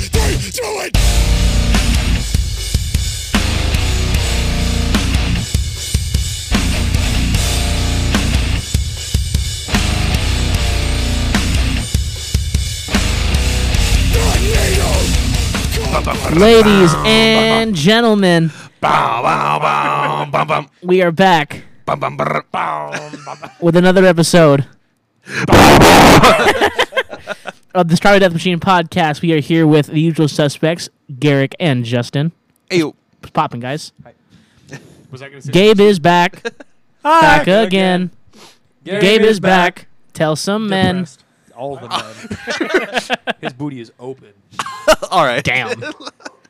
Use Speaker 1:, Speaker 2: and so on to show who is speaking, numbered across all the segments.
Speaker 1: Throw it!
Speaker 2: Ladies and gentlemen,
Speaker 3: Bow, bow, bow, bum, bum,
Speaker 2: we are back
Speaker 3: bum, bum, brr, bow, bum, bum.
Speaker 2: with another episode of the Starry Death Machine podcast. We are here with the usual suspects, Garrick and Justin.
Speaker 3: Ayo.
Speaker 2: What's popping, guys?
Speaker 4: Was I gonna say
Speaker 2: Gabe is back, back again.
Speaker 4: Gabe,
Speaker 2: Gabe is back. Tell some men.
Speaker 4: Depressed. All the men. His booty is open.
Speaker 3: All right.
Speaker 2: Damn,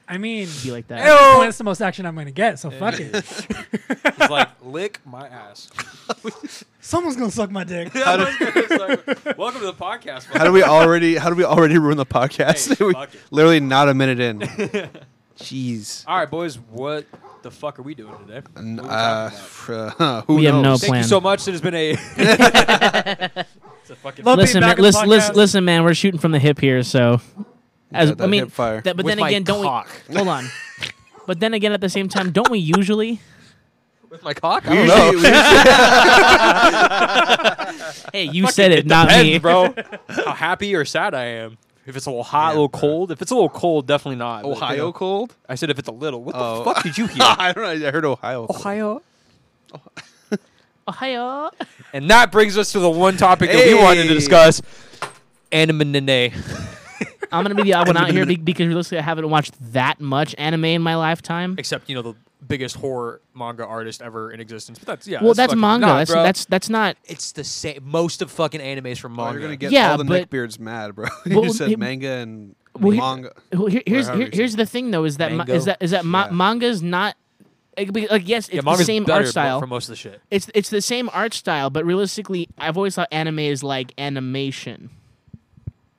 Speaker 5: I mean,
Speaker 2: be like that.
Speaker 5: well, that's the most action I'm going to get, so fuck it.
Speaker 4: He's like, lick my ass.
Speaker 5: Someone's going to suck my dick.
Speaker 4: How do- Welcome to the podcast.
Speaker 6: How do we already? How do we already ruin the podcast?
Speaker 4: Hey,
Speaker 6: We-
Speaker 4: fuck it.
Speaker 6: literally not a minute in. Jeez.
Speaker 4: All right, boys. What the fuck are we doing today? What are we talking
Speaker 6: Uh,
Speaker 4: about?
Speaker 6: who
Speaker 2: We have no
Speaker 6: knows?
Speaker 2: plan.
Speaker 4: Thank you so much. It has been a. it's a fucking.
Speaker 5: Love
Speaker 2: Listen,
Speaker 5: being
Speaker 2: man,
Speaker 5: back in the
Speaker 2: listen, listen,
Speaker 5: podcast.
Speaker 2: listen, man. We're shooting from the hip here, so as
Speaker 6: Yeah,
Speaker 2: I
Speaker 6: that
Speaker 2: mean,
Speaker 6: hip fire.
Speaker 2: that- but
Speaker 4: With
Speaker 2: then
Speaker 4: my
Speaker 2: again, don't
Speaker 4: cock.
Speaker 2: we? Hold on. But then again, at the same time, don't we usually?
Speaker 4: With my cock.
Speaker 6: We
Speaker 4: I don't know.
Speaker 6: usually- we usually-
Speaker 2: Hey, you said it, not me,
Speaker 4: Depends, bro. How happy or sad I am. If it's a little hot, a little cold. If it's a little cold, definitely not. But, you
Speaker 6: Ohio
Speaker 4: know,
Speaker 6: cold?
Speaker 4: I said if it's a little. What
Speaker 6: Oh.
Speaker 4: the fuck did you hear?
Speaker 6: I don't know. I heard Ohio. Cold.
Speaker 4: Ohio.
Speaker 2: Ohio.
Speaker 4: And that brings us to the one topic that we wanted to
Speaker 6: Hey.
Speaker 4: discuss. Anime nene.
Speaker 2: I'm gonna be the odd one out here be- because realistically, I haven't watched that much anime in my lifetime.
Speaker 4: Except, you know, the biggest horror manga artist ever in existence. But that's, yeah.
Speaker 2: Well, that's
Speaker 4: fucking-
Speaker 2: manga.
Speaker 4: nah,
Speaker 2: that's
Speaker 4: bro.
Speaker 2: that's that's not.
Speaker 4: It's the same. Most of fucking animes from
Speaker 6: Oh,
Speaker 4: manga.
Speaker 6: you're gonna get
Speaker 2: Yeah,
Speaker 6: all the
Speaker 2: but-
Speaker 6: neckbeards mad, bro.
Speaker 2: Well,
Speaker 6: you just said
Speaker 2: he-
Speaker 6: manga and
Speaker 2: well, he-
Speaker 6: manga.
Speaker 2: Well, here- here's
Speaker 6: however
Speaker 2: here,
Speaker 6: you say
Speaker 2: here's the thing though is that ma-
Speaker 4: Mango.
Speaker 2: is that is that ma-
Speaker 6: Yeah.
Speaker 2: manga's not. it- be- Like yes, it's
Speaker 4: yeah,
Speaker 2: the
Speaker 4: manga's
Speaker 2: same
Speaker 4: better
Speaker 2: art
Speaker 4: mo-
Speaker 2: style.
Speaker 4: for most of the shit.
Speaker 2: it's it's the same art style, but realistically, I've always thought anime is like animation.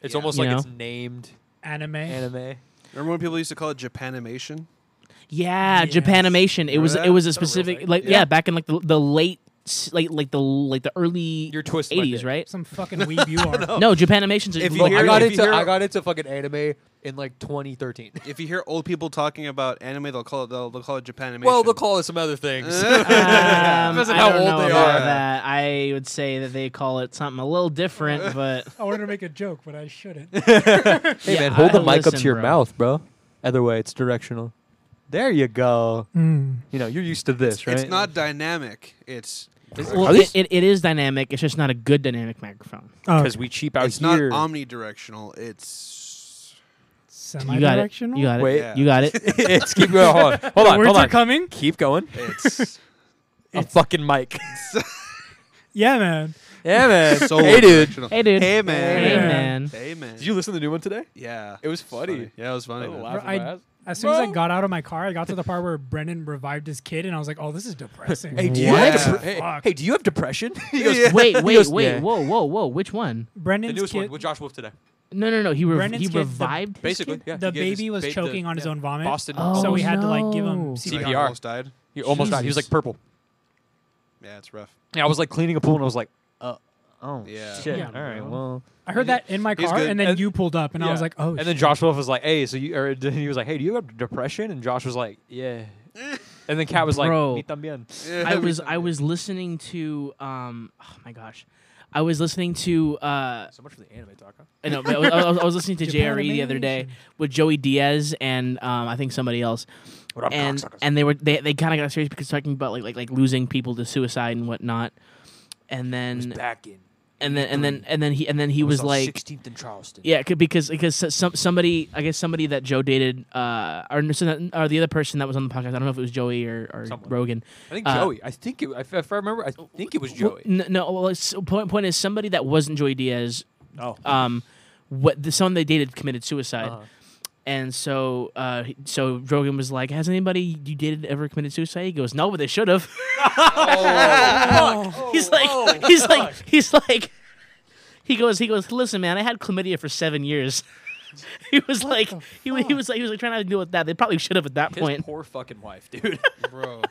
Speaker 4: It's almost
Speaker 2: You
Speaker 4: like
Speaker 2: know?
Speaker 4: it's named
Speaker 5: Anime.
Speaker 4: anime.
Speaker 6: Remember when people used to call it Japanimation?
Speaker 2: Yeah,
Speaker 5: Yes.
Speaker 2: Japanimation. It was
Speaker 6: Remember
Speaker 2: it
Speaker 6: that?
Speaker 2: was a
Speaker 4: That's a real
Speaker 2: specific
Speaker 4: thing.
Speaker 2: like yeah.
Speaker 6: Yeah.
Speaker 2: back in like the, the late s- like like the like the early
Speaker 4: You're twisting my
Speaker 2: eighties
Speaker 4: dick.
Speaker 2: right.
Speaker 5: Some fucking weeb you are.
Speaker 2: No, Japanimation's
Speaker 6: If you
Speaker 2: like,
Speaker 6: hear
Speaker 4: I
Speaker 6: it, if
Speaker 4: got
Speaker 6: you
Speaker 4: into
Speaker 6: hear-
Speaker 4: I got into fucking anime in like 2013.
Speaker 6: If you hear old people talking about anime, they'll call it they'll, they'll call it Japanimation.
Speaker 4: Well, they'll call it some other things.
Speaker 2: Um,
Speaker 4: Depends on
Speaker 2: I
Speaker 4: how
Speaker 2: don't
Speaker 4: old
Speaker 2: know
Speaker 4: they
Speaker 2: about
Speaker 6: are.
Speaker 2: That. I would say that they call it something a little different, but
Speaker 5: I wanted to make a joke, but I shouldn't.
Speaker 4: Hey
Speaker 2: Yeah,
Speaker 4: man, hold
Speaker 2: I-
Speaker 4: the mic up
Speaker 2: listen,
Speaker 4: to your
Speaker 2: bro.
Speaker 4: mouth, bro. Other way, it's directional. There you go.
Speaker 5: Mm.
Speaker 4: You know, you're used to this, right?
Speaker 6: it's not dynamic. It's
Speaker 2: well,
Speaker 4: Are
Speaker 2: it,
Speaker 4: these-
Speaker 2: it, it is dynamic. It's just not a good dynamic microphone.
Speaker 5: Oh,
Speaker 4: because we cheap out
Speaker 6: it's not
Speaker 4: here.
Speaker 6: omnidirectional. It's
Speaker 2: You got it.
Speaker 5: semi-directional?
Speaker 2: You got it.
Speaker 4: Wait.
Speaker 6: Yeah.
Speaker 2: You got it.
Speaker 4: it's keep going. Hold on, hold on,
Speaker 5: Words
Speaker 4: hold
Speaker 5: are
Speaker 4: on.
Speaker 5: coming?
Speaker 4: keep going.
Speaker 6: it's
Speaker 4: A fucking mic.
Speaker 5: Yeah, man.
Speaker 4: yeah, man.
Speaker 6: so
Speaker 4: hey, dude.
Speaker 6: directional.
Speaker 2: Hey, dude.
Speaker 6: Hey man.
Speaker 2: Hey,
Speaker 5: man.
Speaker 2: man.
Speaker 6: Hey man.
Speaker 4: Did you listen to the new one today?
Speaker 6: yeah.
Speaker 4: It was funny.
Speaker 6: Yeah, it was funny. man.
Speaker 2: Oh,
Speaker 5: Bro, I, as soon as I got out of my car, I got to the part where Brennan revived his kid, and I was like, oh, this is depressing.
Speaker 4: Hey, do you
Speaker 6: What?
Speaker 4: have depre- hey,
Speaker 5: Fuck.
Speaker 4: hey, do you have depression? he goes,
Speaker 6: Yeah.
Speaker 2: Wait, wait,
Speaker 4: goes-
Speaker 2: wait.
Speaker 4: yeah.
Speaker 2: Whoa, whoa, whoa. Which one?
Speaker 4: The
Speaker 5: Brennan's
Speaker 4: newest
Speaker 5: kid,
Speaker 4: one with Josh Wolf today.
Speaker 2: No, no, no. He re-
Speaker 5: Brennan's
Speaker 2: he
Speaker 5: kid's the-
Speaker 2: revived. his
Speaker 4: Basically,
Speaker 2: kid?
Speaker 4: yeah.
Speaker 5: the
Speaker 4: he gave his
Speaker 5: baby was
Speaker 4: ba- the-
Speaker 5: choking on his
Speaker 4: yeah,
Speaker 5: own vomit.
Speaker 4: Boston.
Speaker 2: Oh,
Speaker 5: so we had to like give him
Speaker 2: no.
Speaker 6: So he
Speaker 4: CPR.
Speaker 6: almost died.
Speaker 4: He almost died. He was
Speaker 2: Jesus.
Speaker 4: like purple.
Speaker 6: Yeah, it's rough.
Speaker 4: Yeah, I was like cleaning a pool, and I was like, uh, oh,
Speaker 6: Yeah.
Speaker 4: shit.
Speaker 5: Yeah.
Speaker 4: All right, well.
Speaker 5: I heard that in my
Speaker 6: He's
Speaker 5: car,
Speaker 6: good.
Speaker 5: and then
Speaker 4: And-
Speaker 5: you pulled up, and I was
Speaker 4: Yeah.
Speaker 5: like, oh,
Speaker 4: And then Josh Wolf was like, "Hey, so you?" Or he was like, "Hey, do you have depression?" And Josh was like, "Yeah." and then Kat was like,
Speaker 2: Bro.
Speaker 4: "Me también."
Speaker 2: I was I was listening to um. Oh my gosh. I was listening to uh,
Speaker 4: So much for the anime talk. Huh?
Speaker 2: I know, but I was, I was, I was listening to JRE the other day
Speaker 5: Japanimation.
Speaker 2: with Joey Diaz and um, I think somebody else,
Speaker 4: What up,
Speaker 2: and
Speaker 4: cocksuckers?
Speaker 2: and they were they, they kind of got serious because talking about like like like losing people to suicide and whatnot, and then
Speaker 4: Back in.
Speaker 2: and then and then and then he and then he
Speaker 4: It
Speaker 2: was
Speaker 4: on
Speaker 2: like
Speaker 4: 16th and Charleston.
Speaker 2: yeah c- because because so- some somebody I guess somebody that Joe dated uh or, n- so that- or the other person that was on the podcast I don't know if it was Joey or, or
Speaker 4: Someone.
Speaker 2: Rogan
Speaker 4: I think
Speaker 2: uh, Oh,
Speaker 4: Joey. I think it, if, if I remember, I think it was
Speaker 2: Well,
Speaker 4: Joey.
Speaker 2: n- no well, it's, point point is somebody that wasn't Joey Diaz
Speaker 4: Oh,
Speaker 2: um what the someone they dated committed suicide.
Speaker 4: Uh-huh.
Speaker 2: And so, uh, so Rogan was like, "Has anybody you dated ever committed suicide?" He goes, "No, but they should have." he's like,
Speaker 4: Oh,
Speaker 2: he's like, he's like, he goes, he goes. Listen, man, I had chlamydia for seven years. he was like, he, wa- he was like, he was like trying not to deal with that. They probably should have at that
Speaker 4: his
Speaker 2: point.
Speaker 4: poor fucking wife, dude.
Speaker 6: bro.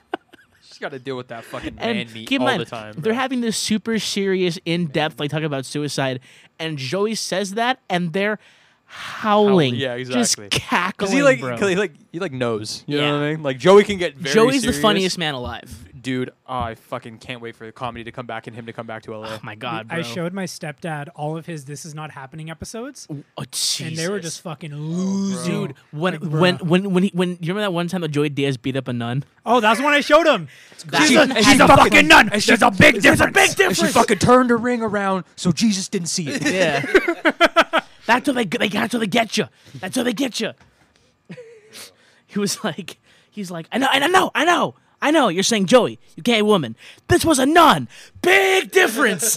Speaker 4: She's got to deal with that fucking man
Speaker 2: And
Speaker 4: meat
Speaker 2: keep in
Speaker 4: all
Speaker 2: mind,
Speaker 4: the time.
Speaker 2: they're
Speaker 4: bro.
Speaker 2: having this super serious, in depth, like talking about suicide. And Joey says that, and they're howling.
Speaker 4: Yeah, exactly.
Speaker 2: Just cackling,
Speaker 4: Cause he like,
Speaker 2: bro.
Speaker 4: 'cause he like, he like knows. You know
Speaker 2: Yeah.
Speaker 4: what I mean? Like Joey can get very.
Speaker 2: Joey's
Speaker 4: serious.
Speaker 2: the funniest man alive.
Speaker 4: dude. Oh, I fucking can't wait for the comedy to come back and him to come back to LA.
Speaker 2: Oh my god, bro.
Speaker 5: I showed my stepdad all of his "This Is Not Happening" episodes,
Speaker 2: Oh,
Speaker 5: and they were
Speaker 2: Jesus.
Speaker 5: just fucking
Speaker 6: Oh,
Speaker 5: losing.
Speaker 2: Dude, when
Speaker 5: Like,
Speaker 2: when
Speaker 5: bruh.
Speaker 2: when when he, when you remember that one time that Joey Diaz beat up a nun?
Speaker 5: oh, that's when I showed him.
Speaker 2: That-
Speaker 5: she's a,
Speaker 4: and
Speaker 5: she's
Speaker 4: she
Speaker 5: a
Speaker 4: fucking-
Speaker 5: fucking nun.
Speaker 4: and she-
Speaker 5: There's a big difference.
Speaker 4: And she fucking turned her ring around so Jesus didn't see it.
Speaker 2: Yeah. that's how they they that's how they get you. That's how they get you. he was like, he's like, I know, I know, I know, I know. You're saying Joey, you gay woman. This was a nun. Big difference.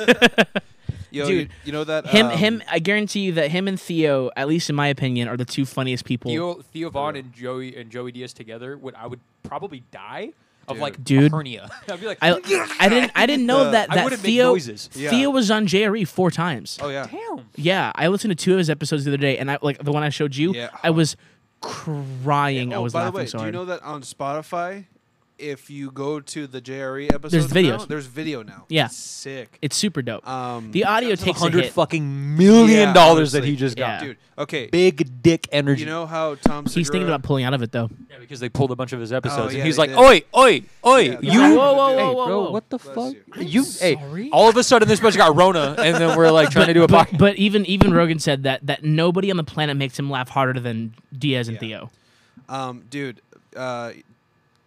Speaker 6: Yo, you,
Speaker 2: Dude,
Speaker 6: you know that
Speaker 2: him,
Speaker 6: um,
Speaker 2: him. I guarantee you that him and Theo, at least in my opinion, are the two funniest people.
Speaker 4: Theo, Theo Vaughn and Joey and Joey Diaz together would I would probably die of like
Speaker 2: Dude.
Speaker 4: a hernia. I'd be like,
Speaker 2: I, I didn't I didn't know
Speaker 6: The-
Speaker 2: that
Speaker 4: I
Speaker 2: that
Speaker 4: wouldn't make
Speaker 2: Theo
Speaker 4: noises.
Speaker 6: Yeah.
Speaker 2: Theo was on JRE four times.
Speaker 6: Oh yeah.
Speaker 4: damn.
Speaker 2: Yeah, I listened to two of his episodes the other day, and I like the one I showed you.
Speaker 6: Yeah.
Speaker 2: I was crying. I
Speaker 6: Oh,
Speaker 2: was
Speaker 6: by the
Speaker 2: laughing
Speaker 6: way,
Speaker 2: so
Speaker 6: do you
Speaker 2: hard.
Speaker 6: know that on Spotify, if you go to the JRE episode,
Speaker 2: videos.
Speaker 6: Now, there's video now.
Speaker 2: Yeah.
Speaker 6: It's sick.
Speaker 2: it's super dope.
Speaker 6: Um,
Speaker 2: the audio takes a
Speaker 4: hundred
Speaker 2: hit.
Speaker 4: fucking million
Speaker 6: Yeah,
Speaker 4: dollars that
Speaker 6: honestly.
Speaker 4: he just got.
Speaker 2: Yeah.
Speaker 6: dude. Okay,
Speaker 4: Big dick energy.
Speaker 6: you know how Tom Segura?
Speaker 2: He's thinking about pulling out of it though.
Speaker 4: yeah, because they pulled a bunch of his episodes,
Speaker 6: Oh, yeah,
Speaker 4: and he's
Speaker 6: they
Speaker 4: like,
Speaker 6: did.
Speaker 4: "Oi, oi, oi,
Speaker 6: Yeah,
Speaker 4: you."
Speaker 6: that's
Speaker 2: Whoa, whoa,
Speaker 4: Hey,
Speaker 2: whoa, whoa,
Speaker 4: bro,
Speaker 2: whoa.
Speaker 4: what the
Speaker 6: Bless
Speaker 4: fuck?
Speaker 6: you.
Speaker 4: You, hey,
Speaker 5: sorry.
Speaker 4: all of a sudden this bunch got Rona, and then we're like trying to do a
Speaker 2: But,
Speaker 4: podcast.
Speaker 2: but even even Rogan said that that nobody on the planet makes him laugh harder than Diaz and
Speaker 6: Yeah.
Speaker 2: Theo.
Speaker 6: um, dude, uh,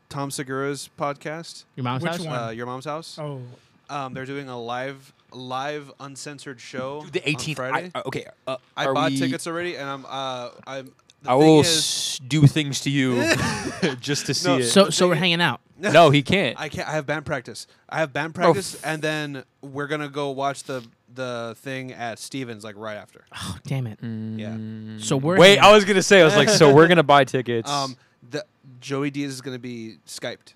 Speaker 6: Tom Segura's podcast,
Speaker 2: Your mom's
Speaker 5: Which
Speaker 2: house.
Speaker 5: one?
Speaker 6: uh, Your Mom's House.
Speaker 5: Oh,
Speaker 6: Um, they're doing a live, live uncensored show.
Speaker 4: The 18th.
Speaker 6: on Friday.
Speaker 4: I, okay, uh,
Speaker 6: I,
Speaker 4: are
Speaker 6: bought
Speaker 4: we-
Speaker 6: tickets already, and I'm uh, I'm. The
Speaker 4: I
Speaker 6: thing
Speaker 4: will
Speaker 6: is,
Speaker 4: s- do things to you just to see
Speaker 6: No,
Speaker 4: it.
Speaker 2: So so
Speaker 6: thing
Speaker 2: we're
Speaker 6: is-
Speaker 2: hanging out.
Speaker 4: no, he can't.
Speaker 6: I can't. I have band practice. I have
Speaker 4: Oh.
Speaker 6: band practice, and then we're gonna go watch the the thing at Stevens like right after.
Speaker 2: Oh, damn it.
Speaker 5: Mm.
Speaker 4: Mm.
Speaker 6: Yeah.
Speaker 2: So we're
Speaker 4: Wait,
Speaker 2: hanging
Speaker 4: I was gonna say, I was like, so we're gonna buy tickets.
Speaker 6: Um, the Joey Diaz is gonna be skyped.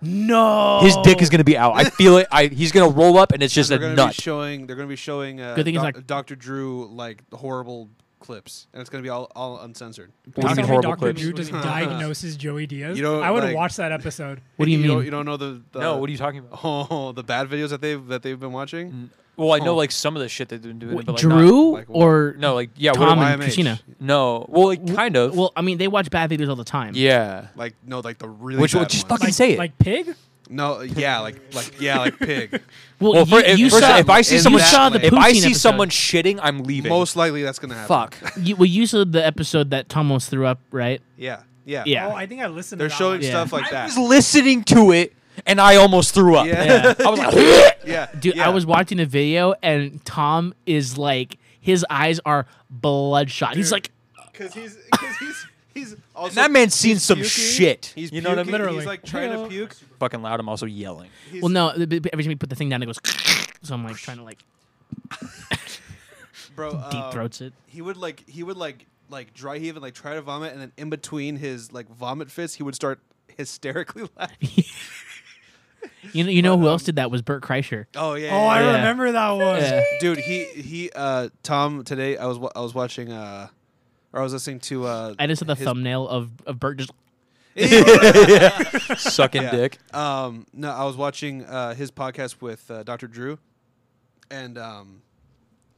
Speaker 2: no.
Speaker 4: His dick is gonna be out. I feel it. I, he's gonna roll up, and it's just
Speaker 6: They're
Speaker 4: a
Speaker 6: gonna
Speaker 4: nut.
Speaker 6: be showing. They're gonna be showing. Uh,
Speaker 2: Good thing he's
Speaker 6: Doc-
Speaker 2: not-
Speaker 6: Dr. Drew like horrible clips, and it's gonna be all all uncensored.
Speaker 4: do you mean
Speaker 5: That's how
Speaker 4: horrible
Speaker 5: oh, Dr.
Speaker 4: clips?
Speaker 5: Drew just diagnoses Joey Diaz.
Speaker 6: You don't,
Speaker 5: I would have
Speaker 6: like-
Speaker 5: watched that episode.
Speaker 2: What do you
Speaker 6: don't-
Speaker 2: mean?
Speaker 6: you don't know the, the
Speaker 4: no, what are you Mm. talking about?
Speaker 6: oh the bad videos that they've that they've been watching.
Speaker 4: Well, I know
Speaker 6: Oh.
Speaker 4: like some of the shit they've been doing,
Speaker 2: Wait,
Speaker 4: but like not-
Speaker 2: Drew
Speaker 6: like,
Speaker 2: or
Speaker 4: no, like yeah, what
Speaker 2: Tom
Speaker 4: am I-
Speaker 2: and
Speaker 6: YMH.
Speaker 2: Christina.
Speaker 4: no, well, like kind of.
Speaker 2: Well, I mean, they watch bad videos all the time.
Speaker 4: yeah,
Speaker 6: Like no, like the really
Speaker 4: Which
Speaker 6: bad
Speaker 4: one- just
Speaker 6: ones.
Speaker 4: fucking
Speaker 5: Like,
Speaker 4: say it.
Speaker 5: like pig.
Speaker 6: no, yeah, like like yeah, like pig.
Speaker 2: Well,
Speaker 4: Well,
Speaker 2: you,
Speaker 4: fir- if,
Speaker 2: you
Speaker 4: first,
Speaker 2: saw,
Speaker 4: if I see
Speaker 6: in
Speaker 4: someone,
Speaker 2: you
Speaker 6: that
Speaker 2: saw the
Speaker 6: way.
Speaker 4: if I
Speaker 2: poutine
Speaker 4: see
Speaker 2: episode.
Speaker 4: someone shitting, I'm leaving.
Speaker 6: Most likely that's gonna happen.
Speaker 4: fuck.
Speaker 2: you, well, you saw the episode that Tom almost threw up, right?
Speaker 6: Yeah, yeah,
Speaker 2: Yeah.
Speaker 5: Oh, I think I listened.
Speaker 6: They're
Speaker 5: to that
Speaker 6: showing
Speaker 5: one.
Speaker 2: Yeah.
Speaker 6: stuff like
Speaker 4: I
Speaker 6: that.
Speaker 4: was listening to it, and I almost threw up.
Speaker 6: Yeah.
Speaker 4: I was like,
Speaker 6: yeah,
Speaker 2: Dude,
Speaker 6: yeah.
Speaker 2: I was watching a video and Tom is like, his eyes are bloodshot. He's
Speaker 6: Dude.
Speaker 2: like,
Speaker 6: because he's because he's he's also
Speaker 4: that man's seen
Speaker 6: he's
Speaker 4: some
Speaker 6: puking.
Speaker 4: shit.
Speaker 6: He's
Speaker 4: You know what I mean?
Speaker 6: puking.
Speaker 5: Literally.
Speaker 6: He's like trying
Speaker 5: Yeah.
Speaker 6: to puke.
Speaker 4: fucking loud. I'm also yelling.
Speaker 6: He's,
Speaker 2: well, no, every time you put the thing down, it goes, so I'm like trying to like
Speaker 6: bro,
Speaker 2: deep
Speaker 6: um,
Speaker 2: throats it.
Speaker 6: he would like he would like like dry heave and like try to vomit and then in between his like vomit fits he would start hysterically laughing
Speaker 2: You know, you know
Speaker 4: um,
Speaker 2: who else did that was Bert Kreischer. Uh,
Speaker 6: oh yeah,
Speaker 5: Oh, I
Speaker 2: Yeah.
Speaker 5: remember that one.
Speaker 2: Yeah.
Speaker 6: dude he he uh tom today i was wa- i was watching uh or i was listening to uh
Speaker 2: I just saw the
Speaker 6: his-
Speaker 2: thumbnail of, of Bert just,
Speaker 4: Sucking
Speaker 6: Yeah.
Speaker 4: dick.
Speaker 6: um no i was watching uh his podcast with uh, dr drew and um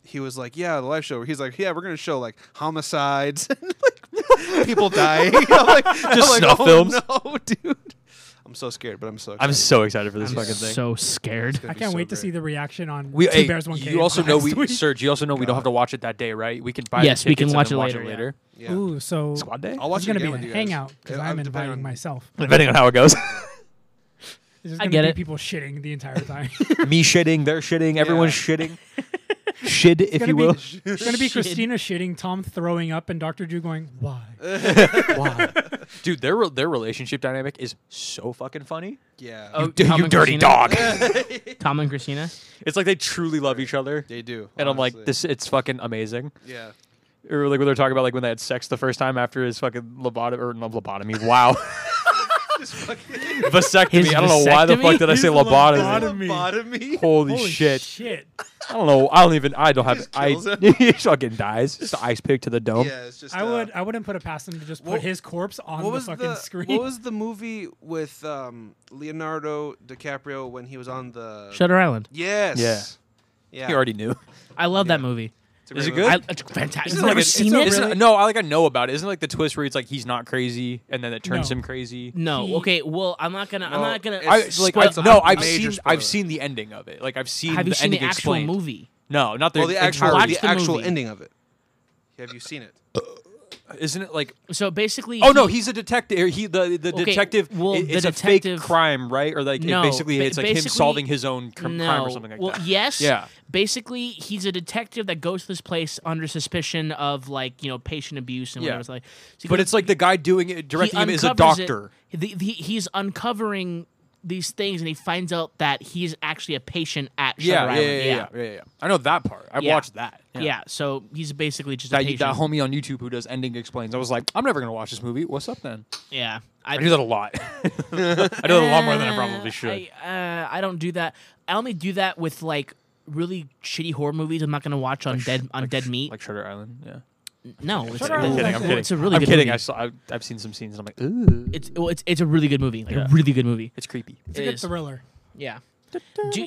Speaker 6: he was like yeah the live show he's like yeah we're gonna show like homicides and like people dying i'm like just
Speaker 4: snuff
Speaker 6: oh,
Speaker 4: films.
Speaker 6: no dude i'm so scared but i'm so excited.
Speaker 4: I'm so excited for this
Speaker 2: I'm
Speaker 4: fucking thing.
Speaker 2: so scared.
Speaker 5: I
Speaker 6: be
Speaker 5: can't
Speaker 6: so
Speaker 5: wait to
Speaker 6: great.
Speaker 5: see the reaction on
Speaker 4: we,
Speaker 5: Two
Speaker 4: hey,
Speaker 5: Bears One Cave.
Speaker 4: you also know
Speaker 5: last
Speaker 4: we,
Speaker 5: week.
Speaker 4: Serge. You also know we don't have to watch it that day, right? We can buy.
Speaker 2: Yes,
Speaker 4: the
Speaker 2: we can
Speaker 4: tickets and
Speaker 2: watch
Speaker 4: then
Speaker 2: it
Speaker 4: watch
Speaker 2: later,
Speaker 4: it
Speaker 2: yeah.
Speaker 6: yeah.
Speaker 4: later.
Speaker 5: Ooh, so
Speaker 4: Squad day,
Speaker 6: I'll
Speaker 5: it's
Speaker 6: watch it
Speaker 5: gonna
Speaker 6: again
Speaker 5: be a
Speaker 6: with you guys.
Speaker 5: hangout because
Speaker 6: Yeah,
Speaker 5: I'm
Speaker 6: depending
Speaker 5: inviting
Speaker 6: on-
Speaker 5: myself.
Speaker 4: depending on how it goes.
Speaker 5: There's
Speaker 2: I
Speaker 5: gonna
Speaker 2: get
Speaker 5: be
Speaker 2: it.
Speaker 5: people shitting the entire time.
Speaker 4: Me shitting, they're shitting, everyone's shitting. Shid, if
Speaker 5: gonna
Speaker 4: you
Speaker 5: be-
Speaker 4: will.
Speaker 5: It's gonna be
Speaker 2: Shit.
Speaker 5: Christina shitting, Tom throwing up, and Doctor Drew going, "Why?"
Speaker 4: Why? Dude, their re- their relationship dynamic is so fucking funny.
Speaker 6: Yeah,
Speaker 2: Oh,
Speaker 4: D-
Speaker 2: Tom
Speaker 4: you
Speaker 2: and
Speaker 4: dirty
Speaker 2: Christina?
Speaker 4: dog.
Speaker 2: Tom and Christina.
Speaker 4: it's like they truly love each other.
Speaker 6: they do.
Speaker 4: And I'm like,
Speaker 6: honestly.
Speaker 4: this it's fucking amazing.
Speaker 6: Yeah,
Speaker 4: Or like when they're talking about like when they had sex the first time after his fucking lobotomy or not lobotomy. Wow. vasectomy.
Speaker 2: His
Speaker 4: I don't know why the
Speaker 2: vasectomy?
Speaker 4: fuck did I say
Speaker 5: His
Speaker 4: lobotomy.
Speaker 5: lobotomy.
Speaker 4: Holy, shit.
Speaker 5: shit.
Speaker 4: I don't know. I don't even I don't have
Speaker 6: just
Speaker 4: I
Speaker 6: kills him.
Speaker 4: he fucking dies. Just the ice pick to the dome.
Speaker 6: Yeah, it's just.
Speaker 5: I
Speaker 6: uh,
Speaker 5: would. I wouldn't put it past him to just put
Speaker 6: What-
Speaker 5: his corpse on
Speaker 6: What
Speaker 5: the
Speaker 6: was
Speaker 5: fucking
Speaker 6: the
Speaker 5: screen.
Speaker 6: What was the movie with um, Leonardo DiCaprio when he was on the?
Speaker 2: Shutter Island.
Speaker 6: Yes.
Speaker 4: Yeah.
Speaker 6: Yeah.
Speaker 4: He already knew.
Speaker 2: I love that movie.
Speaker 6: It's a
Speaker 4: Is
Speaker 6: great
Speaker 4: it
Speaker 6: movie.
Speaker 4: good?
Speaker 2: I, it's fantastic. You've
Speaker 4: like
Speaker 2: never
Speaker 4: a-
Speaker 2: seen
Speaker 5: it's
Speaker 2: it?
Speaker 5: a
Speaker 4: Isn't
Speaker 5: really-
Speaker 4: it- No, I like I know about it. Isn't it like the twist where he's like he's not crazy and then it turns
Speaker 5: No.
Speaker 4: him crazy?
Speaker 2: no.
Speaker 5: He-
Speaker 2: okay. Well, I'm not gonna. I'm
Speaker 6: Well,
Speaker 2: not gonna.
Speaker 6: it's-
Speaker 4: I like I,
Speaker 6: It's a
Speaker 4: no. I've
Speaker 6: major
Speaker 4: seen
Speaker 6: spoiler.
Speaker 4: I've seen the ending of it. Like I've seen
Speaker 2: have you
Speaker 4: the
Speaker 2: seen the
Speaker 4: ending
Speaker 2: actual
Speaker 4: explained.
Speaker 2: movie?
Speaker 4: No, not the
Speaker 6: Well, the actual
Speaker 2: Watch
Speaker 4: entirety.
Speaker 6: the
Speaker 2: the
Speaker 6: actual
Speaker 2: movie.
Speaker 6: ending of it. Have you seen it?
Speaker 4: Isn't it like?
Speaker 2: So basically,
Speaker 4: Oh no,
Speaker 2: he-
Speaker 4: he's a detective. He the the
Speaker 2: Okay,
Speaker 4: detective.
Speaker 2: well,
Speaker 4: it-
Speaker 2: the
Speaker 4: it's a
Speaker 2: detective-
Speaker 4: fake crime, right? Or like
Speaker 2: No,
Speaker 4: it basically
Speaker 2: ba-
Speaker 4: it's like him
Speaker 2: basically-
Speaker 4: solving his own cr- crime
Speaker 2: no.
Speaker 4: or something like
Speaker 2: well,
Speaker 4: that.
Speaker 2: yes.
Speaker 4: Yeah.
Speaker 2: Basically, he's a detective that goes to this place under suspicion of like you know patient abuse and
Speaker 4: Yeah.
Speaker 2: whatever. It's like, so he
Speaker 4: But
Speaker 2: goes-
Speaker 4: it's like the guy doing it,
Speaker 2: he
Speaker 4: directing him is a
Speaker 2: uncovers it.
Speaker 4: doctor.
Speaker 2: The- the- he's uncovering these things, and he finds out that he's actually a patient at Shutter
Speaker 4: Yeah yeah
Speaker 2: Island.
Speaker 4: yeah, yeah, yeah, yeah, yeah. I know that part. I
Speaker 2: Yeah.
Speaker 4: watched that.
Speaker 2: Yeah. So he's basically just a
Speaker 4: That,
Speaker 2: patient.
Speaker 4: that homie on YouTube who does ending explains. I was like, I'm never gonna watch this movie. What's up then?
Speaker 2: yeah. Eh,
Speaker 4: I do that a lot. I do that a lot more than I probably should.
Speaker 2: I, uh, I don't do that. I only do that with like really shitty horror movies. I'm not gonna watch on dead on dead meat.
Speaker 4: like Shutter Island. Yeah,
Speaker 2: no, it's,
Speaker 5: Shutter Island
Speaker 2: it's-
Speaker 5: is
Speaker 2: it's
Speaker 5: actually-
Speaker 2: a really
Speaker 4: I'm
Speaker 2: good
Speaker 4: kidding.
Speaker 2: movie.
Speaker 4: I saw. I've, I've seen some scenes. and I'm like, ooh,
Speaker 2: it's well, it's it's a really good movie. Like
Speaker 4: Yeah.
Speaker 2: a really good movie.
Speaker 4: it's creepy.
Speaker 5: It's a
Speaker 2: It
Speaker 5: good
Speaker 2: is.
Speaker 5: thriller.
Speaker 2: Yeah. Do,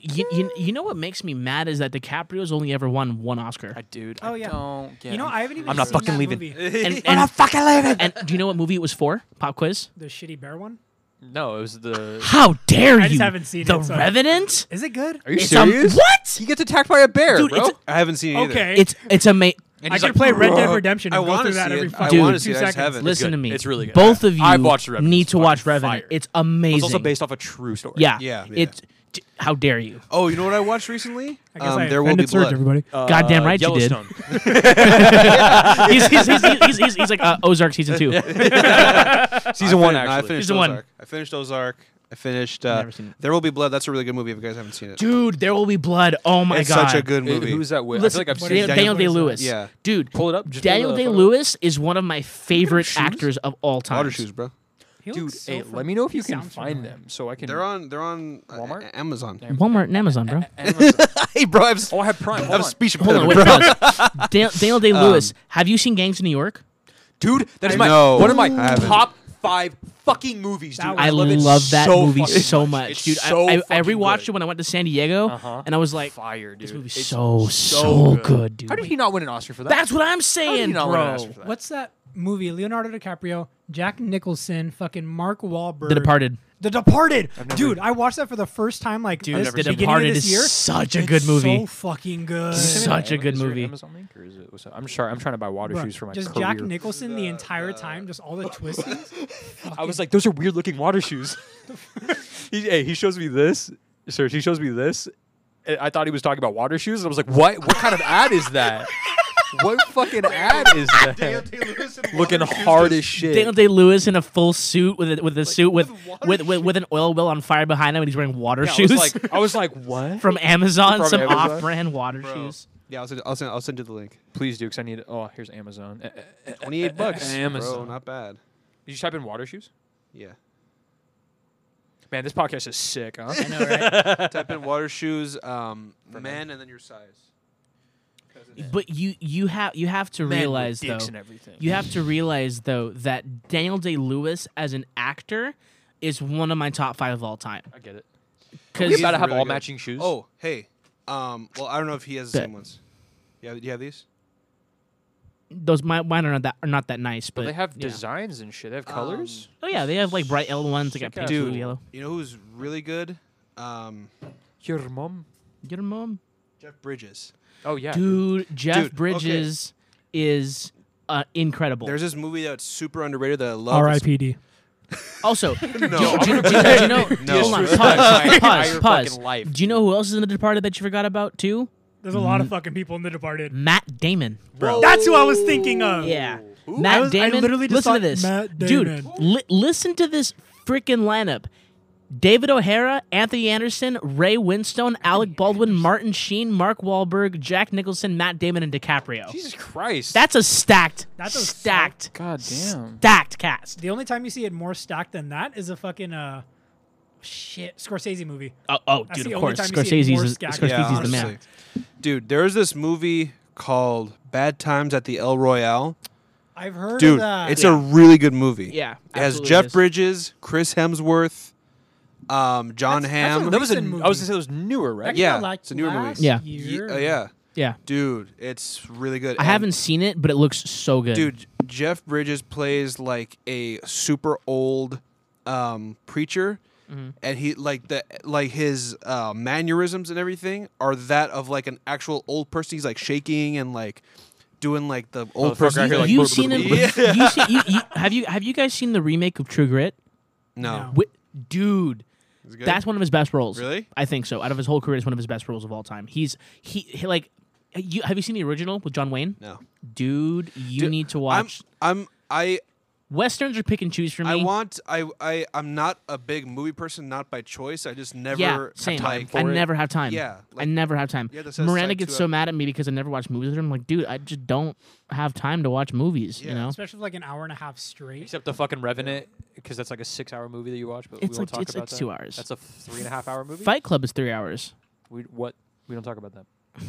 Speaker 2: you, you, you know what makes me mad is that DiCaprio's only ever won one Oscar.
Speaker 4: I, dude.
Speaker 5: Oh,
Speaker 4: I
Speaker 5: yeah.
Speaker 4: don't get
Speaker 5: You know,
Speaker 4: it.
Speaker 5: I haven't even.
Speaker 4: I'm not
Speaker 5: seen
Speaker 4: fucking
Speaker 5: that
Speaker 4: leaving.
Speaker 5: movie.
Speaker 2: And, and,
Speaker 4: I'm not fucking leaving.
Speaker 2: and do you know what movie it was for? Pop quiz.
Speaker 5: The shitty bear one.
Speaker 4: no, it was the.
Speaker 2: How dare you?
Speaker 5: I just haven't seen
Speaker 2: the
Speaker 5: it, so-
Speaker 2: Revenant.
Speaker 5: Is it good?
Speaker 4: Are you
Speaker 2: It's a-
Speaker 4: serious?
Speaker 2: what?
Speaker 4: He gets attacked by a bear,
Speaker 2: Dude,
Speaker 4: bro.
Speaker 2: it's
Speaker 6: I haven't seen it either.
Speaker 5: Okay.
Speaker 2: It's it's amazing.
Speaker 5: I could play Red Dead Redemption
Speaker 6: I
Speaker 5: and go
Speaker 6: want
Speaker 5: through
Speaker 6: to
Speaker 5: that
Speaker 6: see
Speaker 5: every
Speaker 6: it. I
Speaker 5: fucking
Speaker 6: want to
Speaker 5: two
Speaker 6: see it. I
Speaker 5: seconds.
Speaker 6: just haven't.
Speaker 2: Listen
Speaker 4: good.
Speaker 2: to me.
Speaker 4: It's really good.
Speaker 2: Both of you
Speaker 4: I've watched Revenant.
Speaker 2: need
Speaker 4: It's
Speaker 2: to watch
Speaker 4: fucking
Speaker 2: Revenant.
Speaker 4: fire.
Speaker 2: It's amazing.
Speaker 4: It's also based off a true story.
Speaker 2: Yeah.
Speaker 6: Yeah, yeah.
Speaker 2: It's d- how dare you?
Speaker 6: Oh, you know what I watched recently?
Speaker 5: I guess
Speaker 6: um,
Speaker 5: I
Speaker 6: there will be
Speaker 5: offended Serge,
Speaker 6: blood.
Speaker 5: everybody.
Speaker 4: Uh,
Speaker 2: Goddamn right you did.
Speaker 4: Yellowstone.
Speaker 2: he's, he's, he's, he's, he's, he's like uh, Ozark season two.
Speaker 4: Season
Speaker 6: I
Speaker 4: one,
Speaker 6: fin- no, I
Speaker 4: actually.
Speaker 6: finished
Speaker 2: Season one.
Speaker 6: Ozark. I finished Ozark. I finished. Uh,
Speaker 2: never seen it.
Speaker 6: There will be blood. That's a really good movie. If you guys haven't seen it,
Speaker 2: Dude, there will be blood. Oh my
Speaker 6: it's
Speaker 2: god.
Speaker 6: such a good
Speaker 4: It-
Speaker 6: movie.
Speaker 4: who's that with?
Speaker 2: Listen,
Speaker 4: I feel like I've
Speaker 5: what
Speaker 4: seen
Speaker 5: is
Speaker 4: that.
Speaker 5: that?
Speaker 2: Daniel Day
Speaker 5: Daniel
Speaker 2: Lewis.
Speaker 5: Day-Lewis.
Speaker 6: Yeah.
Speaker 2: Dude,
Speaker 4: Pull it up. Just pull
Speaker 2: Daniel
Speaker 4: the
Speaker 2: Day
Speaker 4: photo up.
Speaker 2: Lewis is one of my favorite actors of all time.
Speaker 6: Water shoes, bro.
Speaker 5: He
Speaker 4: Dude,
Speaker 5: looks so
Speaker 4: hey,
Speaker 5: fam-
Speaker 4: let me know if
Speaker 5: he
Speaker 4: you can
Speaker 5: sounds
Speaker 4: find
Speaker 5: familiar.
Speaker 4: them so I can.
Speaker 6: They're on. They're on uh,
Speaker 4: Walmart?
Speaker 6: A- Amazon.
Speaker 2: Walmart and Amazon, bro.
Speaker 4: Amazon.
Speaker 6: Hey, bro, I have,
Speaker 4: oh, I have Prime.
Speaker 6: I
Speaker 4: Hold
Speaker 6: have
Speaker 4: on.
Speaker 6: speech
Speaker 2: Hold on,
Speaker 6: impediment,
Speaker 2: wait.
Speaker 6: bro.
Speaker 2: pause. Dan- Daniel Day Lewis.
Speaker 4: Uh.
Speaker 2: have you seen Gangs of New York?
Speaker 4: dude. That is
Speaker 6: I-
Speaker 4: my
Speaker 6: No,
Speaker 4: one of my
Speaker 6: I haven't.
Speaker 4: top five fucking movies, dude.
Speaker 5: That
Speaker 2: I love,
Speaker 4: it
Speaker 2: that
Speaker 4: so
Speaker 2: movie
Speaker 4: fucking
Speaker 2: so much,
Speaker 4: It's
Speaker 2: dude.
Speaker 4: so
Speaker 2: I, I, I
Speaker 4: fucking
Speaker 2: rewatched
Speaker 4: good.
Speaker 2: it when I went to San Diego,
Speaker 4: Uh-huh.
Speaker 2: and I was like,
Speaker 4: Fire, dude.
Speaker 2: "This movie's
Speaker 4: It's
Speaker 2: so so good, dude."
Speaker 4: How did he not win an Oscar for that?
Speaker 2: That's what I'm
Speaker 4: How did he
Speaker 2: saying,
Speaker 4: not win an
Speaker 2: bro.
Speaker 4: Oscar for that?
Speaker 5: What's that movie? Leonardo DiCaprio, Jack Nicholson, fucking Mark Wahlberg.
Speaker 2: The Departed.
Speaker 5: The Departed. Dude, I watched that for the first time like
Speaker 2: Dude,
Speaker 5: this
Speaker 4: never
Speaker 2: The
Speaker 4: seen it.
Speaker 5: beginning
Speaker 2: Departed
Speaker 5: of this
Speaker 2: is
Speaker 5: year.
Speaker 2: such a
Speaker 5: It's
Speaker 2: good
Speaker 5: So
Speaker 2: movie.
Speaker 5: fucking good.
Speaker 4: Is it
Speaker 2: Such a
Speaker 4: Amazon-
Speaker 2: good
Speaker 4: is there an
Speaker 2: movie.
Speaker 4: Amazon link or is it- what's that? I'm sorry. I'm trying to buy water
Speaker 5: Bruh,
Speaker 4: shoes for my
Speaker 5: just
Speaker 4: career.
Speaker 5: Jack Nicholson the entire time, just all the twistings.
Speaker 4: I was like, those are weird looking water shoes. he, hey, he shows me this. Sir, he shows me this. and I thought he was talking about water shoes, and I was like, what? What kind of ad is that? What fucking ad is that? Looking hard as shit.
Speaker 2: Daniel Day Lewis in a full suit with a, with a suit with with, with with an oil well on fire behind him, and he's wearing water
Speaker 4: Yeah, I
Speaker 2: shoes
Speaker 4: was like, I was like, what?
Speaker 2: from Amazon,
Speaker 4: From
Speaker 2: some
Speaker 4: Amazon?
Speaker 2: off-brand water shoes.
Speaker 6: Yeah, I'll send, I'll send. I'll send you the link.
Speaker 4: Please do, because I need. Oh, here's Amazon. Uh, uh, uh, Did
Speaker 6: Twenty-eight bucks. Bro,
Speaker 4: Amazon.
Speaker 6: not bad.
Speaker 4: you type in water shoes?
Speaker 6: Yeah.
Speaker 4: Man, this podcast is sick, huh?
Speaker 2: I know, right?
Speaker 6: Type in water shoes, um, men, and then your size.
Speaker 2: but you you have you have to realize
Speaker 4: dicks
Speaker 2: though,
Speaker 4: and everything.
Speaker 2: you have to realize though that Daniel Day Lewis as an actor is one of my top five of all time.
Speaker 4: I get it. We
Speaker 2: Because
Speaker 4: about to have
Speaker 6: really
Speaker 4: all
Speaker 6: good.
Speaker 4: matching shoes.
Speaker 6: Oh, hey. Um, well, I don't know if he has the
Speaker 2: Bet.
Speaker 6: same ones. Yeah, you have these?
Speaker 2: those mi- mine are not that are not that nice, but
Speaker 4: They have
Speaker 2: yeah.
Speaker 4: designs and shit. They have colors.
Speaker 2: Oh yeah, they have like bright yellow ones that got
Speaker 4: Check out
Speaker 2: pink, blue,
Speaker 4: Dude.
Speaker 2: yellow.
Speaker 6: You know who's really good? Um,
Speaker 4: Your mom.
Speaker 2: Get 'em, mom.
Speaker 6: Jeff Bridges.
Speaker 4: Oh yeah.
Speaker 2: Dude, Jeff
Speaker 6: Dude, okay.
Speaker 2: Bridges is uh, incredible.
Speaker 6: There's this movie that's super underrated that I love. It's-
Speaker 5: R.I.P.D.
Speaker 2: also, do,
Speaker 6: No,
Speaker 2: you- do you-
Speaker 6: I'm
Speaker 2: do you- do you know?
Speaker 6: No.
Speaker 2: Hold on, pause,
Speaker 4: Disrespect my
Speaker 2: pause,
Speaker 4: entire
Speaker 2: pause.
Speaker 4: fucking life,
Speaker 2: Do you know who else is in The Departed that you forgot about too?
Speaker 5: There's a lot of fucking people in The Departed.
Speaker 2: Matt Damon, Mm. bro.
Speaker 5: That's who I was thinking of.
Speaker 2: Yeah,
Speaker 5: I
Speaker 2: Matt
Speaker 5: was- I
Speaker 2: Damon.
Speaker 5: literally just
Speaker 2: listen to
Speaker 5: thought
Speaker 2: this,
Speaker 5: Matt
Speaker 2: dude.
Speaker 5: Damon.
Speaker 2: Li- listen to this freaking lineup: David O'Hara, Anthony Anderson, Ray Winstone, Alec Baldwin, Martin Sheen, Mark Wahlberg, Jack Nicholson, Matt Damon, and DiCaprio.
Speaker 4: Jesus Christ.
Speaker 2: That's a stacked,
Speaker 5: That's a
Speaker 2: stacked,
Speaker 4: God damn.
Speaker 2: stacked cast.
Speaker 5: The only time you see it more stacked than that is a fucking uh, shit Scorsese movie.
Speaker 2: Oh, oh
Speaker 5: That's
Speaker 2: dude,
Speaker 5: the
Speaker 2: of
Speaker 5: only
Speaker 2: course,
Speaker 5: time you see it
Speaker 2: Scorsese's,
Speaker 5: more
Speaker 2: is-
Speaker 5: stacked.
Speaker 2: Scorsese's
Speaker 6: Yeah,
Speaker 2: the man.
Speaker 6: honestly. Dude, there's this movie called Bad Times at the El Royale.
Speaker 5: I've heard of
Speaker 6: Dude,
Speaker 5: that.
Speaker 6: it's a really good movie.
Speaker 2: Yeah,
Speaker 6: It has
Speaker 2: absolutely
Speaker 6: Jeff
Speaker 2: is.
Speaker 6: Bridges, Chris Hemsworth, um, John
Speaker 5: That's- that's
Speaker 6: Hamm.
Speaker 5: a
Speaker 4: that was a.
Speaker 5: recent
Speaker 4: I was gonna
Speaker 5: movie.
Speaker 4: say it was newer, right?
Speaker 5: That came out
Speaker 6: yeah,
Speaker 5: like
Speaker 6: it's a newer movie.
Speaker 5: last
Speaker 2: Yeah.
Speaker 6: Ye-
Speaker 5: year.
Speaker 6: uh, yeah.
Speaker 2: Yeah.
Speaker 6: Dude, it's really good.
Speaker 2: I
Speaker 6: And-
Speaker 2: haven't seen it, but it looks so good.
Speaker 6: Dude, Jeff Bridges plays like a super old um, preacher,
Speaker 2: Mm-hmm.
Speaker 6: and he like the like his uh, mannerisms and everything are that of like an actual old person. He's like shaking and like doing like the old
Speaker 4: the fucker
Speaker 6: person.
Speaker 4: out here,
Speaker 2: have
Speaker 4: like,
Speaker 2: you
Speaker 4: blub,
Speaker 2: seen
Speaker 4: blub,
Speaker 2: him?
Speaker 6: blub, blub.
Speaker 2: you see, you, you, have you have you guys seen the remake of True Grit?
Speaker 6: no,
Speaker 2: Wi- Dude,
Speaker 6: Is it good?
Speaker 2: that's one of his best roles.
Speaker 6: Really?
Speaker 2: I think so. Out of his whole career, it's one of his best roles of all time. He's he, he like, you have you seen the original with John Wayne?
Speaker 6: no.
Speaker 2: Dude, you
Speaker 6: Dude,
Speaker 2: need to watch.
Speaker 6: I'm, I'm I
Speaker 2: Westerns are pick and choose for me.
Speaker 6: I want I I I'm not a big movie person, not by choice. I just never
Speaker 2: yeah, same.
Speaker 6: like
Speaker 2: I never have time.
Speaker 6: Yeah,
Speaker 2: I
Speaker 6: like-
Speaker 2: never have time.
Speaker 6: Yeah, this has
Speaker 2: Miranda
Speaker 6: like
Speaker 2: gets
Speaker 6: two
Speaker 2: so
Speaker 6: hours.
Speaker 2: mad at me because I never watch movies with her. I'm like, dude, I just don't have time to watch movies. You
Speaker 6: Yeah.
Speaker 2: know,
Speaker 5: especially like an hour and a half straight.
Speaker 4: Except the fucking Revenant, because that's like a six-hour movie that you watch, but
Speaker 2: It's
Speaker 4: we
Speaker 2: like-
Speaker 4: won't talk
Speaker 2: it's-
Speaker 4: about
Speaker 2: it's
Speaker 4: that.
Speaker 2: two hours.
Speaker 4: That's a three and a half hour movie.
Speaker 2: Fight Club is three hours.
Speaker 4: We what? We don't talk about that.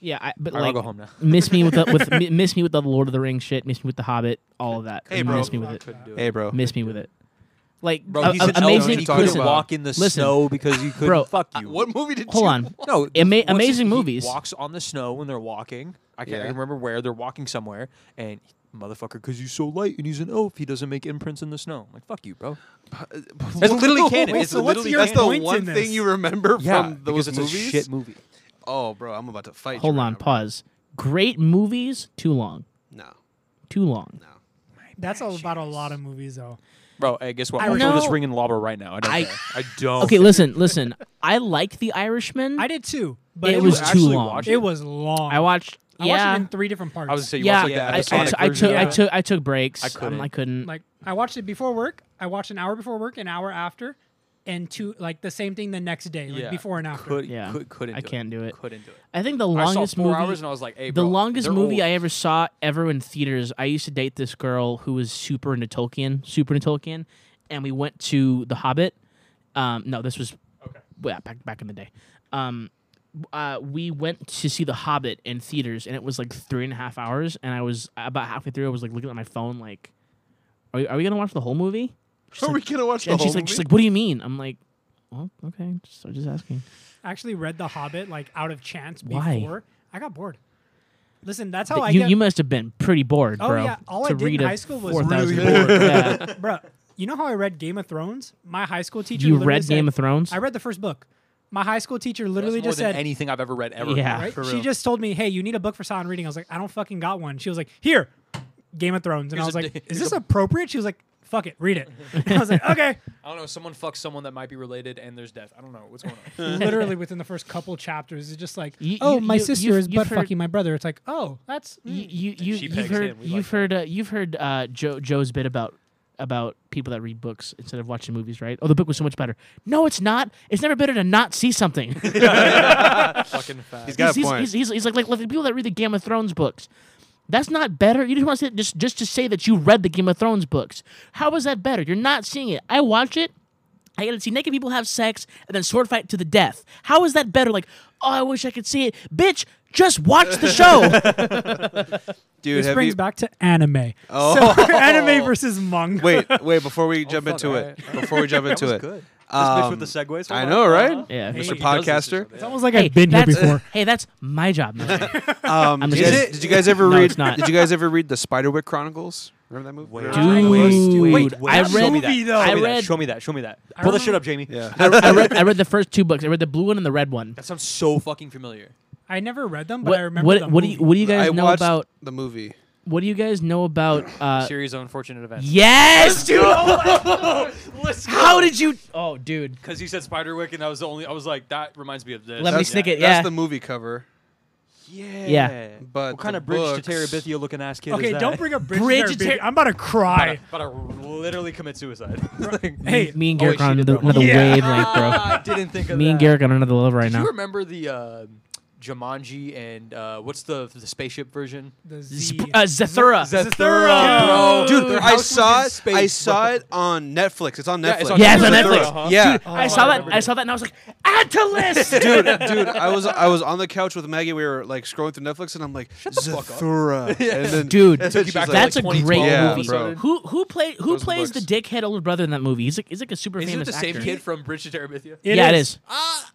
Speaker 2: Yeah, I, but
Speaker 4: All right,
Speaker 2: like,
Speaker 4: I'll go home now.
Speaker 2: miss me with the, with mi- miss me with the Lord of the Rings shit. Miss me with the Hobbit. All of that.
Speaker 6: Hey, bro.
Speaker 2: Miss me with it.
Speaker 4: Couldn't do it.
Speaker 6: hey, bro.
Speaker 2: Miss me with it. Like
Speaker 4: Bro,
Speaker 2: a-
Speaker 4: he's
Speaker 2: a-
Speaker 4: an
Speaker 2: amazing.
Speaker 4: elf. He couldn't
Speaker 2: listen,
Speaker 4: walk in the
Speaker 2: listen.
Speaker 4: snow because he couldn't.
Speaker 2: Bro,
Speaker 4: fuck you.
Speaker 6: What movie did
Speaker 2: Hold
Speaker 6: you
Speaker 2: on.
Speaker 4: No,
Speaker 2: Ama-
Speaker 4: what's his-
Speaker 2: amazing
Speaker 4: he
Speaker 2: movies.
Speaker 4: Walks on the snow when they're walking. I can't, I
Speaker 6: Yeah.
Speaker 4: can't remember where they're walking somewhere, and motherfucker, because he's so light and he's an elf, he doesn't make imprints in the snow. I'm like fuck you, bro. That's literally canon.
Speaker 5: wait,
Speaker 4: it's
Speaker 5: so what's
Speaker 4: literally
Speaker 5: your
Speaker 6: that's
Speaker 4: canon.
Speaker 6: the
Speaker 5: point
Speaker 6: one
Speaker 5: in
Speaker 6: thing
Speaker 5: this?
Speaker 6: you remember
Speaker 4: yeah,
Speaker 6: from
Speaker 4: because
Speaker 6: those
Speaker 4: it's
Speaker 6: movies.
Speaker 4: a shit movie.
Speaker 6: Oh, bro, I'm about to fight. you
Speaker 2: Hold
Speaker 6: right
Speaker 2: on.
Speaker 6: now, bro.
Speaker 2: Pause. Great movies. Too long.
Speaker 6: No,
Speaker 2: Too long.
Speaker 6: no.
Speaker 5: That's all about a lot of movies though.
Speaker 4: Bro, hey, guess what?
Speaker 5: I
Speaker 4: I'm still
Speaker 2: know-
Speaker 4: just ringing lobber right now. I don't.
Speaker 2: I-
Speaker 4: care. I don't.
Speaker 2: Okay, listen, listen. I liked The Irishman.
Speaker 5: I did too, but
Speaker 2: It
Speaker 5: it,
Speaker 2: was
Speaker 5: was
Speaker 2: too
Speaker 4: actually
Speaker 2: long.
Speaker 4: watch
Speaker 5: it was long.
Speaker 2: I watched.
Speaker 5: I
Speaker 2: yeah.
Speaker 5: watched it in three different parts.
Speaker 4: I was gonna say you
Speaker 2: yeah,
Speaker 4: watched like the
Speaker 2: I- I,
Speaker 4: episodic
Speaker 2: I,
Speaker 4: version.
Speaker 2: took, I
Speaker 5: Yeah.
Speaker 2: took I took breaks. I couldn't.
Speaker 4: couldn't.
Speaker 2: Um, I couldn't.
Speaker 5: like I watched it before work. I watched an hour before work, an hour after, and two like the same thing the next day, like
Speaker 4: Yeah.
Speaker 5: before and after.
Speaker 4: Could,
Speaker 2: Yeah.
Speaker 4: could, couldn't.
Speaker 2: I
Speaker 4: do
Speaker 2: can't
Speaker 4: it.
Speaker 2: do it.
Speaker 4: Couldn't do it.
Speaker 2: I think the
Speaker 4: I
Speaker 2: longest
Speaker 4: saw four
Speaker 2: movie.
Speaker 4: hours and I was like, hey,
Speaker 2: the
Speaker 4: bro,
Speaker 2: longest
Speaker 4: they're
Speaker 2: movie
Speaker 4: old.
Speaker 2: I ever saw ever in theaters. I used to date this girl who was super into Tolkien, super into Tolkien, and we went to The Hobbit. Um, no, this was okay. Yeah, back back in the day. Um, uh, we went to see The Hobbit in theaters, and it was like three and a half hours. And I was about halfway through. I was like looking at my phone, like, "Are we, are we gonna watch the whole movie?" She's
Speaker 6: Are
Speaker 2: like-
Speaker 6: we gonna watch the
Speaker 2: and
Speaker 6: whole
Speaker 2: she's like,
Speaker 6: movie?
Speaker 2: she's like, "What do you mean?" I'm like, "Well, okay, just, I'm just asking."
Speaker 5: I actually read The Hobbit like out of chance
Speaker 2: Why?
Speaker 5: before. I got bored. Listen, that's how I
Speaker 2: you,
Speaker 5: get.
Speaker 2: you must have been pretty bored,
Speaker 5: Oh,
Speaker 2: bro.
Speaker 5: yeah. All I
Speaker 2: to
Speaker 5: did in
Speaker 2: read a
Speaker 5: high school was
Speaker 2: 4,000
Speaker 5: really
Speaker 2: word- yeah.
Speaker 5: Bruh, you know how I read Game of Thrones? My high school teacher.
Speaker 2: You
Speaker 5: literally
Speaker 2: read Game
Speaker 5: said-
Speaker 2: of Thrones?
Speaker 5: I read the first book. My high school teacher
Speaker 4: That's
Speaker 5: literally
Speaker 4: more
Speaker 5: just
Speaker 4: than
Speaker 5: said.
Speaker 4: anything I've ever read ever.
Speaker 2: Yeah.
Speaker 5: right?
Speaker 6: for
Speaker 5: She
Speaker 6: real.
Speaker 5: just told me, "Hey, you need a book for silent reading." I was like, "I don't fucking got one." She was like, "Here, Game of Thrones," and
Speaker 4: Here's
Speaker 5: I was
Speaker 4: a-
Speaker 5: like, "Is
Speaker 4: here's
Speaker 5: this
Speaker 4: a-
Speaker 5: appropriate?" She was like, "Fuck it, read it." And I was like, "Okay."
Speaker 4: I don't know. Someone fucks someone that might be related, and there's death. I don't know what's going on.
Speaker 5: Literally within the first couple chapters, it's just like,
Speaker 2: You-
Speaker 5: "Oh,
Speaker 2: you-
Speaker 5: my
Speaker 2: you-
Speaker 5: sister
Speaker 2: you've-
Speaker 5: is
Speaker 2: you've
Speaker 5: butt
Speaker 2: heard-
Speaker 5: fucking my brother." It's like, "Oh, that's
Speaker 2: You, you, you,
Speaker 4: Hmm. She
Speaker 2: you've
Speaker 4: pegs
Speaker 2: heard,
Speaker 4: in. We
Speaker 2: you've
Speaker 4: like
Speaker 2: heard, uh, you've heard uh, Joe, Joe's bit about about people that read books instead of watching movies, right? Oh, the book was so much better. No, it's not. It's never better to not see something. he's,
Speaker 4: fucking fact.
Speaker 6: he's got a
Speaker 2: he's,
Speaker 6: point.
Speaker 2: he's, he's, he's like, like like the people that read the Game of Thrones books. That's not better. You just want to say, just just to say that you read the Game of Thrones books. How is that better? You're not seeing it. I watch it. I gotta see naked people have sex and then sword fight to the death. How is that better? Like, oh, I wish I could see it, bitch. Just watch the show.
Speaker 6: Dude,
Speaker 5: This
Speaker 6: have
Speaker 5: brings
Speaker 6: you-
Speaker 5: back to anime. Oh. So anime versus manga.
Speaker 6: wait, wait. Before we jump
Speaker 4: Oh, fuck,
Speaker 6: into it,
Speaker 4: alright.
Speaker 6: before we jump into
Speaker 4: was
Speaker 6: it,
Speaker 4: good. This bitch
Speaker 6: Um,
Speaker 4: with the segues.
Speaker 6: I
Speaker 4: hold
Speaker 6: know,
Speaker 4: on.
Speaker 6: right?
Speaker 2: Yeah.
Speaker 5: Hey,
Speaker 6: Mr.
Speaker 5: he
Speaker 4: does this
Speaker 6: Podcaster.
Speaker 4: to
Speaker 5: It's
Speaker 4: somebody.
Speaker 5: almost like
Speaker 2: hey,
Speaker 5: I've been here
Speaker 2: that's-
Speaker 5: before.
Speaker 2: Hey, that's my job. No, okay.
Speaker 6: Um,
Speaker 2: I'm
Speaker 6: did,
Speaker 2: just
Speaker 6: you
Speaker 2: kidding.
Speaker 6: guys- did you guys ever
Speaker 2: No,
Speaker 6: read?
Speaker 2: it's not.
Speaker 6: Did you guys ever read the Spiderwick Chronicles? Remember that movie?
Speaker 4: Wait,
Speaker 2: Dude,
Speaker 4: wait,
Speaker 2: wait, I
Speaker 4: show
Speaker 2: read-
Speaker 4: me that.
Speaker 5: movie, though.
Speaker 4: Show me
Speaker 2: I
Speaker 4: that,
Speaker 2: read-
Speaker 4: Show me that. Show me that. Pull the shit up, Jamie.
Speaker 6: Yeah.
Speaker 2: I, I read, I read the first two books. I read the blue one and the red one.
Speaker 4: That sounds so fucking familiar.
Speaker 5: I never read them, but I
Speaker 2: What,
Speaker 5: remember
Speaker 2: what,
Speaker 5: the
Speaker 2: what do you,
Speaker 5: movie.
Speaker 2: what do you guys
Speaker 6: I
Speaker 2: know
Speaker 6: watched
Speaker 2: about?
Speaker 6: the movie.
Speaker 2: What do you guys know about? Uh,
Speaker 4: Series of unfortunate events.
Speaker 2: yes, dude.
Speaker 4: Let's go.
Speaker 2: How did you? Oh, dude.
Speaker 4: Because you said Spiderwick, and that was the only. I was like, that reminds me of this.
Speaker 2: Lemony
Speaker 4: Yeah.
Speaker 2: Snicket. Yeah.
Speaker 6: That's the movie cover.
Speaker 4: Yeah.
Speaker 2: Yeah.
Speaker 6: But
Speaker 4: what kind
Speaker 6: the
Speaker 4: of bridge
Speaker 6: books-
Speaker 4: to Terabithia looking ass kid?
Speaker 5: Okay,
Speaker 4: is that?
Speaker 5: don't bring up Bridge,
Speaker 2: Bridge
Speaker 5: there,
Speaker 2: to
Speaker 5: baby.
Speaker 2: Ter-
Speaker 5: I'm about to cry.
Speaker 4: But I literally commit suicide.
Speaker 5: Hey,
Speaker 2: me and
Speaker 4: Oh, wait,
Speaker 2: Garrick
Speaker 4: she
Speaker 2: are on
Speaker 4: did
Speaker 2: another,
Speaker 4: that one.
Speaker 2: another
Speaker 5: Yeah.
Speaker 2: wavelength, bro.
Speaker 4: I didn't think of
Speaker 2: Me
Speaker 4: that.
Speaker 2: and Garrick are on another level right
Speaker 4: Do
Speaker 2: now.
Speaker 4: you remember the uh, Jumanji and uh, what's the the spaceship version?
Speaker 5: The
Speaker 2: Z-
Speaker 5: Z.
Speaker 2: uh, Zathura.
Speaker 4: bro.
Speaker 6: Dude,
Speaker 4: Their
Speaker 6: I
Speaker 4: house was
Speaker 6: saw
Speaker 4: in
Speaker 6: it.
Speaker 4: space,
Speaker 6: I
Speaker 4: bro.
Speaker 6: saw it on Netflix. It's on Netflix.
Speaker 4: it's on
Speaker 2: Yeah, it's on
Speaker 4: Zathura,
Speaker 2: Netflix.
Speaker 4: huh?
Speaker 6: Yeah.
Speaker 2: Dude, I saw that. I saw that, and I was like, ah, mentalist.
Speaker 6: dude, dude, I was I was on the couch with Maggie. We were like scrolling through Netflix, and I'm like, Zathura, and then
Speaker 2: Dude,
Speaker 6: and then she's
Speaker 4: back to,
Speaker 6: like,
Speaker 2: That's
Speaker 4: like,
Speaker 2: a great
Speaker 4: 2012
Speaker 6: Yeah,
Speaker 2: movie.
Speaker 6: bro.
Speaker 2: Who who play who
Speaker 6: Those
Speaker 2: plays the
Speaker 6: books.
Speaker 2: dickhead older brother in that movie? He's like he's like a super
Speaker 4: Isn't it
Speaker 2: famous
Speaker 4: the same
Speaker 2: actor.
Speaker 4: kid from Bridge to Terabithia?
Speaker 2: yeah, it is.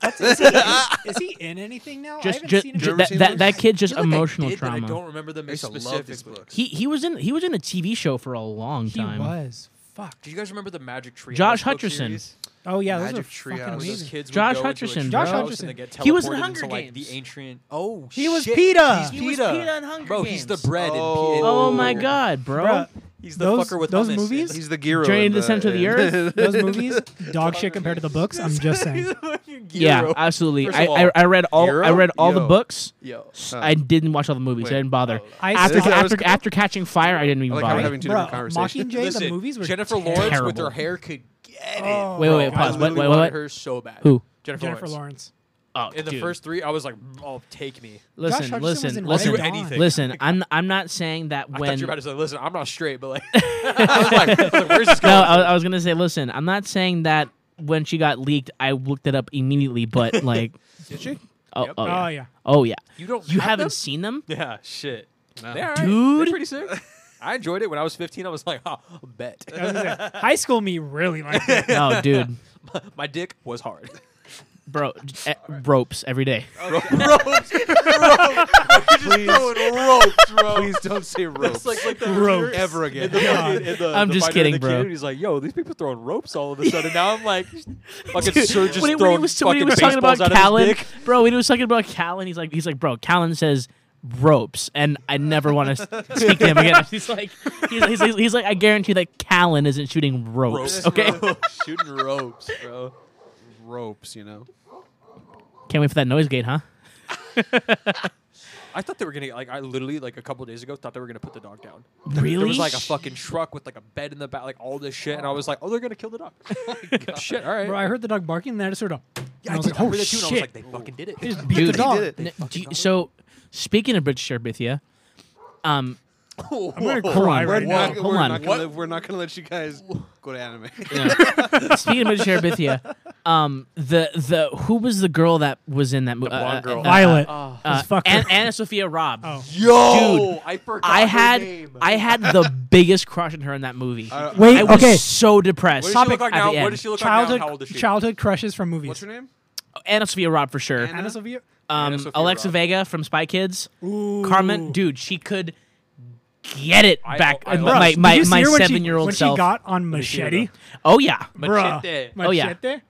Speaker 5: Is he, in- is he in anything now? I
Speaker 2: Just
Speaker 5: haven't
Speaker 2: just,
Speaker 5: seen him.
Speaker 2: ju-
Speaker 6: You ever
Speaker 2: that,
Speaker 6: seen
Speaker 2: that
Speaker 6: those?
Speaker 2: that kid's just
Speaker 4: I feel like I
Speaker 2: emotional
Speaker 4: did, but I
Speaker 2: trauma.
Speaker 4: don't remember the
Speaker 6: I used to love this
Speaker 4: specifically.
Speaker 6: book.
Speaker 2: He he was in he was in a TV show for a long
Speaker 5: he
Speaker 2: time.
Speaker 5: was. Fuck.
Speaker 4: Do you guys remember the Magic Tree?
Speaker 2: Josh
Speaker 4: book
Speaker 2: Hutcherson.
Speaker 4: series?
Speaker 5: Oh yeah, those are
Speaker 6: Magic Treehouse.
Speaker 5: fucking
Speaker 4: Where those
Speaker 5: amazing.
Speaker 4: kids would
Speaker 2: Josh
Speaker 4: go into a
Speaker 2: Hutcherson,
Speaker 4: tree
Speaker 5: Josh
Speaker 4: house
Speaker 5: Hutcherson.
Speaker 4: And they get
Speaker 2: He was in
Speaker 4: teleported
Speaker 2: Hunger
Speaker 4: into, like,
Speaker 2: Games.
Speaker 4: The ancient. Oh,
Speaker 5: He was
Speaker 4: shit.
Speaker 5: PETA.
Speaker 4: He's
Speaker 5: He
Speaker 2: was PETA in Hunger
Speaker 4: Bro, he's the
Speaker 2: Games.
Speaker 4: bread. and
Speaker 6: Oh.
Speaker 4: P-
Speaker 2: Oh my god, bro.
Speaker 5: Bruh,
Speaker 4: He's the
Speaker 5: Those-
Speaker 4: fucker with
Speaker 5: those
Speaker 4: hummus.
Speaker 5: movies?
Speaker 6: He's the Giro.
Speaker 2: Journey
Speaker 6: in
Speaker 2: to the center of the earth?
Speaker 5: those movies, dog shit compared to the books. I'm just saying.
Speaker 2: Yeah,
Speaker 4: Giro.
Speaker 2: absolutely.
Speaker 4: First
Speaker 2: I,
Speaker 4: of
Speaker 2: I
Speaker 4: all,
Speaker 2: I read all I
Speaker 6: Hero?
Speaker 2: read all the
Speaker 6: Yo.
Speaker 2: books.
Speaker 4: Yo. Oh.
Speaker 2: S- I didn't watch all the movies. I
Speaker 6: Wait.
Speaker 2: didn't bother.
Speaker 5: I
Speaker 2: After
Speaker 5: saw-
Speaker 2: after, after catching fire, I didn't even
Speaker 6: I like how
Speaker 2: bother.
Speaker 6: we're having two
Speaker 5: Bro,
Speaker 6: different conversations.
Speaker 5: Mockingjay, the
Speaker 4: Listen,
Speaker 5: movies were
Speaker 4: Jennifer
Speaker 5: terrible.
Speaker 4: Lawrence with
Speaker 2: terrible.
Speaker 4: her hair could get it.
Speaker 5: Oh,
Speaker 2: Wait, wait, wait,
Speaker 5: God.
Speaker 2: pause.
Speaker 4: I
Speaker 2: What,
Speaker 4: literally
Speaker 2: what, what,
Speaker 4: wanted
Speaker 2: what?
Speaker 4: her so bad.
Speaker 2: Who?
Speaker 4: Jennifer,
Speaker 5: Jennifer
Speaker 4: Lawrence.
Speaker 5: Lawrence.
Speaker 2: Oh,
Speaker 4: In the
Speaker 2: dude.
Speaker 4: first three, I was like, "Oh, take me."
Speaker 5: Josh
Speaker 2: listen,
Speaker 5: Hutcherson was
Speaker 2: listen,
Speaker 5: in
Speaker 2: listen,
Speaker 5: Red Dawn.
Speaker 4: anything.
Speaker 2: listen. I'm I'm not saying that
Speaker 4: I thought
Speaker 2: when
Speaker 4: you were about to say, "Listen, I'm not straight," but like, I was like, I was like, "Where's this
Speaker 2: No, uh,
Speaker 4: going?"
Speaker 2: I, I was gonna say, listen, I'm not saying that when she got leaked, I looked it up immediately, but like,
Speaker 4: Did she?
Speaker 2: oh,
Speaker 4: Yep.
Speaker 2: oh,
Speaker 5: Oh
Speaker 2: yeah.
Speaker 5: yeah.
Speaker 2: oh yeah,
Speaker 4: You don't.
Speaker 2: you
Speaker 4: have
Speaker 2: haven't
Speaker 4: them?
Speaker 2: seen them?
Speaker 4: Yeah, shit.
Speaker 6: No.
Speaker 4: They're all
Speaker 2: Dude.
Speaker 4: They're pretty sick. I enjoyed it when I was 15. I was like, "Oh, bet."
Speaker 5: I was gonna say, high school me really liked it.
Speaker 2: No, dude,
Speaker 4: My dick was hard.
Speaker 2: bro, j- eh, ropes every day.
Speaker 6: Please,
Speaker 4: ropes, bro.
Speaker 6: please don't say ropes
Speaker 4: It's like, like the
Speaker 5: Ropes.
Speaker 6: ever again.
Speaker 4: The fucking- in the-
Speaker 2: I'm
Speaker 4: the
Speaker 2: just
Speaker 4: fighter and
Speaker 2: kidding,
Speaker 4: the
Speaker 2: bro.
Speaker 4: kid, he's like, "Yo, these people throwing ropes all of a sudden." Now I'm like, fucking
Speaker 2: Dude,
Speaker 4: Surge is
Speaker 2: when, he- when he
Speaker 4: throwing
Speaker 2: was, when he
Speaker 4: fucking
Speaker 2: was talking about
Speaker 4: baseballs out of his
Speaker 2: Callan,
Speaker 4: dick.
Speaker 2: bro, when he was talking about Callan, he's like, he's like, bro, Callan says ropes, and I never want to speak to him again. He's like, he's, he's, he's, he's like, I guarantee that Callan isn't shooting ropes.
Speaker 4: Ropes,
Speaker 2: Okay,
Speaker 4: bro. shooting ropes, bro.
Speaker 6: ropes, you know.
Speaker 2: can't wait for that noise gate, huh?
Speaker 4: I thought they were gonna like. I literally like a couple days ago thought they were gonna put the dog down.
Speaker 2: Really?
Speaker 4: There was like a fucking truck with like a bed in the back, like all this shit, and I was like, "Oh, they're gonna kill the dog." shit, all right.
Speaker 5: Bro, I heard the dog barking and then I just heard a.
Speaker 4: yeah,
Speaker 5: and I was
Speaker 4: did
Speaker 5: like, oh
Speaker 4: heard that
Speaker 5: shit.
Speaker 4: too, and Oh I was like, "They fucking did it."
Speaker 5: Beat the
Speaker 2: Dude,
Speaker 5: dog.
Speaker 6: did it.
Speaker 2: N- do you- so, speaking of British Sherbithia, um,
Speaker 5: I'm gonna cry right
Speaker 6: We're
Speaker 5: now.
Speaker 6: not,
Speaker 2: hold
Speaker 6: we're
Speaker 2: on.
Speaker 6: not
Speaker 4: What?
Speaker 6: gonna we're not gonna let you guys go to anime.
Speaker 2: speaking of British Sherbithia, um, the the who was the girl that was in that movie?
Speaker 4: blonde girl.
Speaker 5: Violet.
Speaker 2: Uh,
Speaker 5: This fucker.
Speaker 2: An- Anna Sophia Robb.
Speaker 5: Oh.
Speaker 4: Yo, I forgot.
Speaker 2: I
Speaker 4: her
Speaker 2: had
Speaker 4: name.
Speaker 2: I had the biggest crush on her in that movie.
Speaker 6: Uh,
Speaker 5: Wait,
Speaker 2: I was
Speaker 5: okay.
Speaker 2: so depressed.
Speaker 4: What does she
Speaker 5: Topic
Speaker 4: look like
Speaker 2: at the
Speaker 4: now? What
Speaker 2: end.
Speaker 4: does she look like
Speaker 5: childhood
Speaker 4: now? How old is she?
Speaker 5: childhood crushes from movies.
Speaker 6: What's her name?
Speaker 2: Anna Sophia Robb for sure.
Speaker 5: Anna Sophia.
Speaker 2: Um,
Speaker 4: Sophia
Speaker 2: Alexa
Speaker 4: Robb.
Speaker 2: Vega from Spy Kids.
Speaker 5: Ooh.
Speaker 2: Carmen, dude, she could get it
Speaker 4: I-
Speaker 2: back.
Speaker 4: I-
Speaker 2: in
Speaker 4: Bruh,
Speaker 2: my
Speaker 5: Did
Speaker 2: my,
Speaker 5: you see
Speaker 2: my
Speaker 5: her when she-
Speaker 2: seven year old
Speaker 5: when
Speaker 2: self.
Speaker 5: she got on
Speaker 4: see her,
Speaker 5: machete.
Speaker 2: oh yeah,
Speaker 5: Bruh.
Speaker 4: Machete.
Speaker 2: Oh, yeah.
Speaker 5: Machete.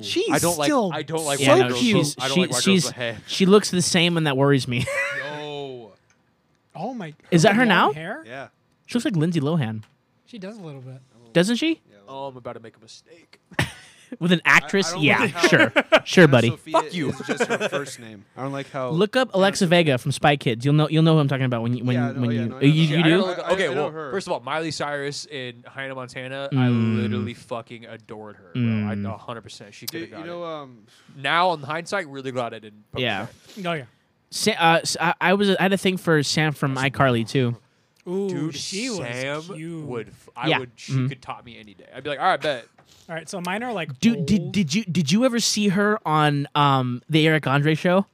Speaker 5: She's
Speaker 4: I don't like.
Speaker 5: still
Speaker 4: I don't like.
Speaker 5: so
Speaker 2: yeah, no,
Speaker 5: cute.
Speaker 2: she's
Speaker 4: I don't
Speaker 2: she,
Speaker 4: like white
Speaker 2: she's
Speaker 4: girls with hair.
Speaker 2: she looks the same and that worries me.
Speaker 6: Yo.
Speaker 5: Oh my!
Speaker 2: Is that her
Speaker 5: long
Speaker 2: now?
Speaker 5: Hair?
Speaker 6: Yeah.
Speaker 2: she looks like Lindsay Lohan,
Speaker 5: She does a little bit.
Speaker 2: doesn't she?
Speaker 4: Oh, I'm about to make a mistake.
Speaker 2: With an actress,
Speaker 6: don't
Speaker 2: yeah,
Speaker 6: like how-
Speaker 2: sure, sure, buddy.
Speaker 6: Fuck you. Is just her first name. I don't like how
Speaker 2: Look up Alexa Vega from Spy Kids. You'll know you'll know who I'm talking about when you when
Speaker 6: Yeah, I
Speaker 2: you
Speaker 6: know-
Speaker 2: when
Speaker 6: yeah,
Speaker 2: you
Speaker 6: no, I know.
Speaker 2: you, you
Speaker 4: Yeah, I
Speaker 2: do.
Speaker 4: know-
Speaker 6: I- I-
Speaker 4: okay,
Speaker 6: I know
Speaker 4: well,
Speaker 6: her.
Speaker 4: first of all, Miley Cyrus in Hannah Montana, I
Speaker 2: Mm.
Speaker 4: literally fucking adored her. Bro. I 100 percent she could
Speaker 6: Dude,
Speaker 4: have
Speaker 6: you
Speaker 4: got
Speaker 6: know, um,
Speaker 4: it. Now, in hindsight, really glad I didn't. poke
Speaker 2: Yeah.
Speaker 4: her.
Speaker 5: Oh yeah.
Speaker 2: Sa- uh, s- I, I was I had a thing for Sam from iCarly too.
Speaker 5: Ooh,
Speaker 4: dude,
Speaker 5: she
Speaker 4: Sam
Speaker 5: was cute.
Speaker 4: would. f- I
Speaker 2: Yeah. Mm-hmm.
Speaker 4: would. She could top me any day. I'd be like, all right, bet.
Speaker 5: All right, so mine are like.
Speaker 2: Dude, did
Speaker 5: old.
Speaker 2: did you did you ever see her on um the Eric Andre show?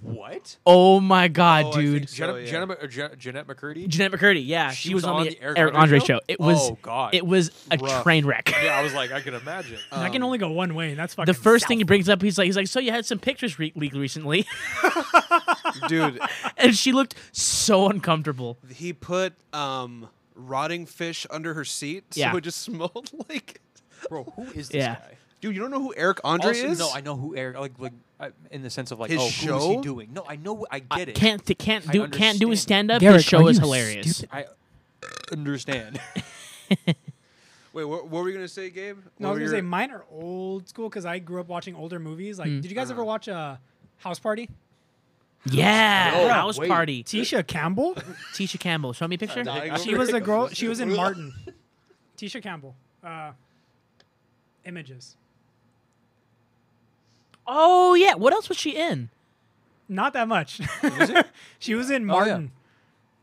Speaker 4: What?
Speaker 2: Oh my god,
Speaker 6: Oh, I
Speaker 2: dude.
Speaker 6: think so.
Speaker 4: Jenna,
Speaker 6: yeah.
Speaker 4: Jenna, or Je- Jeanette McCurdy.
Speaker 2: Jeanette McCurdy, yeah, she, was, on, the Eric, Andre show. It was
Speaker 4: Oh, God.
Speaker 2: it was a
Speaker 6: Rough.
Speaker 2: train wreck.
Speaker 4: yeah, I was like, I can imagine.
Speaker 5: I can only go one way, and that's fucking.
Speaker 2: The first thing he
Speaker 5: south.
Speaker 2: brings up, he's like, he's like, so you had some pictures re- leaked recently,
Speaker 6: dude,
Speaker 2: and she looked so uncomfortable.
Speaker 6: he put um rotting fish under her seat, so
Speaker 2: Yeah.
Speaker 6: it just smelled like.
Speaker 4: Bro, who is this
Speaker 2: Yeah.
Speaker 4: guy?
Speaker 6: Dude, you don't know who Eric Andre
Speaker 4: Also,
Speaker 6: is?
Speaker 4: no, I know who Eric. Like, like I, in the sense of like,
Speaker 6: His
Speaker 4: oh, who is he
Speaker 6: show?
Speaker 4: doing? No, I know. I
Speaker 2: I
Speaker 4: get it.
Speaker 2: Can't th- can't
Speaker 4: I
Speaker 2: do can't do his
Speaker 4: understand.
Speaker 2: stand up.
Speaker 5: Garrick,
Speaker 2: His show
Speaker 5: are
Speaker 2: is
Speaker 5: you
Speaker 2: hilarious.
Speaker 5: stupid?
Speaker 4: I understand.
Speaker 6: Wait, what, what were you gonna say, Gabe?
Speaker 5: No, I
Speaker 6: What
Speaker 5: was
Speaker 6: were
Speaker 5: gonna say
Speaker 6: your-
Speaker 5: mine are old school because I grew up watching older movies.
Speaker 2: Hmm.
Speaker 5: Like, did you guys ever watch uh, House Party?
Speaker 2: Yeah,
Speaker 4: No,
Speaker 2: house
Speaker 4: wait.
Speaker 2: party. T-
Speaker 5: Tisha Campbell.
Speaker 2: Tisha Campbell, show me a picture.
Speaker 6: Dying
Speaker 5: she
Speaker 6: over
Speaker 5: was
Speaker 6: here.
Speaker 5: a girl. She was in Martin. Tisha Campbell. Uh, images.
Speaker 2: Oh yeah, what else was she in?
Speaker 5: Not that much. she was in
Speaker 4: Oh, yeah.
Speaker 5: Martin.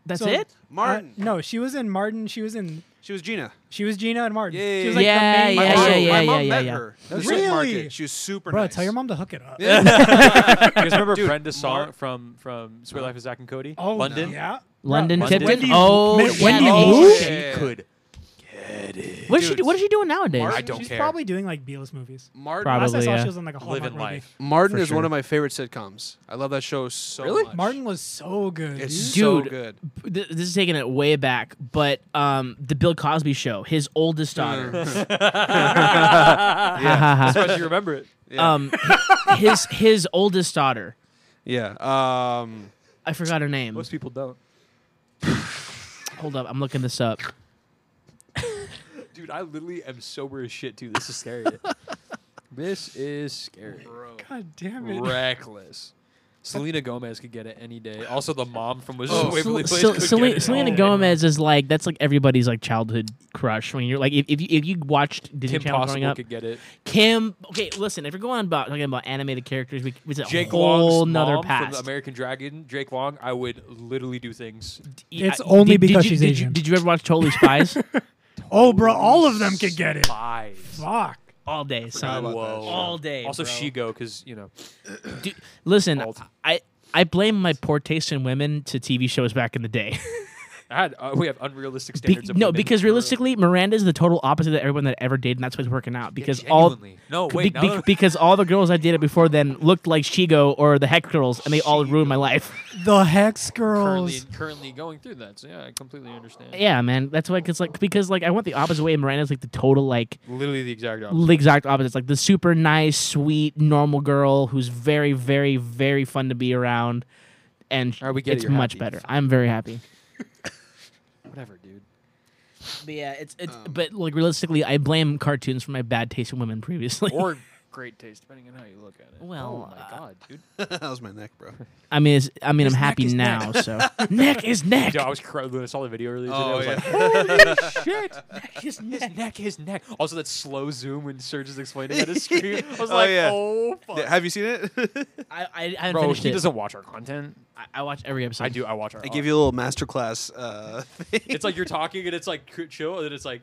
Speaker 2: That's
Speaker 5: So-
Speaker 2: it.
Speaker 5: Uh,
Speaker 6: Martin.
Speaker 5: no, she was in Martin. She was in
Speaker 6: She was Gina.
Speaker 5: She was Gina and Martin.
Speaker 6: Yeah,
Speaker 5: she was like
Speaker 2: yeah,
Speaker 5: the
Speaker 2: yeah,
Speaker 5: main
Speaker 6: my
Speaker 5: girl.
Speaker 6: mom,
Speaker 2: yeah, yeah,
Speaker 6: my mom
Speaker 2: yeah,
Speaker 6: met
Speaker 2: yeah.
Speaker 6: her. That was
Speaker 5: Really?
Speaker 6: supermarket. She was super
Speaker 5: Bro,
Speaker 6: nice.
Speaker 5: tell your mom to hook it up.
Speaker 4: You guys remember Brenda
Speaker 6: Mar-
Speaker 4: Song from from Sweet Life of Zach and Cody?
Speaker 5: Oh,
Speaker 4: London.
Speaker 5: yeah.
Speaker 2: London
Speaker 5: Bro,
Speaker 4: Tipton?
Speaker 5: Wendy-
Speaker 2: Oh,
Speaker 5: Wendy
Speaker 2: shit. Wendy
Speaker 5: Wu?
Speaker 2: Wu?
Speaker 6: Yeah.
Speaker 4: She could.
Speaker 2: What is she?
Speaker 6: Dude,
Speaker 2: Do, what is she doing nowadays?
Speaker 6: Martin-
Speaker 4: I don't
Speaker 5: She's
Speaker 4: care.
Speaker 5: probably doing like B-list movies.
Speaker 6: Martin.
Speaker 2: Probably.
Speaker 5: Last I saw,
Speaker 2: yeah.
Speaker 5: she was on like a Hallmark
Speaker 4: Live in
Speaker 5: movie.
Speaker 4: life.
Speaker 6: Martin
Speaker 2: For
Speaker 6: is
Speaker 2: sure.
Speaker 6: one of my favorite sitcoms. I love that show so much.
Speaker 5: Martin was so good.
Speaker 6: It's
Speaker 5: dude.
Speaker 6: so
Speaker 2: Dude.
Speaker 6: good.
Speaker 2: Th- This is taking it way back, but um, the Bill Cosby Show, his oldest daughter,
Speaker 4: That's why she remember it.
Speaker 6: Yeah.
Speaker 2: um, hi- his his oldest daughter.
Speaker 6: yeah. Um,
Speaker 2: I forgot her name.
Speaker 4: Most people don't.
Speaker 2: Hold up, I'm looking this up.
Speaker 4: Dude, I literally am sober as shit too. This is scary. this is scary.
Speaker 5: God damn it.
Speaker 4: Reckless. Selena Gomez could get it any day. Also, the mom from Wizards
Speaker 6: Oh.
Speaker 4: of Waverly Place.
Speaker 2: Sel-
Speaker 4: could
Speaker 2: Sel-
Speaker 4: get it Oh.
Speaker 2: Selena
Speaker 4: all.
Speaker 2: Gomez is like that's like everybody's like childhood crush. When you're like if if you, if you watched Disney
Speaker 4: Kim
Speaker 2: Channel growing
Speaker 4: Possible
Speaker 2: up,
Speaker 4: could get it.
Speaker 2: Kim. Okay, listen, if you're going about talking about animated characters, we it's a
Speaker 4: Jake
Speaker 2: whole
Speaker 4: Long's
Speaker 2: nother
Speaker 4: mom
Speaker 2: past.
Speaker 4: from American Dragon. Jake Long. I would literally do things.
Speaker 2: Yeah,
Speaker 5: It's only
Speaker 2: did,
Speaker 5: because
Speaker 2: did you,
Speaker 5: she's
Speaker 2: did
Speaker 5: Asian.
Speaker 2: You, did you ever watch Totally Spies?
Speaker 5: Oh, bro, all of them could get it.
Speaker 4: Five.
Speaker 5: Fuck.
Speaker 2: All day, son.
Speaker 6: about that shit.
Speaker 2: All day.
Speaker 4: Also,
Speaker 2: bro.
Speaker 4: She Go because you know.
Speaker 2: Dude, listen,
Speaker 4: Alt.
Speaker 2: I I blame my poor taste in women to TV shows back in the day.
Speaker 4: I had, uh, we have unrealistic
Speaker 2: Be-
Speaker 4: standards. of
Speaker 2: no,
Speaker 4: women
Speaker 2: because
Speaker 4: for-
Speaker 2: realistically, Miranda is the total opposite of everyone that ever dated, and that's why it's working out. Because all
Speaker 4: genuinely. no
Speaker 2: be-
Speaker 4: wait,
Speaker 2: be-
Speaker 4: now that-
Speaker 2: because all the girls I dated before then looked like Shigo or the Heck Girls, and they all ruined my life.
Speaker 5: The Hex
Speaker 4: currently
Speaker 5: Girls.
Speaker 4: currently going through that. So yeah, I completely understand.
Speaker 2: Yeah, man, that's why. Cause like because like I went the opposite way, and Miranda's like the total like
Speaker 4: Literally the exact opposite.
Speaker 2: the exact opposite. It's like the super nice, sweet, normal girl who's very, very, very fun to be around, and
Speaker 4: All right, we get it,
Speaker 2: it's
Speaker 4: you're
Speaker 2: much
Speaker 4: happy.
Speaker 2: better. I'm very happy.
Speaker 4: Whatever, dude.
Speaker 2: But yeah, it's, it's
Speaker 4: Um,
Speaker 2: but like realistically, I blame cartoons for my bad taste in women previously.
Speaker 4: Or great taste, depending on how you look at it.
Speaker 2: Well,
Speaker 4: oh my
Speaker 2: uh,
Speaker 4: god, dude.
Speaker 6: that was my neck, bro.
Speaker 2: I mean, it's, I mean, I'm
Speaker 5: neck
Speaker 2: happy
Speaker 5: is
Speaker 2: now. So neck is neck.
Speaker 4: Dude, I was crying when I saw the video earlier today. I
Speaker 6: Oh,
Speaker 4: was
Speaker 6: yeah.
Speaker 4: like, holy shit!
Speaker 2: His
Speaker 4: His
Speaker 2: neck.
Speaker 4: neck, his neck. Also, that slow zoom when Serge is explaining it his screen. I was
Speaker 6: Oh,
Speaker 4: like,
Speaker 6: yeah.
Speaker 4: oh fuck.
Speaker 6: Yeah, Have you seen it?
Speaker 2: I I, I haven't
Speaker 4: Bro,
Speaker 2: finished
Speaker 4: he
Speaker 2: it.
Speaker 4: doesn't watch our content.
Speaker 2: I, I watch every episode.
Speaker 4: I do. I watch our.
Speaker 6: I give you a little masterclass uh, thing,
Speaker 4: It's like you're talking and it's like c- chill, and then it's like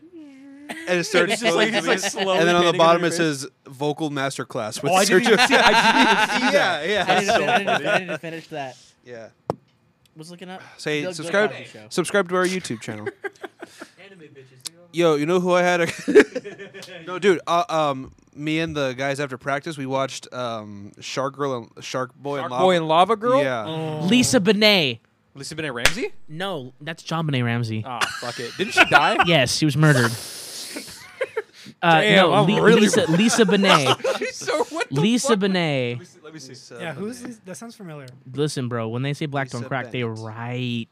Speaker 6: and it starts
Speaker 4: it's just
Speaker 6: slowly
Speaker 4: like- it's like
Speaker 6: doing it.
Speaker 4: slowly
Speaker 6: and then on the
Speaker 4: panning on
Speaker 6: bottom
Speaker 4: your
Speaker 6: it
Speaker 4: face.
Speaker 6: says vocal masterclass with
Speaker 4: Oh, I didn't
Speaker 6: Sergio.
Speaker 4: even see. I didn't even see
Speaker 6: yeah,
Speaker 4: that.
Speaker 6: yeah,
Speaker 2: I didn't, I, didn't,
Speaker 4: so funny.
Speaker 2: I didn't finish that.
Speaker 6: yeah.
Speaker 2: Was looking up.
Speaker 6: Say
Speaker 2: Bill- Bill
Speaker 6: subscribe,
Speaker 2: Cosby show.
Speaker 6: subscribe to our YouTube channel. Yo, you know who I had? A no, dude. Uh, um, me and the guys after practice, we watched um Shark Girl and Shark Boy and
Speaker 4: Shark
Speaker 6: Lava.
Speaker 4: Boy and Lava Girl. Oh.
Speaker 6: Yeah.
Speaker 5: Oh.
Speaker 2: Lisa Bonet.
Speaker 4: Lisa Bonet Ramsey.
Speaker 2: No, that's John Bonet Ramsey.
Speaker 4: Ah, fuck it. Didn't she die?
Speaker 2: Yes, she was murdered. Uh,
Speaker 4: Damn,
Speaker 2: no,
Speaker 4: I'm
Speaker 2: Li-
Speaker 4: really-
Speaker 2: Lisa Lisa Bonet.
Speaker 4: She's so what? The
Speaker 2: Lisa
Speaker 4: fuck?
Speaker 2: Bonet.
Speaker 4: Let me see.
Speaker 6: uh,
Speaker 5: Yeah, who's this? That sounds familiar.
Speaker 2: Listen, bro, when they say black don't
Speaker 6: Lisa
Speaker 2: crack, they
Speaker 6: Bennett.
Speaker 2: right.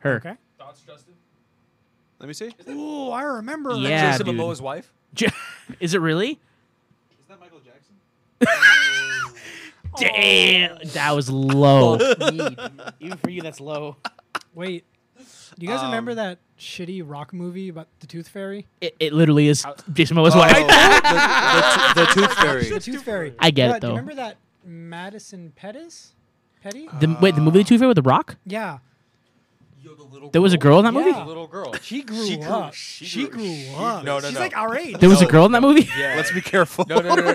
Speaker 2: Her.
Speaker 5: Okay.
Speaker 4: Thoughts, Justin?
Speaker 6: Let me see. Is
Speaker 5: Ooh, I remember. her.
Speaker 2: Yeah,
Speaker 4: Jason
Speaker 2: dude.
Speaker 4: Momoa's wife.
Speaker 2: Is it really?
Speaker 6: that Michael Jackson?
Speaker 2: Oh. Damn, that was low. Even for you, that's low.
Speaker 5: Wait. Do you
Speaker 4: Um,
Speaker 5: guys remember that shitty rock movie about the Tooth Fairy?
Speaker 2: It, it literally is
Speaker 4: How-
Speaker 2: Jason Momoa's
Speaker 6: Oh,
Speaker 2: wife.
Speaker 6: the, the, to- the Tooth
Speaker 5: The
Speaker 6: Fairy.
Speaker 5: Tooth Fairy.
Speaker 2: I get
Speaker 5: Yeah,
Speaker 2: it,
Speaker 5: Do
Speaker 2: though.
Speaker 5: you remember that Madison Pettis? Petty?
Speaker 2: The, wait, the movie Two Fair with the Rock?
Speaker 5: yeah.
Speaker 4: Yo, the little
Speaker 2: There was a girl in that movie.
Speaker 5: Yeah.
Speaker 4: little girl.
Speaker 5: She grew
Speaker 4: She grew-
Speaker 5: up.
Speaker 4: she
Speaker 5: She
Speaker 4: grew-
Speaker 5: grew
Speaker 4: she-
Speaker 5: up.
Speaker 4: no, no,
Speaker 5: She's
Speaker 4: no.
Speaker 5: like our age.
Speaker 2: There was a girl in that movie.
Speaker 4: Yeah.
Speaker 6: Let's be careful.
Speaker 4: No, no, no, no, no.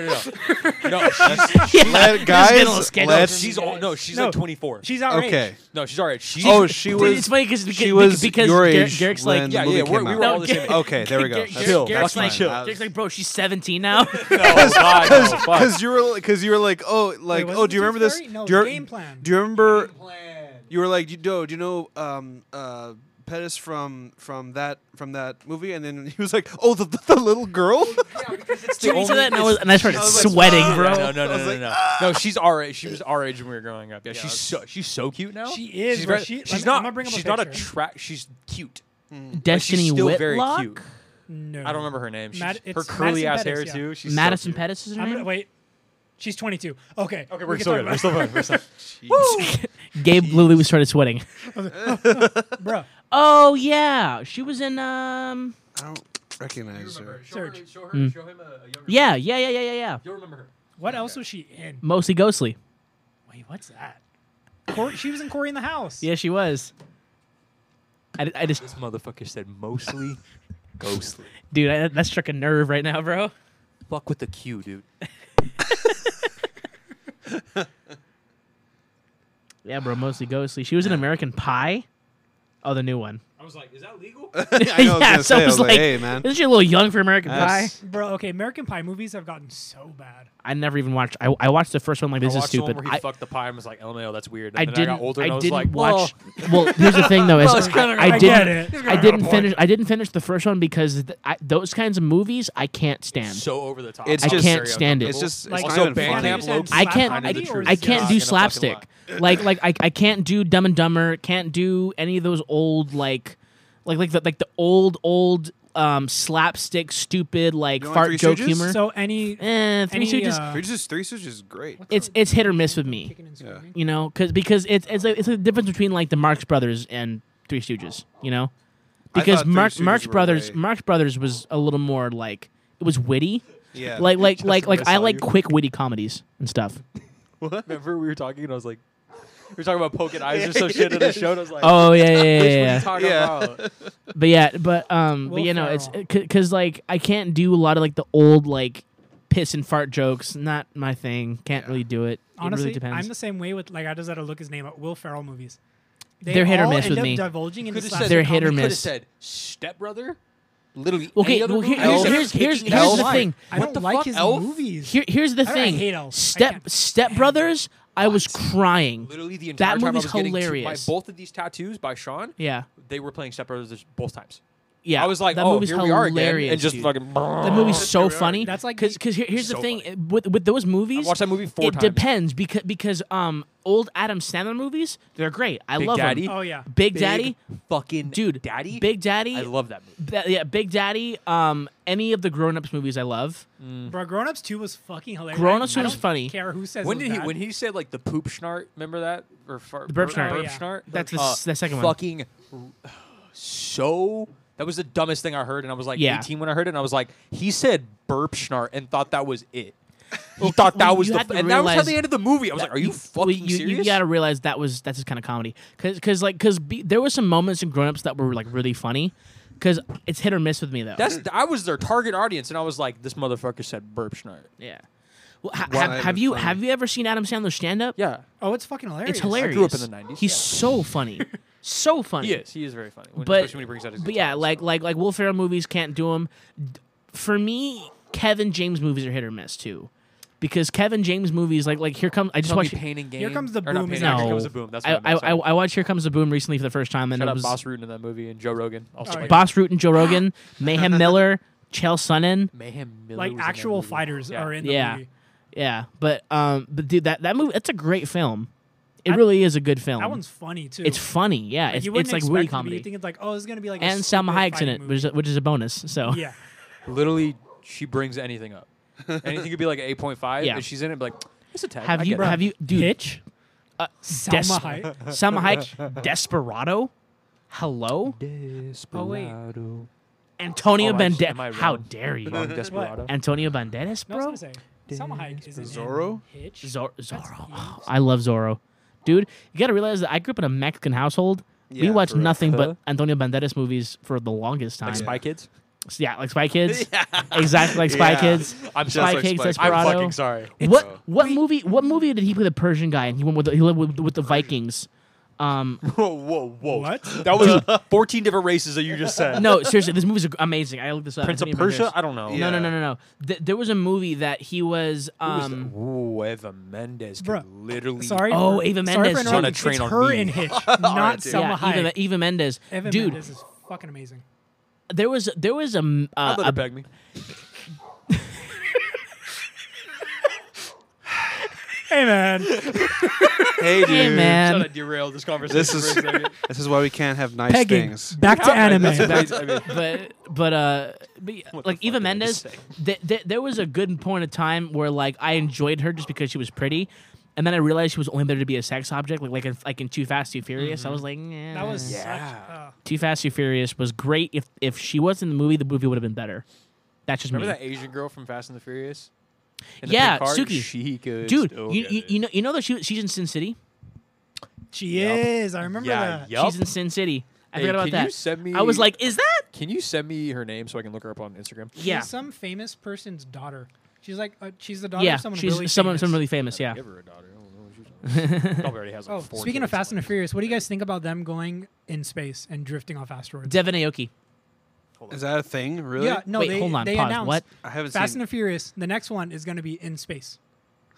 Speaker 4: no, no she's,
Speaker 2: Yeah,
Speaker 6: Let- guys, let's-
Speaker 4: she's old. No, she's
Speaker 5: No.
Speaker 4: like 24.
Speaker 5: She's our age.
Speaker 6: Okay.
Speaker 4: no, she's all right. She's
Speaker 6: Oh, she
Speaker 2: Dude, it's
Speaker 6: was.
Speaker 2: funny because
Speaker 6: She was
Speaker 2: because
Speaker 6: your
Speaker 2: Gar-
Speaker 6: age
Speaker 2: Garrick's
Speaker 6: when
Speaker 2: like
Speaker 6: the
Speaker 4: Yeah,
Speaker 6: movie
Speaker 4: yeah,
Speaker 6: came
Speaker 4: we're- we were
Speaker 6: out.
Speaker 4: all the same age.
Speaker 6: Okay, there we go.
Speaker 2: Gar-
Speaker 6: That's
Speaker 2: Gar-
Speaker 6: chill.
Speaker 2: Garrick's
Speaker 6: That's
Speaker 2: like,
Speaker 6: fine.
Speaker 2: Garrick's like, bro, she's 17 now.
Speaker 4: because
Speaker 6: Because you were because you were like oh like
Speaker 5: was
Speaker 6: oh
Speaker 5: it
Speaker 6: do you
Speaker 5: the
Speaker 6: remember
Speaker 5: Tooth
Speaker 6: this?
Speaker 5: Fairy? No,
Speaker 6: do you,
Speaker 5: Game Plan.
Speaker 6: Do you remember? You were like you do, do you know um uh Pettis from from that from that movie and then he was like oh the, the, little girl.
Speaker 2: Dude, he said that and I was and I started sweating,
Speaker 4: Yeah,
Speaker 2: bro.
Speaker 4: No, no, no, no, no, no.
Speaker 5: "Ah."
Speaker 4: No, she's our age. She was our age when we were growing up. Yeah, she's so she's so cute now.
Speaker 5: She is,
Speaker 4: She's,
Speaker 5: bro.
Speaker 4: very-
Speaker 5: She- let
Speaker 4: she's
Speaker 5: me-
Speaker 4: not.
Speaker 5: I'm gonna bring up a
Speaker 4: she's not
Speaker 5: picture.
Speaker 4: attract. She's cute. But
Speaker 2: Destiny
Speaker 4: she's still
Speaker 2: Whitlock.
Speaker 4: very cute.
Speaker 5: No.
Speaker 4: I don't remember her name. She's,
Speaker 5: Mad-
Speaker 4: her
Speaker 5: it's
Speaker 4: curly
Speaker 5: Madison
Speaker 4: ass
Speaker 5: Pettis,
Speaker 4: hair
Speaker 5: yeah.
Speaker 4: too. She's so
Speaker 2: Madison
Speaker 4: cute.
Speaker 2: Pettis is her
Speaker 5: I'm gonna,
Speaker 2: name.
Speaker 5: wait. She's 22. Okay.
Speaker 4: Okay,
Speaker 5: we
Speaker 4: we're
Speaker 5: can
Speaker 4: still
Speaker 5: talk
Speaker 4: good.
Speaker 5: about
Speaker 4: We're still good. We're still
Speaker 2: Gabe Lulu started sweating.
Speaker 5: it. Bro,
Speaker 2: Oh yeah, she was in um.
Speaker 6: I don't recognize her.
Speaker 5: Serge,
Speaker 4: Show her. Show him a, younger.
Speaker 2: Yeah, yeah, yeah, yeah, yeah, yeah.
Speaker 4: You'll remember her.
Speaker 5: what else was she in?
Speaker 2: Mostly ghostly.
Speaker 5: Wait, what's that? Cor- she was in Corey in the House.
Speaker 2: Yeah, she was. I, I just,
Speaker 4: This motherfucker said mostly ghostly.
Speaker 2: dude, I, that struck a nerve right now, bro.
Speaker 4: Fuck with the Q, dude.
Speaker 2: Yeah, bro, mostly ghostly. She was in American Pie. Oh, the new one.
Speaker 4: I was like, is that legal?
Speaker 6: I know, I was
Speaker 2: yeah,
Speaker 6: gonna
Speaker 2: so
Speaker 6: say,
Speaker 2: I was like,
Speaker 6: hey, man.
Speaker 2: isn't she a little young for American
Speaker 6: That's-
Speaker 2: Pie?
Speaker 5: Bro, okay, American Pie movies have gotten so bad.
Speaker 2: I never even watched. I, I watched the first one. Like this
Speaker 4: I
Speaker 2: is
Speaker 4: watched the one
Speaker 2: stupid.
Speaker 4: where he
Speaker 2: I,
Speaker 4: fucked the pie and was like, LMAO, that's weird. And
Speaker 2: I
Speaker 4: then
Speaker 2: didn't.
Speaker 4: I got older
Speaker 2: I
Speaker 4: and I was
Speaker 2: didn't
Speaker 4: like,
Speaker 2: watch. Well, here's the thing though. Is
Speaker 4: it's
Speaker 2: I,
Speaker 4: kinda
Speaker 2: I
Speaker 5: I get
Speaker 2: didn't.
Speaker 5: it.
Speaker 2: I didn't finish. I didn't finish the first one because th- I, those kinds of movies I can't
Speaker 4: "Whoa."
Speaker 2: stand.
Speaker 4: so over the top.
Speaker 6: It's
Speaker 2: I
Speaker 6: just-
Speaker 2: can't stand it.
Speaker 6: It's just it's
Speaker 5: Like,
Speaker 6: not
Speaker 4: also
Speaker 6: even
Speaker 4: Bandcamp
Speaker 6: funny.
Speaker 5: Funny.
Speaker 4: low key.
Speaker 2: I can't.
Speaker 5: Slap
Speaker 2: I,
Speaker 5: comedy or
Speaker 2: I can't
Speaker 5: is it
Speaker 2: do
Speaker 5: not
Speaker 4: gonna fucking
Speaker 2: slapstick. Like like I, I can't do Dumb and Dumber. Can't do any of those old like like like the like the old old um slapstick stupid like
Speaker 6: You don't like
Speaker 2: fart
Speaker 6: Three
Speaker 2: joke
Speaker 6: Stooges?
Speaker 2: humor.
Speaker 5: So any,
Speaker 2: eh, Three
Speaker 5: any
Speaker 2: Stooges.
Speaker 5: uh,
Speaker 6: Three Stooges, Three Stooges is great.
Speaker 2: it's it's hit or miss with me.
Speaker 5: kicking and
Speaker 6: Yeah.
Speaker 5: screaming.
Speaker 2: You know, cause, because it's it's a, it's a difference between like the Marx Brothers and Three Stooges. You know,
Speaker 6: I
Speaker 2: because
Speaker 6: thought Three
Speaker 2: Marx
Speaker 6: Stooges
Speaker 2: Marx
Speaker 6: were
Speaker 2: Brothers
Speaker 6: way-
Speaker 2: Marx Brothers was a little more like it was witty.
Speaker 6: Yeah,
Speaker 2: Like like like like I
Speaker 4: saw
Speaker 2: like
Speaker 4: you.
Speaker 2: quick witty comedies and stuff.
Speaker 4: Remember we were talking and I was like, we were talking about poking eyes or some shit in the show. And I was like,
Speaker 2: Oh yeah yeah yeah.
Speaker 4: what are
Speaker 2: yeah.
Speaker 4: you talking
Speaker 6: Yeah.
Speaker 4: about?
Speaker 2: But yeah, but um, but
Speaker 5: Will
Speaker 2: you know, it's
Speaker 5: Ferrell.
Speaker 2: because like I can't do a lot of like the old like piss and fart jokes. Not my thing. Can't really do it.
Speaker 5: honestly,
Speaker 2: it really depends.
Speaker 5: I'm the same way with like I just had to look his name up. Will Ferrell movies. They
Speaker 2: They're hit or
Speaker 5: all
Speaker 2: miss
Speaker 5: end
Speaker 2: with
Speaker 5: up
Speaker 2: me.
Speaker 5: Divulging into
Speaker 4: Could've
Speaker 5: slapstick
Speaker 2: They're hit or
Speaker 5: comedy.
Speaker 4: could've
Speaker 2: miss.
Speaker 4: said stepbrother. Literally.
Speaker 2: Okay,
Speaker 4: any other
Speaker 2: well,
Speaker 4: movie.
Speaker 2: here-
Speaker 4: I was like,
Speaker 2: here's- here's-
Speaker 4: kicking
Speaker 2: here's the
Speaker 4: Elf.
Speaker 2: thing.
Speaker 5: I
Speaker 4: What
Speaker 5: don't
Speaker 4: the
Speaker 5: like
Speaker 4: fuck,
Speaker 5: his
Speaker 4: Elf?
Speaker 5: movies.
Speaker 2: Here, here's the
Speaker 5: I
Speaker 2: thing.
Speaker 5: hate Elf. I
Speaker 2: Step
Speaker 5: can't
Speaker 2: Step
Speaker 5: stand
Speaker 2: Brothers. I was crying.
Speaker 4: Literally the entire
Speaker 2: that
Speaker 4: time I
Speaker 2: movie's
Speaker 4: was getting two-
Speaker 2: hilarious.
Speaker 4: my, both of these tattoos by Sean,
Speaker 2: yeah,
Speaker 4: they were playing stepbrothers both times.
Speaker 2: yeah.
Speaker 4: I was like,
Speaker 2: that
Speaker 4: oh,
Speaker 2: movie's
Speaker 4: here we are
Speaker 2: hilarious,
Speaker 4: again, and just
Speaker 2: dude.
Speaker 4: fucking.
Speaker 2: That movie's so funny.
Speaker 5: That's like
Speaker 2: because
Speaker 5: the-
Speaker 2: here, here's the
Speaker 4: so
Speaker 2: thing
Speaker 4: funny.
Speaker 2: uh, with with those movies.
Speaker 4: watched that movie four
Speaker 2: it
Speaker 4: times.
Speaker 2: depends because because um old Adam Sandler movies they're great. I
Speaker 4: Big
Speaker 2: love 'em.
Speaker 4: Daddy.
Speaker 5: Oh yeah.
Speaker 2: Big Daddy,
Speaker 4: fucking
Speaker 2: dude,
Speaker 4: Daddy,
Speaker 2: Big Daddy.
Speaker 4: I love that movie.
Speaker 2: Ba- yeah, Big Daddy. Um, any of the Grown Ups movies I love.
Speaker 5: Bro, Grown Ups 2 was fucking hilarious.
Speaker 2: Mm. Grown Ups
Speaker 5: I
Speaker 2: 2 was
Speaker 5: don't
Speaker 2: funny.
Speaker 5: care who says
Speaker 4: When
Speaker 5: it
Speaker 4: did
Speaker 5: was
Speaker 4: he?
Speaker 5: bad.
Speaker 4: When he said like the poop schnart, remember that? Or far,
Speaker 2: The burp schnart.
Speaker 5: Oh, yeah.
Speaker 4: schnart?
Speaker 2: That's the
Speaker 4: Uh,
Speaker 2: s- the second one.
Speaker 4: Fucking so. That was the dumbest thing I heard, and I was like
Speaker 2: Yeah.
Speaker 4: 18 when I heard it, and I was like, he said burp schnart and thought that was it. He thought that
Speaker 2: you-
Speaker 4: was
Speaker 2: you
Speaker 4: the,
Speaker 2: had to
Speaker 4: and that was how
Speaker 2: realize
Speaker 4: they ended the movie. I was like, are you fucking
Speaker 2: Well, you,
Speaker 4: serious?
Speaker 2: you gotta realize that was that's his kind of comedy. Cause, 'cause, like, cause be, there were some moments in Grown Ups that were like really funny. Cause it's hit or miss with me though.
Speaker 4: That's I was their target audience, and I was like, this motherfucker said burp schnart.
Speaker 2: yeah. Well, ha-
Speaker 6: Why
Speaker 2: have,
Speaker 6: was
Speaker 2: have you
Speaker 6: funny?
Speaker 2: have you ever seen Adam Sandler stand up?
Speaker 4: Yeah,
Speaker 5: Oh, it's fucking hilarious.
Speaker 2: it's hilarious.
Speaker 4: grew up in the 90s,
Speaker 2: He's
Speaker 4: yeah.
Speaker 2: so funny, so funny.
Speaker 4: he is. He is very funny, when,
Speaker 2: But-
Speaker 4: especially when he brings out his.
Speaker 2: But yeah,
Speaker 4: guitar,
Speaker 2: like
Speaker 4: so.
Speaker 2: like like Will Ferrell movies can't do them. For me, Kevin James movies are hit or miss too, because Kevin James movies like like here comes I just
Speaker 4: Tell me
Speaker 2: watched
Speaker 4: pain and game.
Speaker 5: Here Comes the
Speaker 4: or not
Speaker 5: Boom
Speaker 4: Pain
Speaker 5: is
Speaker 4: and Gain,
Speaker 2: no
Speaker 4: Here comes the boom. That's
Speaker 2: I,
Speaker 4: what
Speaker 2: I,
Speaker 4: meant,
Speaker 2: I
Speaker 4: sorry.
Speaker 2: I watched Here Comes the Boom recently for the first time and
Speaker 4: Shout
Speaker 2: it
Speaker 4: out
Speaker 2: was
Speaker 4: Boss Rootin in that movie and Joe Rogan. Also,
Speaker 5: yeah.
Speaker 4: like,
Speaker 2: Boss Root and Joe Rogan, Mayhem Miller, Chael Sonnen.
Speaker 4: Mayhem Miller
Speaker 5: Like
Speaker 4: was in that
Speaker 5: actual
Speaker 4: movie.
Speaker 5: fighters
Speaker 4: Yeah.
Speaker 5: are in the
Speaker 2: Yeah.
Speaker 5: movie.
Speaker 2: Yeah, but um, but dude, that that movie, it's a great film. It
Speaker 5: I-
Speaker 2: really is a good film.
Speaker 5: That one's funny too.
Speaker 2: it's funny, yeah. it's
Speaker 5: you
Speaker 2: it's
Speaker 5: wouldn't
Speaker 2: like
Speaker 5: expect
Speaker 2: witty
Speaker 5: it to be-
Speaker 2: comedy,
Speaker 5: You think it's like, oh, this is gonna be like a
Speaker 2: and Salma
Speaker 5: stupid
Speaker 2: Hayek's in
Speaker 5: fighting
Speaker 2: it,
Speaker 5: movie.
Speaker 2: which is, which is a bonus. So
Speaker 5: yeah.
Speaker 4: Literally, she brings anything up. Anything could be like an 8.5,
Speaker 2: Yeah.
Speaker 4: and she's in it, be like, it's a 10.
Speaker 2: have
Speaker 4: I
Speaker 2: you
Speaker 4: get it.
Speaker 2: have you dude
Speaker 5: Hitch,
Speaker 2: uh,
Speaker 5: Salma
Speaker 2: Des-
Speaker 5: Hayek.
Speaker 2: Salma Hayek, Desperado. Hello, Oh,
Speaker 4: Desperado.
Speaker 2: Antonio
Speaker 4: Oh, I just-
Speaker 2: Banderas.
Speaker 4: am I
Speaker 2: How
Speaker 4: wrong?
Speaker 2: dare you,
Speaker 4: Wrong Desperado.
Speaker 2: Antonio Banderas,
Speaker 5: No, I was
Speaker 2: bro?
Speaker 5: gonna say Salma Hayek is in
Speaker 6: Zorro?
Speaker 5: Hitch.
Speaker 2: Zor- Zorro.
Speaker 5: huge.
Speaker 2: Oh, I love Zorro. Dude, you gotta realize that I grew up in a Mexican household. we
Speaker 6: Yeah,
Speaker 2: watched
Speaker 6: for real.
Speaker 2: nothing
Speaker 4: Huh?
Speaker 2: but Antonio Banderas movies for the longest time.
Speaker 4: Like Spy Kids?
Speaker 2: yeah, like Spy Kids. Exactly like Spy
Speaker 6: Yeah.
Speaker 2: Kids.
Speaker 4: I'm
Speaker 6: Just
Speaker 2: Spy
Speaker 6: like
Speaker 2: Kids,
Speaker 6: Spy Kids.
Speaker 4: I'm
Speaker 2: Desperado.
Speaker 4: fucking sorry.
Speaker 2: What what movie what movie did he play the Persian guy and he went with the, he lived with, with the Vikings? Um,
Speaker 4: Whoa, whoa, whoa.
Speaker 5: What?
Speaker 4: That was 14 different races that you just said.
Speaker 2: no, seriously, this movie's amazing. I looked this up.
Speaker 4: Prince of
Speaker 2: Antonio
Speaker 4: Persia?
Speaker 2: Banderas.
Speaker 4: I don't know.
Speaker 6: Yeah.
Speaker 2: No, no, no, no, no. Th- there was a movie that he was. Um,
Speaker 4: Ooh, Eva Mendes could
Speaker 5: Bruh.
Speaker 4: literally.
Speaker 5: Sorry.
Speaker 2: Oh,
Speaker 5: for-
Speaker 2: Eva
Speaker 5: Sorry for
Speaker 2: Mendes.
Speaker 5: interrupting.
Speaker 4: Tryna train
Speaker 5: it's
Speaker 4: on
Speaker 5: her
Speaker 4: me. Oh,
Speaker 5: in Hitch, not
Speaker 6: dude.
Speaker 5: Selma
Speaker 2: yeah, Eva,
Speaker 5: Hayek.
Speaker 2: Eva Mendes.
Speaker 5: Eva
Speaker 2: Dude,
Speaker 5: Mendes is fucking amazing.
Speaker 2: there was there was a m- uh,
Speaker 4: I'll let
Speaker 2: a
Speaker 4: her beg me.
Speaker 5: Hey man,
Speaker 6: Hey, dude.
Speaker 2: Hey
Speaker 4: Trying
Speaker 2: man,
Speaker 4: to derail this conversation.
Speaker 6: This is
Speaker 4: for a second.
Speaker 6: this is why we can't have nice
Speaker 5: pegging.
Speaker 6: things.
Speaker 5: Back to anime.
Speaker 4: That's- I mean,
Speaker 2: but but uh, but, yeah,
Speaker 4: What the
Speaker 2: like
Speaker 4: fuck
Speaker 2: Eva
Speaker 4: did I
Speaker 2: Mendes,
Speaker 4: just say?
Speaker 2: th- th- there was a good point of time where like I enjoyed her just because she was pretty, and then I realized she was only there to be a sex object, like like in, like in Too Fast Too Furious. I was like, nah.
Speaker 5: That was
Speaker 4: Mm-hmm. Yeah.
Speaker 5: yeah.
Speaker 2: Too Fast Too Furious was great. If if she was in the movie, the movie would have been better. That's just
Speaker 4: Remember
Speaker 2: me.
Speaker 4: that Asian girl from Fast and the Furious? In
Speaker 2: Yeah,
Speaker 4: pink car?
Speaker 2: Suki.
Speaker 4: She could.
Speaker 2: Dude,
Speaker 4: still
Speaker 2: you,
Speaker 4: get
Speaker 2: you
Speaker 4: it.
Speaker 2: you know you know that she she's in Sin City.
Speaker 5: She
Speaker 4: Yup.
Speaker 5: is. I remember
Speaker 4: yeah,
Speaker 5: that.
Speaker 4: yup.
Speaker 2: She's in Sin City. I
Speaker 4: Hey,
Speaker 2: forgot about
Speaker 4: can
Speaker 2: that.
Speaker 4: you send me-
Speaker 2: I was like, is that?
Speaker 4: Can you send me her name so I can look her up on Instagram?
Speaker 5: She's
Speaker 2: Yeah.
Speaker 5: some famous person's daughter. She's like, uh, she's the daughter
Speaker 2: Yeah.
Speaker 5: of someone
Speaker 2: she's
Speaker 5: really
Speaker 2: someone,
Speaker 5: famous.
Speaker 2: someone really famous. Yeah.
Speaker 4: Give her a daughter. I don't know what she's on. Probably already has like
Speaker 5: Oh,
Speaker 4: four
Speaker 5: speaking of
Speaker 4: kids.
Speaker 5: Fast and the Furious, what do you guys think about them going in space and drifting off asteroids?
Speaker 2: Devin Aoki.
Speaker 6: Is that a thing? Really?
Speaker 5: Yeah, no,
Speaker 2: Wait,
Speaker 5: they,
Speaker 2: hold on.
Speaker 5: they
Speaker 2: Pause.
Speaker 5: announced
Speaker 2: What?
Speaker 6: I haven't
Speaker 5: Fast
Speaker 6: seen.
Speaker 5: and the Furious. The next one is going to be in space.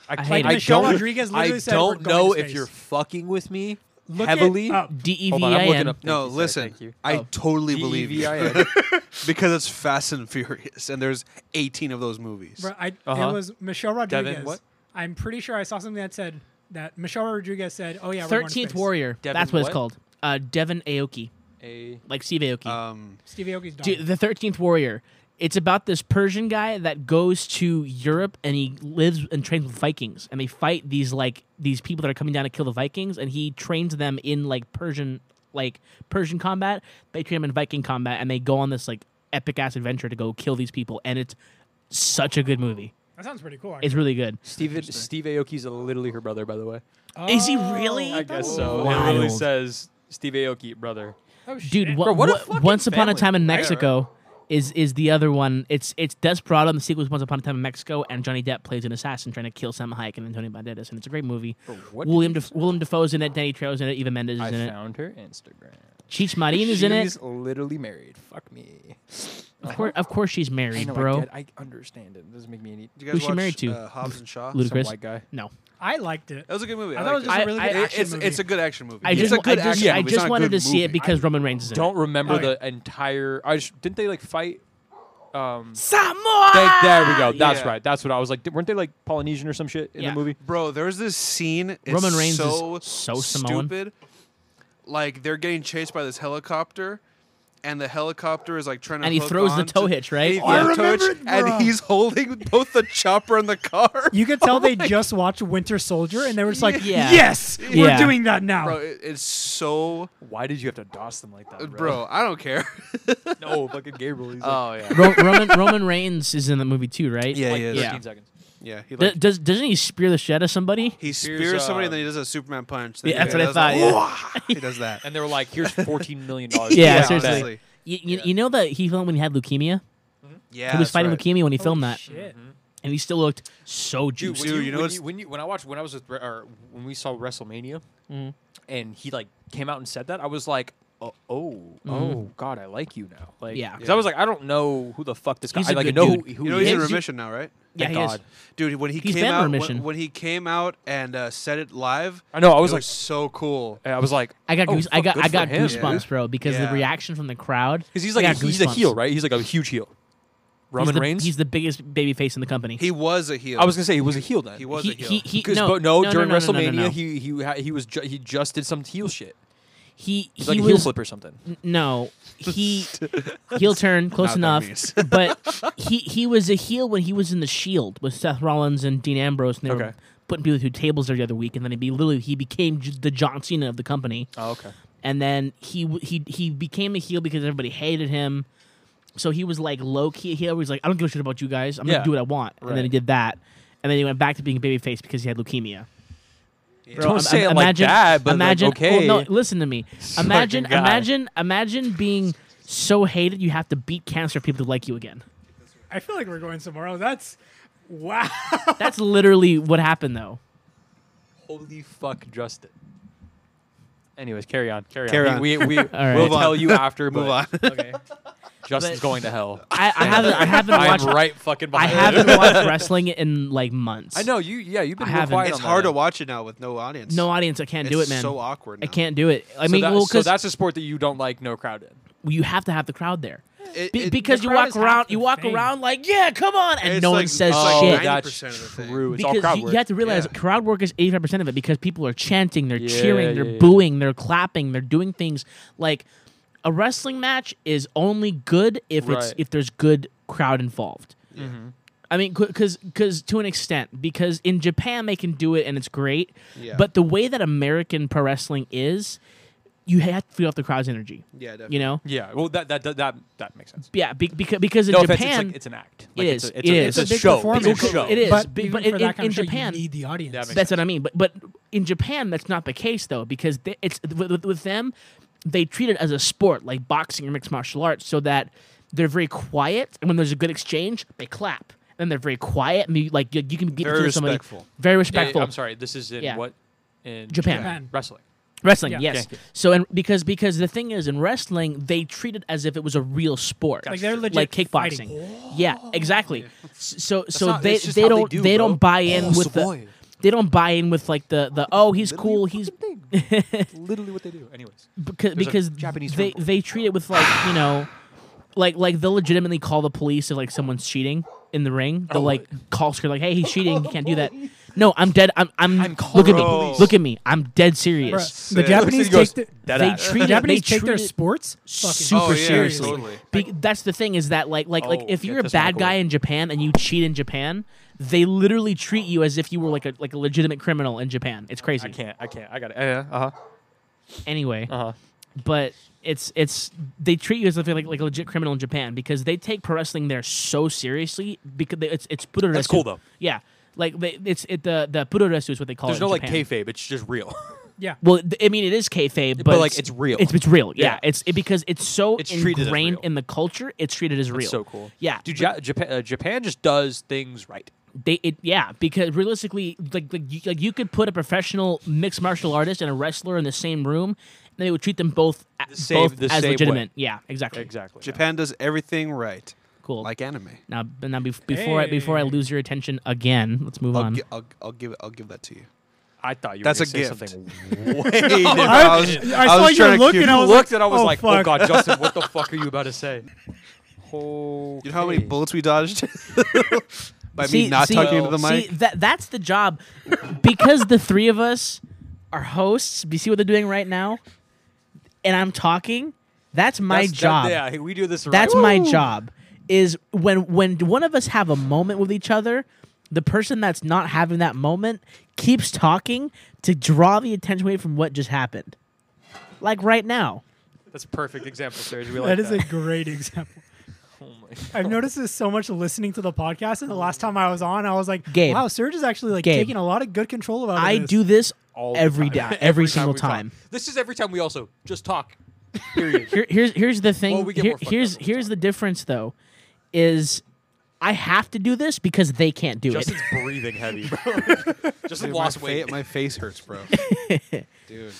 Speaker 2: I
Speaker 5: Like
Speaker 2: hate it.
Speaker 5: Michelle
Speaker 4: don't-
Speaker 5: Rodriguez literally
Speaker 4: I
Speaker 5: said, "We're
Speaker 4: don't
Speaker 5: going
Speaker 4: know
Speaker 5: to
Speaker 4: if
Speaker 5: space."
Speaker 4: you're fucking with me
Speaker 5: Look Oh, it
Speaker 4: heavily.
Speaker 5: up.
Speaker 2: D E
Speaker 4: Hold
Speaker 2: V
Speaker 4: on,
Speaker 2: I
Speaker 4: I'm looking
Speaker 2: N.
Speaker 4: up.
Speaker 6: no,
Speaker 4: Thank you, sir.
Speaker 6: listen.
Speaker 4: Thank you.
Speaker 6: I
Speaker 2: Oh.
Speaker 6: totally believe
Speaker 5: E
Speaker 6: you
Speaker 4: D-E-V-I-N.
Speaker 6: because it's Fast and Furious, and there's 18 of those movies.
Speaker 5: Bro, I,
Speaker 4: Uh-huh.
Speaker 5: It was Michelle Rodriguez.
Speaker 4: Devin, what?
Speaker 5: I'm pretty sure I saw something that said that Michelle Rodriguez said, "Oh yeah, we're going to
Speaker 2: Thirteenth
Speaker 5: space."
Speaker 2: Warrior.
Speaker 4: Devin
Speaker 2: That's what,
Speaker 4: what?
Speaker 2: it's called. Uh, Devin Aoki,
Speaker 4: A
Speaker 2: like Steve Aoki.
Speaker 6: Um,
Speaker 5: Steve Aoki's daughter.
Speaker 2: Dude, the Thirteenth Warrior. It's about this Persian guy that goes to Europe and he lives and trains with Vikings, and they fight these like these people that are coming down to kill the Vikings, and he trains them in like Persian like Persian combat. They train them in Viking combat, and they go on this like epic ass adventure to go kill these people, and it's such a good movie.
Speaker 5: that sounds pretty cool.
Speaker 2: It's really good.
Speaker 4: Steve Steve Aoki's literally her brother, by the way.
Speaker 5: actually.
Speaker 2: Is he
Speaker 5: Oh,
Speaker 2: really?
Speaker 4: I guess so.
Speaker 2: Wild.
Speaker 4: It literally says Steve Aoki brother.
Speaker 5: Oh, shit.
Speaker 2: Dude, wha-
Speaker 4: what a
Speaker 2: wha-
Speaker 4: fucking
Speaker 2: Once Upon a
Speaker 4: family.
Speaker 2: Time in
Speaker 4: Right,
Speaker 2: Mexico is is the other one. It's it's Desperado. And the sequel is Once Upon a Time in Mexico, and Johnny Depp plays an assassin trying to kill Sam Hayek and Antonio Banderas, and it's a great movie.
Speaker 4: what did
Speaker 2: William Def- William Defoe's in it. Danny Trejo's in it. Eva Mendes is in it.
Speaker 4: found her Instagram.
Speaker 2: Cheech Marin is in it.
Speaker 4: She's literally married. Fuck me.
Speaker 2: Of course, of course she's
Speaker 4: I
Speaker 2: married,
Speaker 4: know,
Speaker 2: bro.
Speaker 4: I, get- I understand it. It doesn't make me any
Speaker 6: did you guys
Speaker 2: Who's she
Speaker 6: watch,
Speaker 2: married to?
Speaker 6: Uh, Hobbs and Shaw.
Speaker 2: Ludacris.
Speaker 6: That
Speaker 4: some white guy.
Speaker 2: No,
Speaker 5: I liked it.
Speaker 6: was a good movie.
Speaker 5: I thought it was
Speaker 6: liked
Speaker 5: just
Speaker 2: I-
Speaker 5: a really
Speaker 2: I-
Speaker 5: good
Speaker 6: it.
Speaker 5: action
Speaker 6: it's,
Speaker 5: movie.
Speaker 6: it's a good action movie.
Speaker 2: I
Speaker 6: it's
Speaker 2: just
Speaker 6: a good
Speaker 2: I just,
Speaker 6: action
Speaker 2: I
Speaker 6: movie. It's
Speaker 2: just
Speaker 6: not a
Speaker 2: wanted
Speaker 6: good
Speaker 2: to see it
Speaker 6: movie.
Speaker 2: because Roman Reigns is in
Speaker 4: Don't remember
Speaker 5: Oh,
Speaker 4: the entire. I just, didn't they like fight? Um,
Speaker 2: it. Samoa.
Speaker 4: they- there we go. That's
Speaker 6: Ah! Yeah.
Speaker 4: right. That's what I was like. Weren't they like Polynesian or some shit in
Speaker 2: Yeah.
Speaker 4: the movie?
Speaker 6: Bro, there's this scene. It's
Speaker 2: Roman Reigns is
Speaker 6: so
Speaker 2: so Samoan.
Speaker 6: stupid. Like they're getting chased by this helicopter, and the helicopter is like trying to.
Speaker 2: And he
Speaker 6: hook
Speaker 2: throws the
Speaker 6: on
Speaker 2: tow
Speaker 6: to-
Speaker 2: hitch, right?
Speaker 6: He
Speaker 2: Oh, I
Speaker 6: throws the tow
Speaker 5: remember
Speaker 6: hitch,
Speaker 5: it, bro.
Speaker 6: and he's holding both the chopper and the car.
Speaker 5: You could tell they just watched Winter Soldier and they were just like,
Speaker 2: Oh Yeah.
Speaker 5: "Yes,
Speaker 2: Yeah.
Speaker 5: we're doing that now."
Speaker 6: bro, it, it's so.
Speaker 4: Why did you have to doss them like that,
Speaker 6: Bro, I don't care.
Speaker 4: no, fucking Gabriel. He's like,
Speaker 6: oh yeah,
Speaker 2: Ro- Roman Roman Reigns is in the movie too, right?
Speaker 6: yeah,
Speaker 4: like
Speaker 6: yeah,
Speaker 4: 13
Speaker 6: yeah.
Speaker 2: yeah.
Speaker 4: seconds.
Speaker 6: yeah he,
Speaker 2: Do-
Speaker 6: like,
Speaker 2: does doesn't he spear the shit out of somebody?
Speaker 6: he spears
Speaker 4: Here's,
Speaker 6: somebody,
Speaker 4: uh,
Speaker 6: and then he does a Superman punch. Then
Speaker 2: Yeah,
Speaker 6: he
Speaker 2: that's what I
Speaker 6: does
Speaker 2: thought,
Speaker 6: the-
Speaker 2: yeah.
Speaker 6: Wah! he does that.
Speaker 4: And they were like, "Here's 14 million dollars."
Speaker 2: Yeah,
Speaker 6: Yeah,
Speaker 2: seriously.
Speaker 6: honestly.
Speaker 2: You, you,
Speaker 6: Yeah.
Speaker 2: you know that he filmed when he had leukemia.
Speaker 6: Yeah,
Speaker 2: he was
Speaker 6: that's
Speaker 2: fighting
Speaker 6: right.
Speaker 2: leukemia when he
Speaker 5: Oh,
Speaker 2: filmed that,
Speaker 5: shit.
Speaker 2: and he still looked so
Speaker 4: Dude,
Speaker 2: juicy.
Speaker 4: when, you,
Speaker 6: you know
Speaker 4: when,
Speaker 6: what's-
Speaker 4: you, when you when I watched when I was with, Bre- or when we saw WrestleMania,
Speaker 2: Mm-hmm.
Speaker 4: and he like came out and said that, I was like, oh, oh, oh God, I like you now. Like,
Speaker 2: Mm-hmm. Yeah.
Speaker 4: 'cause I was like, I don't know who the fuck this guy.
Speaker 2: He's
Speaker 4: I
Speaker 2: a
Speaker 4: like I
Speaker 2: good
Speaker 4: know who,
Speaker 2: dude.
Speaker 4: who
Speaker 6: You know
Speaker 4: he
Speaker 6: he's in
Speaker 4: is.
Speaker 6: remission now, right?
Speaker 2: yeah,
Speaker 4: Thank
Speaker 2: he is.
Speaker 4: God.
Speaker 6: Dude, when he
Speaker 2: He's
Speaker 6: came
Speaker 2: been
Speaker 6: out,
Speaker 2: remission.
Speaker 6: when, when he came out and uh, said it live,
Speaker 4: I know. I
Speaker 6: it
Speaker 4: was like,
Speaker 6: so cool.
Speaker 4: I was like,
Speaker 2: I got
Speaker 4: oh,
Speaker 2: goose- I
Speaker 4: fuck,
Speaker 2: got
Speaker 4: good
Speaker 2: I
Speaker 4: for
Speaker 2: got
Speaker 4: him,
Speaker 2: goosebumps,
Speaker 6: dude.
Speaker 2: bro, because
Speaker 6: Yeah.
Speaker 2: the reaction from the crowd.
Speaker 4: Because he's
Speaker 2: I
Speaker 4: like
Speaker 2: got
Speaker 4: a, he's a
Speaker 2: goosebumps.
Speaker 4: heel, right? He's like a huge heel.
Speaker 2: He's
Speaker 4: Roman
Speaker 2: the-
Speaker 4: Reigns.
Speaker 2: He's the biggest baby face in the company.
Speaker 6: He was a heel.
Speaker 4: I was gonna say he was a heel then.
Speaker 6: He was
Speaker 2: he,
Speaker 6: a heel.
Speaker 2: he, he,
Speaker 4: Because
Speaker 2: no,
Speaker 4: but no,
Speaker 2: no,
Speaker 4: during
Speaker 2: no, no, no, no,
Speaker 4: WrestleMania
Speaker 2: no.
Speaker 4: he he ha- he was ju- he just did some heel shit.
Speaker 2: he he
Speaker 4: He's like a heel
Speaker 2: was
Speaker 4: flip or something.
Speaker 2: n- no he heel turn close
Speaker 6: Not what
Speaker 2: enough,
Speaker 6: that
Speaker 2: but he he was a heel when he was in the Shield with Seth Rollins and Dean Ambrose, and they were
Speaker 4: Okay.
Speaker 2: putting people through tables every other week, and then he be literally he became j- the John Cena of the company.
Speaker 4: Oh, okay.
Speaker 2: and then he w- he he became a heel because everybody hated him. So he was like low key heel. He was like, I don't give a shit about you guys. I'm
Speaker 4: Yeah.
Speaker 2: gonna do what I want. And
Speaker 4: Right.
Speaker 2: then he did that, and then he went back to being a babyface because he had leukemia. Bro,
Speaker 4: Don't
Speaker 2: im-
Speaker 4: say
Speaker 2: im-
Speaker 4: it like that, but, like,
Speaker 2: imagine,
Speaker 4: okay. Oh
Speaker 2: well, no, listen to me. Imagine,
Speaker 4: guy.
Speaker 2: imagine, imagine being so hated you have to beat cancer for people to like you again.
Speaker 5: I feel like we're going somewhere else. That's wow.
Speaker 2: That's literally what happened, though.
Speaker 4: Holy fuck, Justin. Anyways, carry on. Carry,
Speaker 6: Carry
Speaker 4: on.
Speaker 6: on.
Speaker 4: We, we, we,
Speaker 2: right.
Speaker 4: will
Speaker 2: Move
Speaker 4: tell
Speaker 6: on.
Speaker 4: you after.
Speaker 6: move
Speaker 4: but
Speaker 6: on.
Speaker 5: okay.
Speaker 4: Justin's
Speaker 2: But-
Speaker 4: going to hell.
Speaker 2: I, I haven't, I haven't
Speaker 4: I
Speaker 2: watched,
Speaker 4: am right fucking
Speaker 2: I
Speaker 4: behind.
Speaker 2: haven't watched wrestling in like months.
Speaker 4: I know you. Yeah, you've been
Speaker 2: I
Speaker 4: real
Speaker 2: haven't.
Speaker 4: quiet
Speaker 6: it's
Speaker 4: on that
Speaker 6: hard to
Speaker 4: end.
Speaker 6: watch it now with no audience.
Speaker 2: No audience, I can't do
Speaker 6: It's
Speaker 2: it, man.
Speaker 6: So awkward.
Speaker 2: I
Speaker 6: now.
Speaker 2: can't do it. I
Speaker 4: So
Speaker 2: mean,
Speaker 4: that-
Speaker 2: well,
Speaker 4: so
Speaker 2: because
Speaker 4: that's a sport that you don't like no crowd in.
Speaker 2: you have to have the crowd there
Speaker 6: It-
Speaker 2: Be-
Speaker 6: it-
Speaker 2: because
Speaker 5: the
Speaker 2: you
Speaker 5: crowd
Speaker 2: walk
Speaker 5: is half
Speaker 2: around
Speaker 5: the
Speaker 2: you walk
Speaker 5: thing.
Speaker 2: around like yeah come on and
Speaker 6: It's
Speaker 2: no one
Speaker 6: like-
Speaker 2: says
Speaker 6: it's like
Speaker 2: shit
Speaker 6: 90%
Speaker 4: that's
Speaker 6: of the thing.
Speaker 4: true. It's all
Speaker 2: because
Speaker 4: crowd
Speaker 2: you,
Speaker 4: work.
Speaker 2: you have to realize
Speaker 6: Yeah.
Speaker 2: crowd work is 85% of it because people are chanting they're
Speaker 4: Yeah,
Speaker 2: cheering they're
Speaker 4: yeah, yeah.
Speaker 2: booing they're clapping they're doing things like a wrestling match is only good if it's
Speaker 4: Right.
Speaker 2: if there's good crowd involved I mean, because because to an extent, because in Japan they can do it and it's great,
Speaker 6: Yeah.
Speaker 2: but the way that American pro wrestling is, you have to feel off the crowd's energy.
Speaker 6: Yeah, definitely.
Speaker 2: You know,
Speaker 4: Yeah. Well, that that that that, that makes sense.
Speaker 2: yeah, be, because because in
Speaker 4: no offense. It's,
Speaker 2: Japan,
Speaker 4: like, it's an act. Like,
Speaker 2: is,
Speaker 4: It's a, it's
Speaker 2: it
Speaker 4: a,
Speaker 2: is.
Speaker 4: It's a,
Speaker 2: It's a big
Speaker 4: show.
Speaker 5: performance.
Speaker 4: It's a show.
Speaker 2: It is,
Speaker 5: But,
Speaker 2: but-
Speaker 5: even
Speaker 2: but
Speaker 5: for
Speaker 2: in-
Speaker 5: that kind
Speaker 2: in
Speaker 5: of show,
Speaker 2: Japan-
Speaker 5: you need the audience.
Speaker 4: That makes
Speaker 2: That's what I mean. But but in Japan, that's not the case though, because th- it's with, with, with them, they treat it as a sport like boxing or mixed martial arts so that they're very quiet and when there's a good exchange they clap and they're very quiet and you, like you, you can get
Speaker 6: Very
Speaker 2: to somebody
Speaker 6: respectful.
Speaker 2: very
Speaker 4: Yeah,
Speaker 2: respectful
Speaker 4: I'm sorry. This is in
Speaker 2: Yeah.
Speaker 4: what? In
Speaker 2: Japan.
Speaker 5: Japan.
Speaker 4: Wrestling.
Speaker 2: wrestling
Speaker 5: Yeah.
Speaker 2: yes
Speaker 4: Okay.
Speaker 2: so and because because the thing is in wrestling they treat it as if it was a real sport
Speaker 5: Like they're legit
Speaker 2: like
Speaker 5: fighting.
Speaker 2: kickboxing yeah exactly S- so so
Speaker 4: Oh. not-
Speaker 2: they
Speaker 4: it's just
Speaker 2: they
Speaker 4: how they
Speaker 2: don't they,
Speaker 4: do, bro.
Speaker 2: don't buy in with the
Speaker 4: Savoy.
Speaker 2: they don't buy in with like the the oh he's cool he's
Speaker 4: Literally what they do. Anyways.
Speaker 2: because
Speaker 4: There's a
Speaker 2: because
Speaker 4: Japanese
Speaker 2: they
Speaker 4: term.
Speaker 2: they treat it with like you know, like like they'll legitimately call the police if like someone's cheating in the ring.
Speaker 4: Oh.
Speaker 2: They'll like call scream like, "Hey, he's cheating. You can't do that." No, I'm dead. I'm I'm,
Speaker 4: I'm
Speaker 2: look at
Speaker 4: calling the
Speaker 2: me.
Speaker 4: police.
Speaker 2: Look at me. I'm I'm dead serious.
Speaker 5: Bruh, the
Speaker 6: Sick.
Speaker 5: Japanese
Speaker 4: He goes,
Speaker 5: take the,
Speaker 4: "Dead
Speaker 2: they
Speaker 4: ass."
Speaker 2: treat
Speaker 5: the
Speaker 2: it- they
Speaker 5: Japanese take
Speaker 2: treat
Speaker 5: their
Speaker 2: it
Speaker 5: sports fucking
Speaker 2: super
Speaker 6: Oh, yeah,
Speaker 2: seriously.
Speaker 6: totally.
Speaker 2: Be- that's the thing is that like like like
Speaker 4: Oh,
Speaker 2: if you're
Speaker 4: yeah,
Speaker 2: a
Speaker 4: that's not
Speaker 2: bad
Speaker 4: cool.
Speaker 2: guy in Japan and you cheat in Japan, they literally treat you as if you were like a like a legitimate criminal in Japan. It's crazy.
Speaker 4: I can't. I can't. I got it. Uh huh.
Speaker 2: Anyway,
Speaker 4: Uh huh.
Speaker 2: but it's it's they treat you as if you're like like a legit criminal in Japan because they take pro wrestling there so seriously because they, it's it's puroresu.
Speaker 4: That's cool, though.
Speaker 2: Yeah, like they, it's it the the puroresu is what they call
Speaker 4: There's
Speaker 2: it.
Speaker 4: no
Speaker 2: in
Speaker 4: like
Speaker 2: Oh, Japan.
Speaker 4: kayfabe. It's just real.
Speaker 5: Yeah.
Speaker 2: Well, th- I mean, it is kayfabe, but,
Speaker 4: But, like, it's real.
Speaker 2: It's it's real. Yeah,
Speaker 4: Yeah.
Speaker 2: it's it, because it's so
Speaker 4: It's treated as
Speaker 2: ingrained
Speaker 4: real.
Speaker 2: in the culture. It's treated as real.
Speaker 4: so cool.
Speaker 2: Yeah,
Speaker 4: Dude, ja- Japan, uh, Japan just does things right.
Speaker 2: They it yeah because realistically like like you, like you could put a professional mixed martial artist and a wrestler in the same room and they would treat them both a-
Speaker 4: same-
Speaker 2: both
Speaker 4: the
Speaker 2: as
Speaker 4: same way.
Speaker 2: legitimate yeah exactly
Speaker 4: Exactly.
Speaker 6: Japan does everything right,
Speaker 2: cool
Speaker 6: like anime.
Speaker 2: Now, but now bef- before I, before I
Speaker 5: Hey.
Speaker 2: lose your attention again, let's move
Speaker 6: I'll,
Speaker 2: on.
Speaker 6: gi- I'll, I'll give I'll give that to you.
Speaker 4: I thought you
Speaker 6: That's
Speaker 4: were
Speaker 6: a
Speaker 4: gonna say
Speaker 6: gift.
Speaker 4: something.
Speaker 6: Hey, dude,
Speaker 5: I,
Speaker 6: was-
Speaker 5: I
Speaker 6: was
Speaker 5: saw you
Speaker 6: trying to
Speaker 5: looking.
Speaker 6: cue-
Speaker 5: I
Speaker 4: I
Speaker 5: was
Speaker 4: looked
Speaker 5: like,
Speaker 4: and I was
Speaker 5: oh,
Speaker 4: like,
Speaker 5: fuck.
Speaker 4: "Oh God, Justin, what the fuck are you about to say?"
Speaker 6: You know how many bullets we dodged by me not
Speaker 2: see-
Speaker 6: talking into the mic?
Speaker 2: See, that that's the job, because the three of us are hosts. You see what they're doing right now, and I'm talking. That's my
Speaker 4: That's- that-
Speaker 2: job.
Speaker 4: yeah, we do this.
Speaker 2: That's
Speaker 4: right.
Speaker 2: my job. Is when when one of us have a moment with each other, the person that's not having that moment keeps talking to draw the attention away from what just happened. Like right now.
Speaker 4: That's a perfect example, Serge. We like
Speaker 5: That is a great example. I've noticed this so much listening to the podcast, and the last time I was on, I was like,
Speaker 2: Gabe.
Speaker 5: "Wow, Serge is actually like
Speaker 2: Gabe.
Speaker 5: taking a lot of good control about
Speaker 2: I
Speaker 5: this.
Speaker 2: do this
Speaker 4: All the
Speaker 2: every
Speaker 4: time.
Speaker 2: day, every
Speaker 4: time
Speaker 2: single
Speaker 4: we talk.
Speaker 2: time.
Speaker 4: This is every time we also just talk. Period.
Speaker 2: Here, here's here's the thing.
Speaker 4: Well, we get
Speaker 2: Here-
Speaker 4: more fucked up
Speaker 2: here's
Speaker 4: over
Speaker 2: here's the difference though, is I have to do this because they can't do it.
Speaker 4: Justin's breathing heavy, bro. Justin
Speaker 6: Dude, my,
Speaker 4: lost
Speaker 6: fa-
Speaker 4: weight.
Speaker 6: my face hurts, bro. Dude,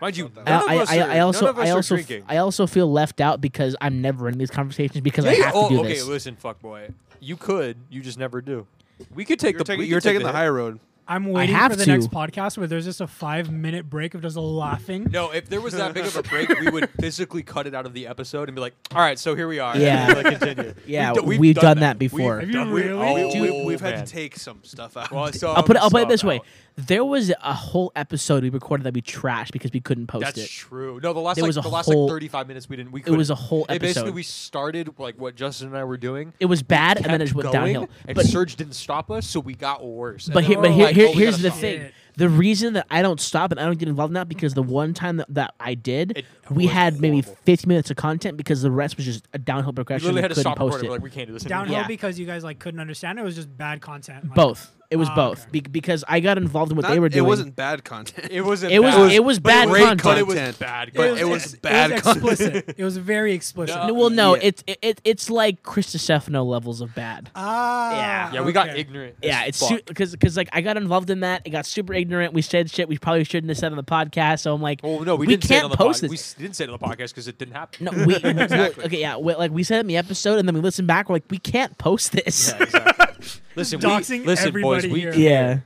Speaker 4: Mind you,
Speaker 6: I-
Speaker 2: I,
Speaker 4: none of
Speaker 2: I,
Speaker 4: us
Speaker 2: I,
Speaker 4: are-
Speaker 2: I also
Speaker 4: none of us
Speaker 2: I
Speaker 4: are
Speaker 2: also
Speaker 4: drinking.
Speaker 2: I also feel left out because I'm never in these conversations because I
Speaker 4: Yeah,
Speaker 2: have
Speaker 4: oh,
Speaker 2: to do
Speaker 4: okay,
Speaker 2: this.
Speaker 4: listen, fuckboy. You could, you just never do. We could take
Speaker 6: you're
Speaker 4: the we
Speaker 6: taking,
Speaker 4: could
Speaker 6: you're
Speaker 4: take
Speaker 6: taking the
Speaker 4: hit.
Speaker 6: high road.
Speaker 5: I'm waiting
Speaker 2: have
Speaker 5: for the
Speaker 2: to.
Speaker 5: next podcast where there's just a five minute break of just laughing.
Speaker 4: No, if there was that big of a break, we would physically cut it out of the episode and be like, "All right, so here we are." and
Speaker 2: Yeah.
Speaker 4: we'll continue.
Speaker 2: Yeah,
Speaker 4: do-
Speaker 2: we've done that before.
Speaker 5: Have you
Speaker 4: done- we-
Speaker 5: really?
Speaker 4: oh,
Speaker 6: Dude, we've had
Speaker 4: man.
Speaker 6: to take some stuff out.
Speaker 4: Well, so
Speaker 2: I'll put it, I'll put it
Speaker 4: so
Speaker 2: this way.
Speaker 4: now-
Speaker 2: There was a whole episode we recorded that we trashed because we couldn't post
Speaker 4: That's
Speaker 2: it.
Speaker 4: true. No, the last
Speaker 2: There
Speaker 4: like
Speaker 2: was a
Speaker 4: the last
Speaker 2: whole-
Speaker 4: like 35 minutes we didn't. We
Speaker 2: was
Speaker 4: couldn't.
Speaker 2: a whole
Speaker 4: And basically,
Speaker 2: episode.
Speaker 4: we started like what Justin and I were doing.
Speaker 2: It was bad and then it
Speaker 4: kept
Speaker 2: just went
Speaker 4: going,
Speaker 2: downhill.
Speaker 4: And
Speaker 2: But
Speaker 4: Surge didn't stop us, so we got worse. And
Speaker 2: But
Speaker 4: then
Speaker 2: here, but
Speaker 4: we were
Speaker 2: here,
Speaker 4: like,
Speaker 2: here-
Speaker 4: oh, we
Speaker 2: here's
Speaker 4: gotta
Speaker 2: the
Speaker 4: stop.
Speaker 2: thing.
Speaker 5: Shit.
Speaker 2: The reason that I don't stop and I don't get involved in that because the one time that, that I did,
Speaker 4: It
Speaker 2: we
Speaker 4: was
Speaker 2: had maybe
Speaker 4: horrible.
Speaker 2: 50 minutes of content because the rest was just a downhill
Speaker 4: We
Speaker 2: progression.
Speaker 4: literally had to
Speaker 2: couldn't
Speaker 4: stop
Speaker 2: post
Speaker 4: recording.
Speaker 2: it.
Speaker 4: We're Like we can't do this. anymore.
Speaker 5: Downhill
Speaker 2: Yeah.
Speaker 5: because you guys like couldn't understand. It It was just bad content. Like,
Speaker 2: both. It was
Speaker 5: Ah,
Speaker 2: both
Speaker 5: okay.
Speaker 2: Be- because I got involved in what
Speaker 6: Not-
Speaker 2: they were doing.
Speaker 6: It wasn't bad content.
Speaker 4: It was.
Speaker 2: It was- it was
Speaker 4: but
Speaker 2: bad
Speaker 4: great
Speaker 2: content.
Speaker 4: But it was
Speaker 6: Content.
Speaker 4: bad.
Speaker 6: But
Speaker 4: content.
Speaker 6: it was bad
Speaker 5: It was
Speaker 6: content.
Speaker 5: explicit. it was very explicit.
Speaker 4: No.
Speaker 2: No, well, no,
Speaker 6: Yeah.
Speaker 2: it's it, it, it's like Chris Stefano levels of bad.
Speaker 5: Ah.
Speaker 2: Yeah.
Speaker 4: Yeah, we got
Speaker 5: okay.
Speaker 4: ignorant. as
Speaker 2: yeah, it's
Speaker 4: fuck.
Speaker 2: because because like I got involved in that. It got super ignorant. We said shit we probably shouldn't have said on the podcast. So I'm like,
Speaker 4: Well, no, we, didn't say it
Speaker 2: can't
Speaker 4: on the
Speaker 2: post this.
Speaker 4: pod- We s- didn't say it on the podcast because it didn't happen.
Speaker 2: No, we well, okay, yeah, we, like we said it in the episode, and then we listened back. We're like, we can't post this.
Speaker 4: Yeah, exactly. listen, we,
Speaker 5: Doxing
Speaker 4: listen, boys.
Speaker 5: everybody
Speaker 4: We
Speaker 5: here.
Speaker 4: care,
Speaker 2: Yeah.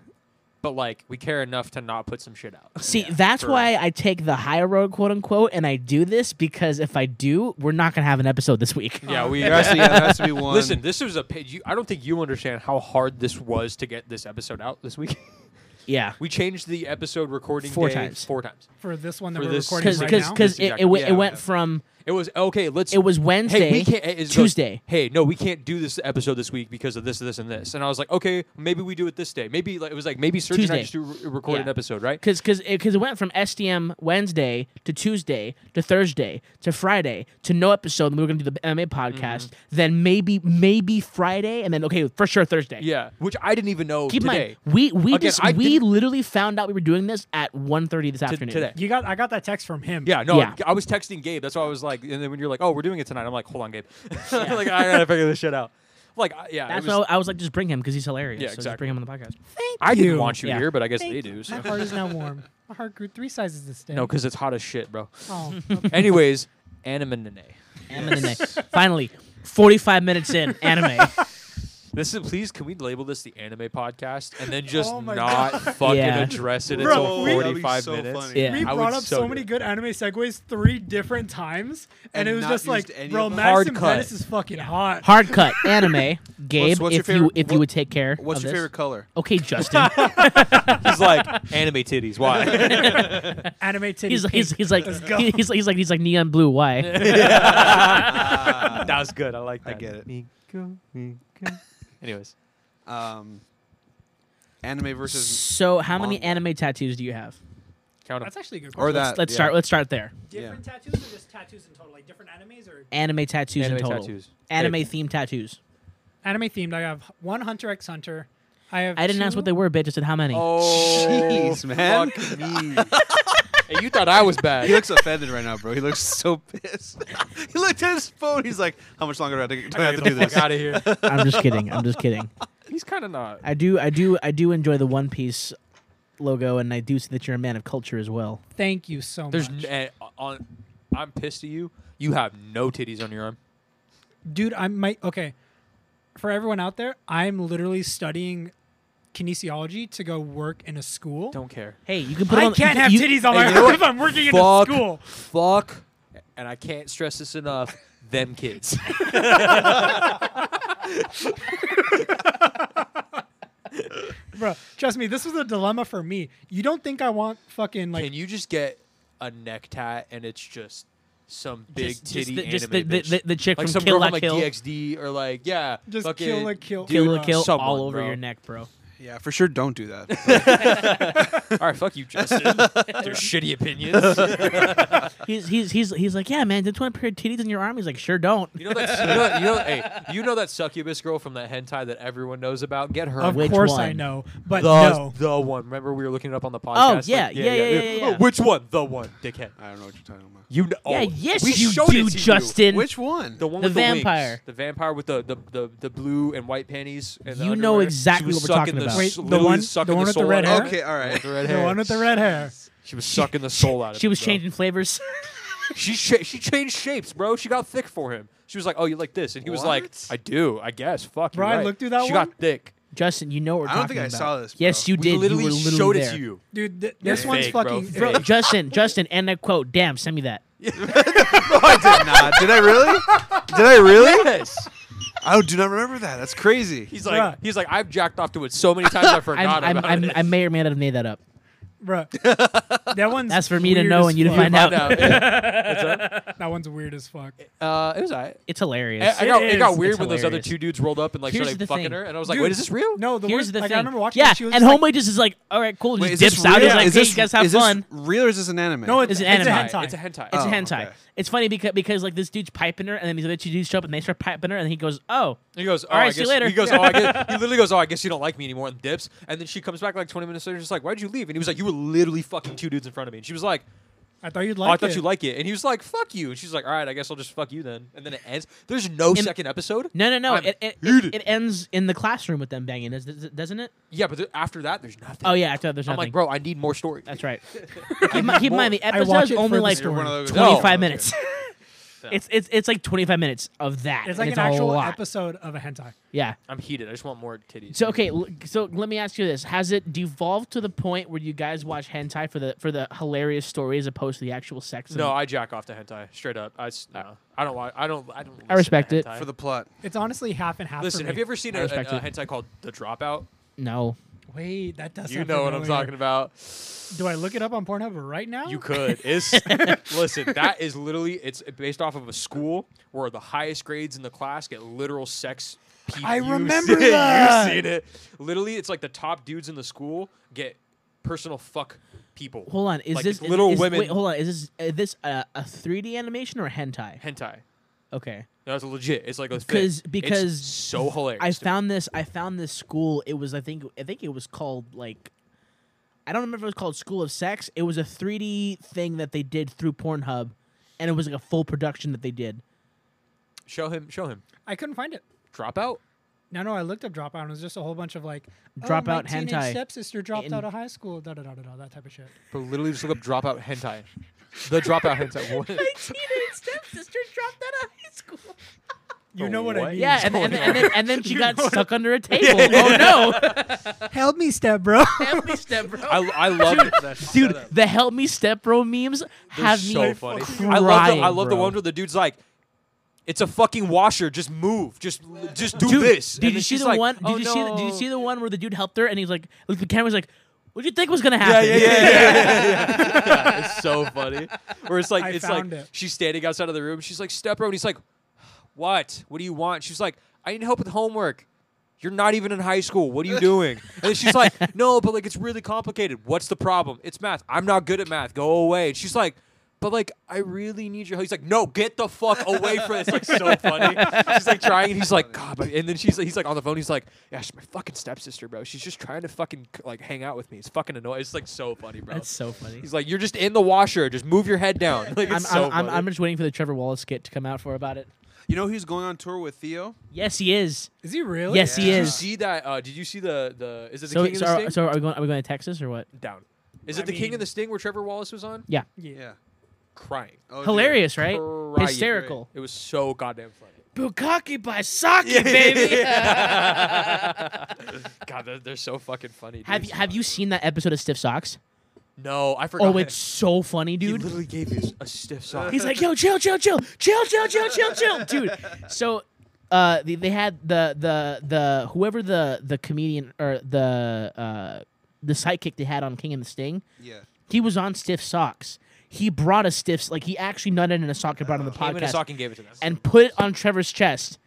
Speaker 4: but like we care enough to not put some shit out.
Speaker 2: See, that's
Speaker 4: for
Speaker 2: why I take the high road, quote unquote, and I do this because if I do, we're not gonna have an episode this week.
Speaker 4: Yeah, we
Speaker 6: There has, to, yeah, there has to be one.
Speaker 4: listen. This was a. pa- You, I don't think you understand how hard this was to get this episode out this week.
Speaker 2: Yeah,
Speaker 4: we changed the episode recording
Speaker 2: Four
Speaker 4: day
Speaker 2: times.
Speaker 4: Four times.
Speaker 5: For this one that
Speaker 4: for
Speaker 5: we're
Speaker 4: this-
Speaker 5: recording
Speaker 2: because
Speaker 5: right
Speaker 2: because
Speaker 5: now.
Speaker 2: because it, it,
Speaker 4: Exactly.
Speaker 2: went- it
Speaker 6: Yeah.
Speaker 2: went from
Speaker 4: It was okay. Let's.
Speaker 2: It was Wednesday,
Speaker 4: Hey, we can't. it goes,
Speaker 2: Tuesday.
Speaker 4: hey, no, we can't do this episode this week because of this, this, and this. And I was like, okay, maybe we do it this day. Maybe like, it was like maybe Serge and I
Speaker 2: Tuesday.
Speaker 4: just do, record an
Speaker 2: Yeah.
Speaker 4: episode, right?
Speaker 2: Because because because it went from SDM Wednesday to Tuesday to Thursday to Friday to no episode. And we were gonna do the MMA
Speaker 4: Mm-hmm.
Speaker 2: podcast. Then maybe maybe Friday, and then okay for sure Thursday.
Speaker 4: Yeah, which I didn't even know
Speaker 2: Keep in
Speaker 4: today.
Speaker 2: mind, we we
Speaker 4: Again,
Speaker 2: just
Speaker 4: I
Speaker 2: we
Speaker 4: didn't-
Speaker 2: literally found out we were doing this at 1.30 this afternoon.
Speaker 4: today.
Speaker 5: You got I got that text from him.
Speaker 4: Yeah, no,
Speaker 2: Yeah.
Speaker 4: I was texting Gabe. That's why I was like, and then when you're like, oh, we're doing it tonight, I'm like, hold on, Gabe. like I gotta figure this shit out. Like, I- yeah,
Speaker 2: That's
Speaker 4: it was,
Speaker 2: why I was like, just bring him because he's hilarious.
Speaker 4: Yeah,
Speaker 2: so just
Speaker 4: exactly.
Speaker 2: bring him on the podcast.
Speaker 4: I didn't
Speaker 5: you.
Speaker 4: want you
Speaker 2: Yeah.
Speaker 4: here, but I guess they
Speaker 5: Thank
Speaker 4: do.
Speaker 5: you.
Speaker 4: So.
Speaker 5: My heart is now warm. My heart grew three sizes this day.
Speaker 4: No, because it's hot as shit, bro.
Speaker 5: Oh,
Speaker 4: Anyways, anime and Nene.
Speaker 2: Anime. Finally, 45 minutes in, anime.
Speaker 4: This is please. Can we label this the anime podcast and then just
Speaker 5: Oh my
Speaker 4: not fucking
Speaker 2: Yeah.
Speaker 4: address it
Speaker 5: Bro,
Speaker 4: until
Speaker 5: we-
Speaker 6: That'd be
Speaker 4: forty-five
Speaker 6: so
Speaker 4: minutes?
Speaker 6: funny.
Speaker 2: yeah.
Speaker 5: we
Speaker 4: I would
Speaker 5: brought up
Speaker 4: so
Speaker 5: so,
Speaker 4: do
Speaker 5: many
Speaker 4: it.
Speaker 5: good anime segues three different times,
Speaker 6: And
Speaker 5: and, it was
Speaker 6: not
Speaker 5: just like,
Speaker 6: used any
Speaker 5: bro,
Speaker 6: of them?
Speaker 4: Hard
Speaker 5: Max and
Speaker 4: cut.
Speaker 5: Venice is fucking hot.
Speaker 2: Hard cut, anime. Gabe,
Speaker 6: what's your
Speaker 2: if you
Speaker 6: favorite-
Speaker 2: if you
Speaker 6: what-
Speaker 2: would take care.
Speaker 6: What's
Speaker 2: of
Speaker 6: your
Speaker 2: this.
Speaker 6: favorite color?
Speaker 2: Okay, Justin.
Speaker 4: He's like anime titties. Why?
Speaker 5: Anime titty.
Speaker 2: he's,
Speaker 5: pink.
Speaker 2: he's he's like
Speaker 5: Let's go.
Speaker 2: he- he's he's like he's like neon blue. Why?
Speaker 6: Uh,
Speaker 4: that was good. I like
Speaker 6: I
Speaker 4: that.
Speaker 6: get it.
Speaker 4: Anyways,
Speaker 6: Um, anime versus
Speaker 2: so, how many
Speaker 6: Manga.
Speaker 2: anime tattoos do you have?
Speaker 4: count 'em.
Speaker 5: That's actually a good.
Speaker 6: or
Speaker 5: Question.
Speaker 4: Uh,
Speaker 6: that.
Speaker 2: Let's
Speaker 6: yeah.
Speaker 2: start. Let's start there.
Speaker 5: different tattoos or just tattoos in total, like different animes or
Speaker 2: Anime tattoos
Speaker 4: Anime
Speaker 2: in total.
Speaker 4: tattoos.
Speaker 2: Anime
Speaker 4: Hey.
Speaker 2: themed tattoos.
Speaker 5: anime themed. I have one Hunter x Hunter. I have.
Speaker 2: I didn't ask what they were, bitch. I said how many.
Speaker 4: Oh,
Speaker 6: Jeez, man.
Speaker 4: fuck me. Hey, you thought I was bad.
Speaker 6: He looks offended right now, bro. He looks so pissed. he looked at his phone. He's like, "How much longer do I have to, do I have to do this?"
Speaker 4: out of here.
Speaker 2: I'm just kidding. I'm just kidding.
Speaker 4: He's kind of not.
Speaker 2: I do I do I do enjoy the One Piece logo, and I do see that you're a man of culture as well.
Speaker 5: Thank you so
Speaker 4: There's
Speaker 5: much,
Speaker 4: n- eh, on. I'm pissed at you. You have no titties on your arm.
Speaker 5: dude. I might. Okay, for everyone out there, I'm literally studying kinesiology to go work in a school.
Speaker 4: Don't care.
Speaker 2: Hey, you can put it
Speaker 5: I
Speaker 2: on,
Speaker 5: can't
Speaker 2: you,
Speaker 5: have
Speaker 2: you-
Speaker 5: titties on my
Speaker 4: you know
Speaker 5: arm
Speaker 4: what?
Speaker 5: if I'm working in a
Speaker 4: Fuck.
Speaker 5: school.
Speaker 4: Fuck. And I can't stress this enough. Them kids.
Speaker 5: Bro, trust me, this was a dilemma for me. You don't think I want fucking like
Speaker 4: Can you just get a neck tat and it's just some big
Speaker 2: Just- just
Speaker 4: titty
Speaker 2: the- just
Speaker 4: anime
Speaker 2: the-
Speaker 4: bitch?
Speaker 2: the- the chick
Speaker 4: like
Speaker 2: from
Speaker 4: some
Speaker 2: Kill
Speaker 4: girl
Speaker 2: la
Speaker 4: from like
Speaker 2: Kill.
Speaker 4: DxD or like yeah,
Speaker 5: Just
Speaker 4: fucking
Speaker 5: Kill la Kill.
Speaker 4: dude,
Speaker 2: kill a kill
Speaker 4: someone,
Speaker 2: all over
Speaker 4: bro.
Speaker 2: your neck, bro.
Speaker 6: Yeah, for sure. Don't do that.
Speaker 4: All right, fuck you, Justin. Your shitty opinions.
Speaker 2: He's he's he's he's like, yeah, man. Don't you want a pair of titties in your arm? He's like, sure, don't.
Speaker 4: You know that. You know, you know, hey, you know that succubus girl from that hentai that everyone knows about. Get her.
Speaker 5: of
Speaker 2: Which
Speaker 5: course I
Speaker 2: one?
Speaker 5: know, but
Speaker 4: the,
Speaker 5: no.
Speaker 4: the one. Remember we were looking it up on the podcast.
Speaker 2: Oh, yeah, yeah, yeah, yeah, yeah,
Speaker 4: Oh,
Speaker 2: yeah.
Speaker 4: Which one? The one, dickhead.
Speaker 6: I don't know what you're talking about.
Speaker 4: You know.
Speaker 2: yeah, yes,
Speaker 4: we
Speaker 2: you
Speaker 4: showed
Speaker 2: do,
Speaker 4: it to you.
Speaker 2: Justin.
Speaker 6: Which one?
Speaker 4: The one
Speaker 2: The
Speaker 4: with the
Speaker 2: vampire.
Speaker 4: wings. The vampire with the the, the, the blue and white panties. And the
Speaker 2: You know
Speaker 4: underwear.
Speaker 2: exactly
Speaker 4: she was
Speaker 2: what we're
Speaker 4: sucking
Speaker 2: talking
Speaker 4: the,
Speaker 2: about.
Speaker 5: Wait,
Speaker 4: s-
Speaker 5: the
Speaker 4: literally
Speaker 5: one-
Speaker 4: sucking
Speaker 5: the one with the
Speaker 4: soul
Speaker 5: red
Speaker 4: out
Speaker 5: hair?
Speaker 4: of it.
Speaker 6: okay, all right.
Speaker 4: The red
Speaker 5: The
Speaker 4: hair.
Speaker 5: one with the red hair.
Speaker 4: She was sucking the soul out of
Speaker 2: She
Speaker 4: it,
Speaker 2: was
Speaker 4: bro.
Speaker 2: changing flavors.
Speaker 4: She sha- she changed shapes, bro. She got thick for him. She was like, "Oh, you like this?" And he was like,
Speaker 6: What?
Speaker 4: "I do, I guess." Fuck.
Speaker 5: Bro,
Speaker 4: you're
Speaker 5: I
Speaker 4: right.
Speaker 5: looked through that
Speaker 4: She
Speaker 5: one.
Speaker 4: got thick.
Speaker 2: Justin, you know what we're
Speaker 6: I don't
Speaker 2: talking
Speaker 6: think I
Speaker 2: about.
Speaker 6: saw this, bro.
Speaker 2: Yes, you
Speaker 4: we
Speaker 2: did. You
Speaker 4: literally
Speaker 2: were literally
Speaker 4: showed
Speaker 2: there.
Speaker 4: it to you.
Speaker 5: Dude, th- this
Speaker 4: fake,
Speaker 5: one's
Speaker 4: bro,
Speaker 5: fucking
Speaker 4: fake.
Speaker 2: Bro,
Speaker 5: fake.
Speaker 2: Justin, Justin, end that quote. Damn, send me that.
Speaker 6: No, I did not. Did I really? Did I really?
Speaker 4: Yes.
Speaker 6: I do not remember that. That's crazy.
Speaker 4: He's like,
Speaker 5: Bruh.
Speaker 4: he's like, I've jacked off to it so many times I
Speaker 2: I'm,
Speaker 4: forgot
Speaker 2: I'm,
Speaker 4: about
Speaker 2: I'm,
Speaker 4: it.
Speaker 2: I may or may not have made that up.
Speaker 5: Bro, that one's
Speaker 2: That's for me to
Speaker 5: weird
Speaker 2: know
Speaker 5: as
Speaker 2: and you to
Speaker 5: fuck.
Speaker 2: find out.
Speaker 5: That one's weird as fuck.
Speaker 4: Uh, it was alright.
Speaker 2: It's hilarious.
Speaker 4: I, I got, it,
Speaker 5: is.
Speaker 4: got weird
Speaker 2: It's
Speaker 4: when those other
Speaker 2: hilarious.
Speaker 4: two dudes rolled up and like
Speaker 2: Here's
Speaker 4: started
Speaker 2: the
Speaker 4: fucking
Speaker 2: thing.
Speaker 4: her, and I was like,
Speaker 5: Dude,
Speaker 4: "Wait, is this real?"
Speaker 5: No, the
Speaker 2: Here's
Speaker 5: worst,
Speaker 2: the
Speaker 5: like,
Speaker 2: thing.
Speaker 5: I remember watching. it,
Speaker 2: yeah,
Speaker 5: she was
Speaker 2: and
Speaker 5: just
Speaker 2: homeboy
Speaker 5: like,
Speaker 2: just is like, all right, cool, and
Speaker 6: Wait,
Speaker 2: just
Speaker 6: is this
Speaker 2: dips out.
Speaker 6: real?
Speaker 2: He's like,
Speaker 6: is
Speaker 2: hey,
Speaker 6: this,
Speaker 2: you guys have
Speaker 6: is
Speaker 2: fun.
Speaker 6: this real or is this an anime?
Speaker 5: No,
Speaker 2: It's
Speaker 5: it's,
Speaker 2: an
Speaker 5: it's a
Speaker 2: anime.
Speaker 5: hentai.
Speaker 4: It's a hentai.
Speaker 2: It's
Speaker 6: Oh,
Speaker 2: a hentai.
Speaker 6: okay.
Speaker 2: It's funny because because like this dude's piping her, and then these other two dudes show up and they start piping her, and he goes, "Oh,
Speaker 4: he goes, "All
Speaker 2: All right,
Speaker 4: I
Speaker 2: see you
Speaker 4: guess,
Speaker 2: later.
Speaker 4: He goes, "Oh, I guess." He literally goes, "Oh, I guess you don't like me anymore," and dips. And then she comes back like 20 minutes later, just like, "Why'd you leave?" And he was like, "You were literally fucking two dudes in front of me." And she was like,
Speaker 5: I thought you'd
Speaker 4: "Oh,
Speaker 5: like
Speaker 4: I thought
Speaker 5: it.
Speaker 4: you liked it." And he was like, "Fuck you." And she's like, "All right, I guess I'll just fuck you then." And then it ends. There's no
Speaker 2: In-
Speaker 4: second episode.
Speaker 2: no, no, no."
Speaker 4: I'm
Speaker 2: It, it, it,
Speaker 4: heated.
Speaker 2: it ends in the classroom with them banging, does- does- doesn't it?
Speaker 4: Yeah, but th- after that, there's nothing.
Speaker 2: Oh yeah, I thought there's
Speaker 4: I'm
Speaker 2: nothing.
Speaker 4: like, bro, I need more story.
Speaker 2: That's right. keep in mind- keep in mind the
Speaker 5: I watch
Speaker 2: episode's
Speaker 5: it for
Speaker 2: only
Speaker 5: the
Speaker 2: like
Speaker 5: story.
Speaker 6: You're one of those- Oh,
Speaker 2: 25
Speaker 6: No.
Speaker 2: minutes. it's it's it's like 25 minutes of that.
Speaker 5: It's
Speaker 2: and
Speaker 5: like
Speaker 2: it's
Speaker 5: an
Speaker 2: a
Speaker 5: actual
Speaker 2: lot.
Speaker 5: episode of a hentai.
Speaker 2: Yeah.
Speaker 4: I'm heated. I just want more titties.
Speaker 2: So okay, l- so let me ask you this: Has it devolved to the point where you guys watch hentai for the for the hilarious story as opposed to the actual sex? in
Speaker 4: No,
Speaker 2: it?
Speaker 4: I jack off to hentai straight up. I, s- no. I don't watch. I don't. I don't. listen to
Speaker 2: Uh, respect it.
Speaker 4: hentai.
Speaker 6: For the plot.
Speaker 5: It's honestly half and half.
Speaker 4: listen,
Speaker 5: for
Speaker 4: have
Speaker 5: me.
Speaker 4: you ever seen
Speaker 2: I
Speaker 4: a, a,
Speaker 2: respect
Speaker 4: a
Speaker 2: it.
Speaker 4: hentai called The Dropout?
Speaker 2: no.
Speaker 5: Wait, that does.
Speaker 4: You
Speaker 5: sound
Speaker 4: know what I'm
Speaker 5: familiar.
Speaker 4: talking about.
Speaker 5: Do I look it up on Pornhub right now?
Speaker 4: You could. It's listen. That is literally. It's based off of a school where the highest grades in the class get literal sex. Pe-
Speaker 5: I
Speaker 4: you
Speaker 5: remember
Speaker 4: see-
Speaker 5: that.
Speaker 4: You seen it? Literally, it's like the top dudes in the school get personal fuck people.
Speaker 2: Hold on, is
Speaker 4: Like,
Speaker 2: this
Speaker 4: it's little
Speaker 2: is- is-
Speaker 4: women
Speaker 2: Wait, hold on, is this uh, this uh, a 3D animation or a hentai?
Speaker 4: hentai?
Speaker 2: Okay,
Speaker 4: That's legit. It's like a thing.
Speaker 2: because
Speaker 4: It's
Speaker 2: because
Speaker 4: so hilarious.
Speaker 2: I
Speaker 4: to me.
Speaker 2: found this. I found this school. It was I think I think it was called like I don't remember if it was called School of Sex. It was a 3D thing that they did through Pornhub, and it was like a full production that they did.
Speaker 4: show him. Show him.
Speaker 5: I couldn't find it.
Speaker 4: Dropout.
Speaker 5: No, no, I looked up dropout and it was just a whole bunch of like oh, my
Speaker 2: Dropout
Speaker 5: teenage
Speaker 2: hentai.
Speaker 5: stepsister dropped
Speaker 2: In-
Speaker 5: out of high school, da da da da da, that type of shit.
Speaker 4: But literally, just look up dropout hentai. The dropout hentai. What?
Speaker 2: teenage stepsister dropped out of high school.
Speaker 5: You know what, I
Speaker 4: what?
Speaker 5: mean?
Speaker 2: Yeah, and, and, and, then, and then she got stuck under a table. Oh no!
Speaker 5: Help me, step bro.
Speaker 2: Help me, step bro.
Speaker 4: I, I love it.
Speaker 2: Dude, the help me step bro memes
Speaker 4: They're
Speaker 2: have
Speaker 4: so
Speaker 2: me
Speaker 4: funny.
Speaker 2: crying.
Speaker 4: I love the I love the
Speaker 2: bro.
Speaker 4: one where the dude's like, "It's a fucking washer. Just move. Just just do
Speaker 2: Dude,
Speaker 4: this." And
Speaker 2: Did
Speaker 4: then
Speaker 2: you see
Speaker 4: she's
Speaker 2: the
Speaker 4: like,
Speaker 2: one? Did
Speaker 4: "Oh,
Speaker 2: you see? The, did you
Speaker 4: no."
Speaker 2: see the one where the dude helped her and he's like, look, the camera's like, what do you think was gonna
Speaker 4: Yeah,
Speaker 2: happen?
Speaker 4: yeah, yeah, yeah, yeah, yeah. Yeah, It's so funny. Where it's like,
Speaker 5: I
Speaker 4: it's
Speaker 5: found
Speaker 4: like
Speaker 5: it.
Speaker 4: she's standing outside of the room. She's like, "Step bro," and he's like, "What? What do you want?" She's like, "I need help with homework." You're not even in high school. What are you doing? And she's like, "No, but like it's really complicated. What's the problem? It's math. I'm not good at math. Go away." And she's like, "But like I really need your help." He's like, "No, get the fuck away from this." Like so funny. She's like trying. And he's like, "God," but, and then she's he's like on the phone. He's like, "Yeah, she's my fucking stepsister, bro. She's just trying to fucking like hang out with me. It's fucking annoying. It's like so funny, bro."
Speaker 2: That's so funny.
Speaker 4: He's like, you're just in the washer. Just move your head down. Like, it's
Speaker 2: I'm,
Speaker 4: so
Speaker 2: I'm, I'm,
Speaker 4: funny.
Speaker 2: I'm just waiting for the Trevor Wallace skit to come out for about it.
Speaker 6: You know who's going on tour with Theo?
Speaker 2: Yes, he is.
Speaker 5: Is he really?
Speaker 2: Yes, he
Speaker 6: Yeah.
Speaker 4: Oh, Did you
Speaker 2: is.
Speaker 4: see that? Uh, did you see the the? Is it the
Speaker 2: So,
Speaker 4: King
Speaker 2: so,
Speaker 4: and the
Speaker 2: are,
Speaker 4: Sting?
Speaker 2: so are we going? Are we going to Texas or what?
Speaker 4: down. Is
Speaker 5: I
Speaker 4: it the King
Speaker 5: mean-
Speaker 4: and the Sting where Trevor Wallace was on?
Speaker 2: Yeah,
Speaker 5: Yeah.
Speaker 6: Yeah.
Speaker 4: Crying.
Speaker 6: Oh, dude.
Speaker 2: hilarious, right?
Speaker 4: Crying.
Speaker 2: Hysterical.
Speaker 4: It was so goddamn funny.
Speaker 2: Bukaki by Saki, baby.
Speaker 4: God, they're, they're so fucking funny. Dude.
Speaker 2: have you, have you seen that episode of Stiff Socks?
Speaker 4: No, I forgot.
Speaker 2: Oh, it's so funny,
Speaker 4: he
Speaker 2: dude.
Speaker 4: literally gave his a stiff sock.
Speaker 2: He's like, yo, chill, chill, chill, chill, chill, chill, chill, chill, dude. So, uh, they, they had the the the whoever the the comedian or the uh the sidekick they had on King and the Sting,
Speaker 6: Yeah.
Speaker 2: he was on Stiff Socks. He brought a stiff, like he actually nutted in a sock and brought it on the
Speaker 4: Came in a
Speaker 2: podcast
Speaker 4: sock and gave it to them.
Speaker 2: and put it on Trevor's chest.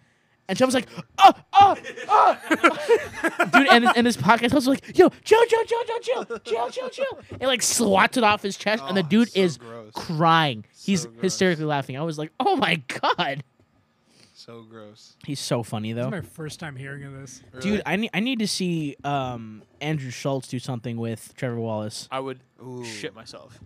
Speaker 2: And Trevor's like, oh, oh, oh. Dude, and, and this podcast host was like, yo, chill, chill, chill, chill, chill, chill, chill, chill. And like swats it off his chest, and the
Speaker 6: Oh,
Speaker 2: dude
Speaker 6: so
Speaker 2: is
Speaker 6: gross.
Speaker 2: crying. He's
Speaker 6: gross.
Speaker 2: hysterically laughing. I was like, oh my God.
Speaker 6: So gross.
Speaker 2: He's so funny,
Speaker 5: This is
Speaker 2: though.
Speaker 5: my first time hearing of this.
Speaker 2: Dude, I need, I need to see um, Andrew Schultz do something with Trevor Wallace.
Speaker 4: I would
Speaker 6: Ooh.
Speaker 4: shit myself.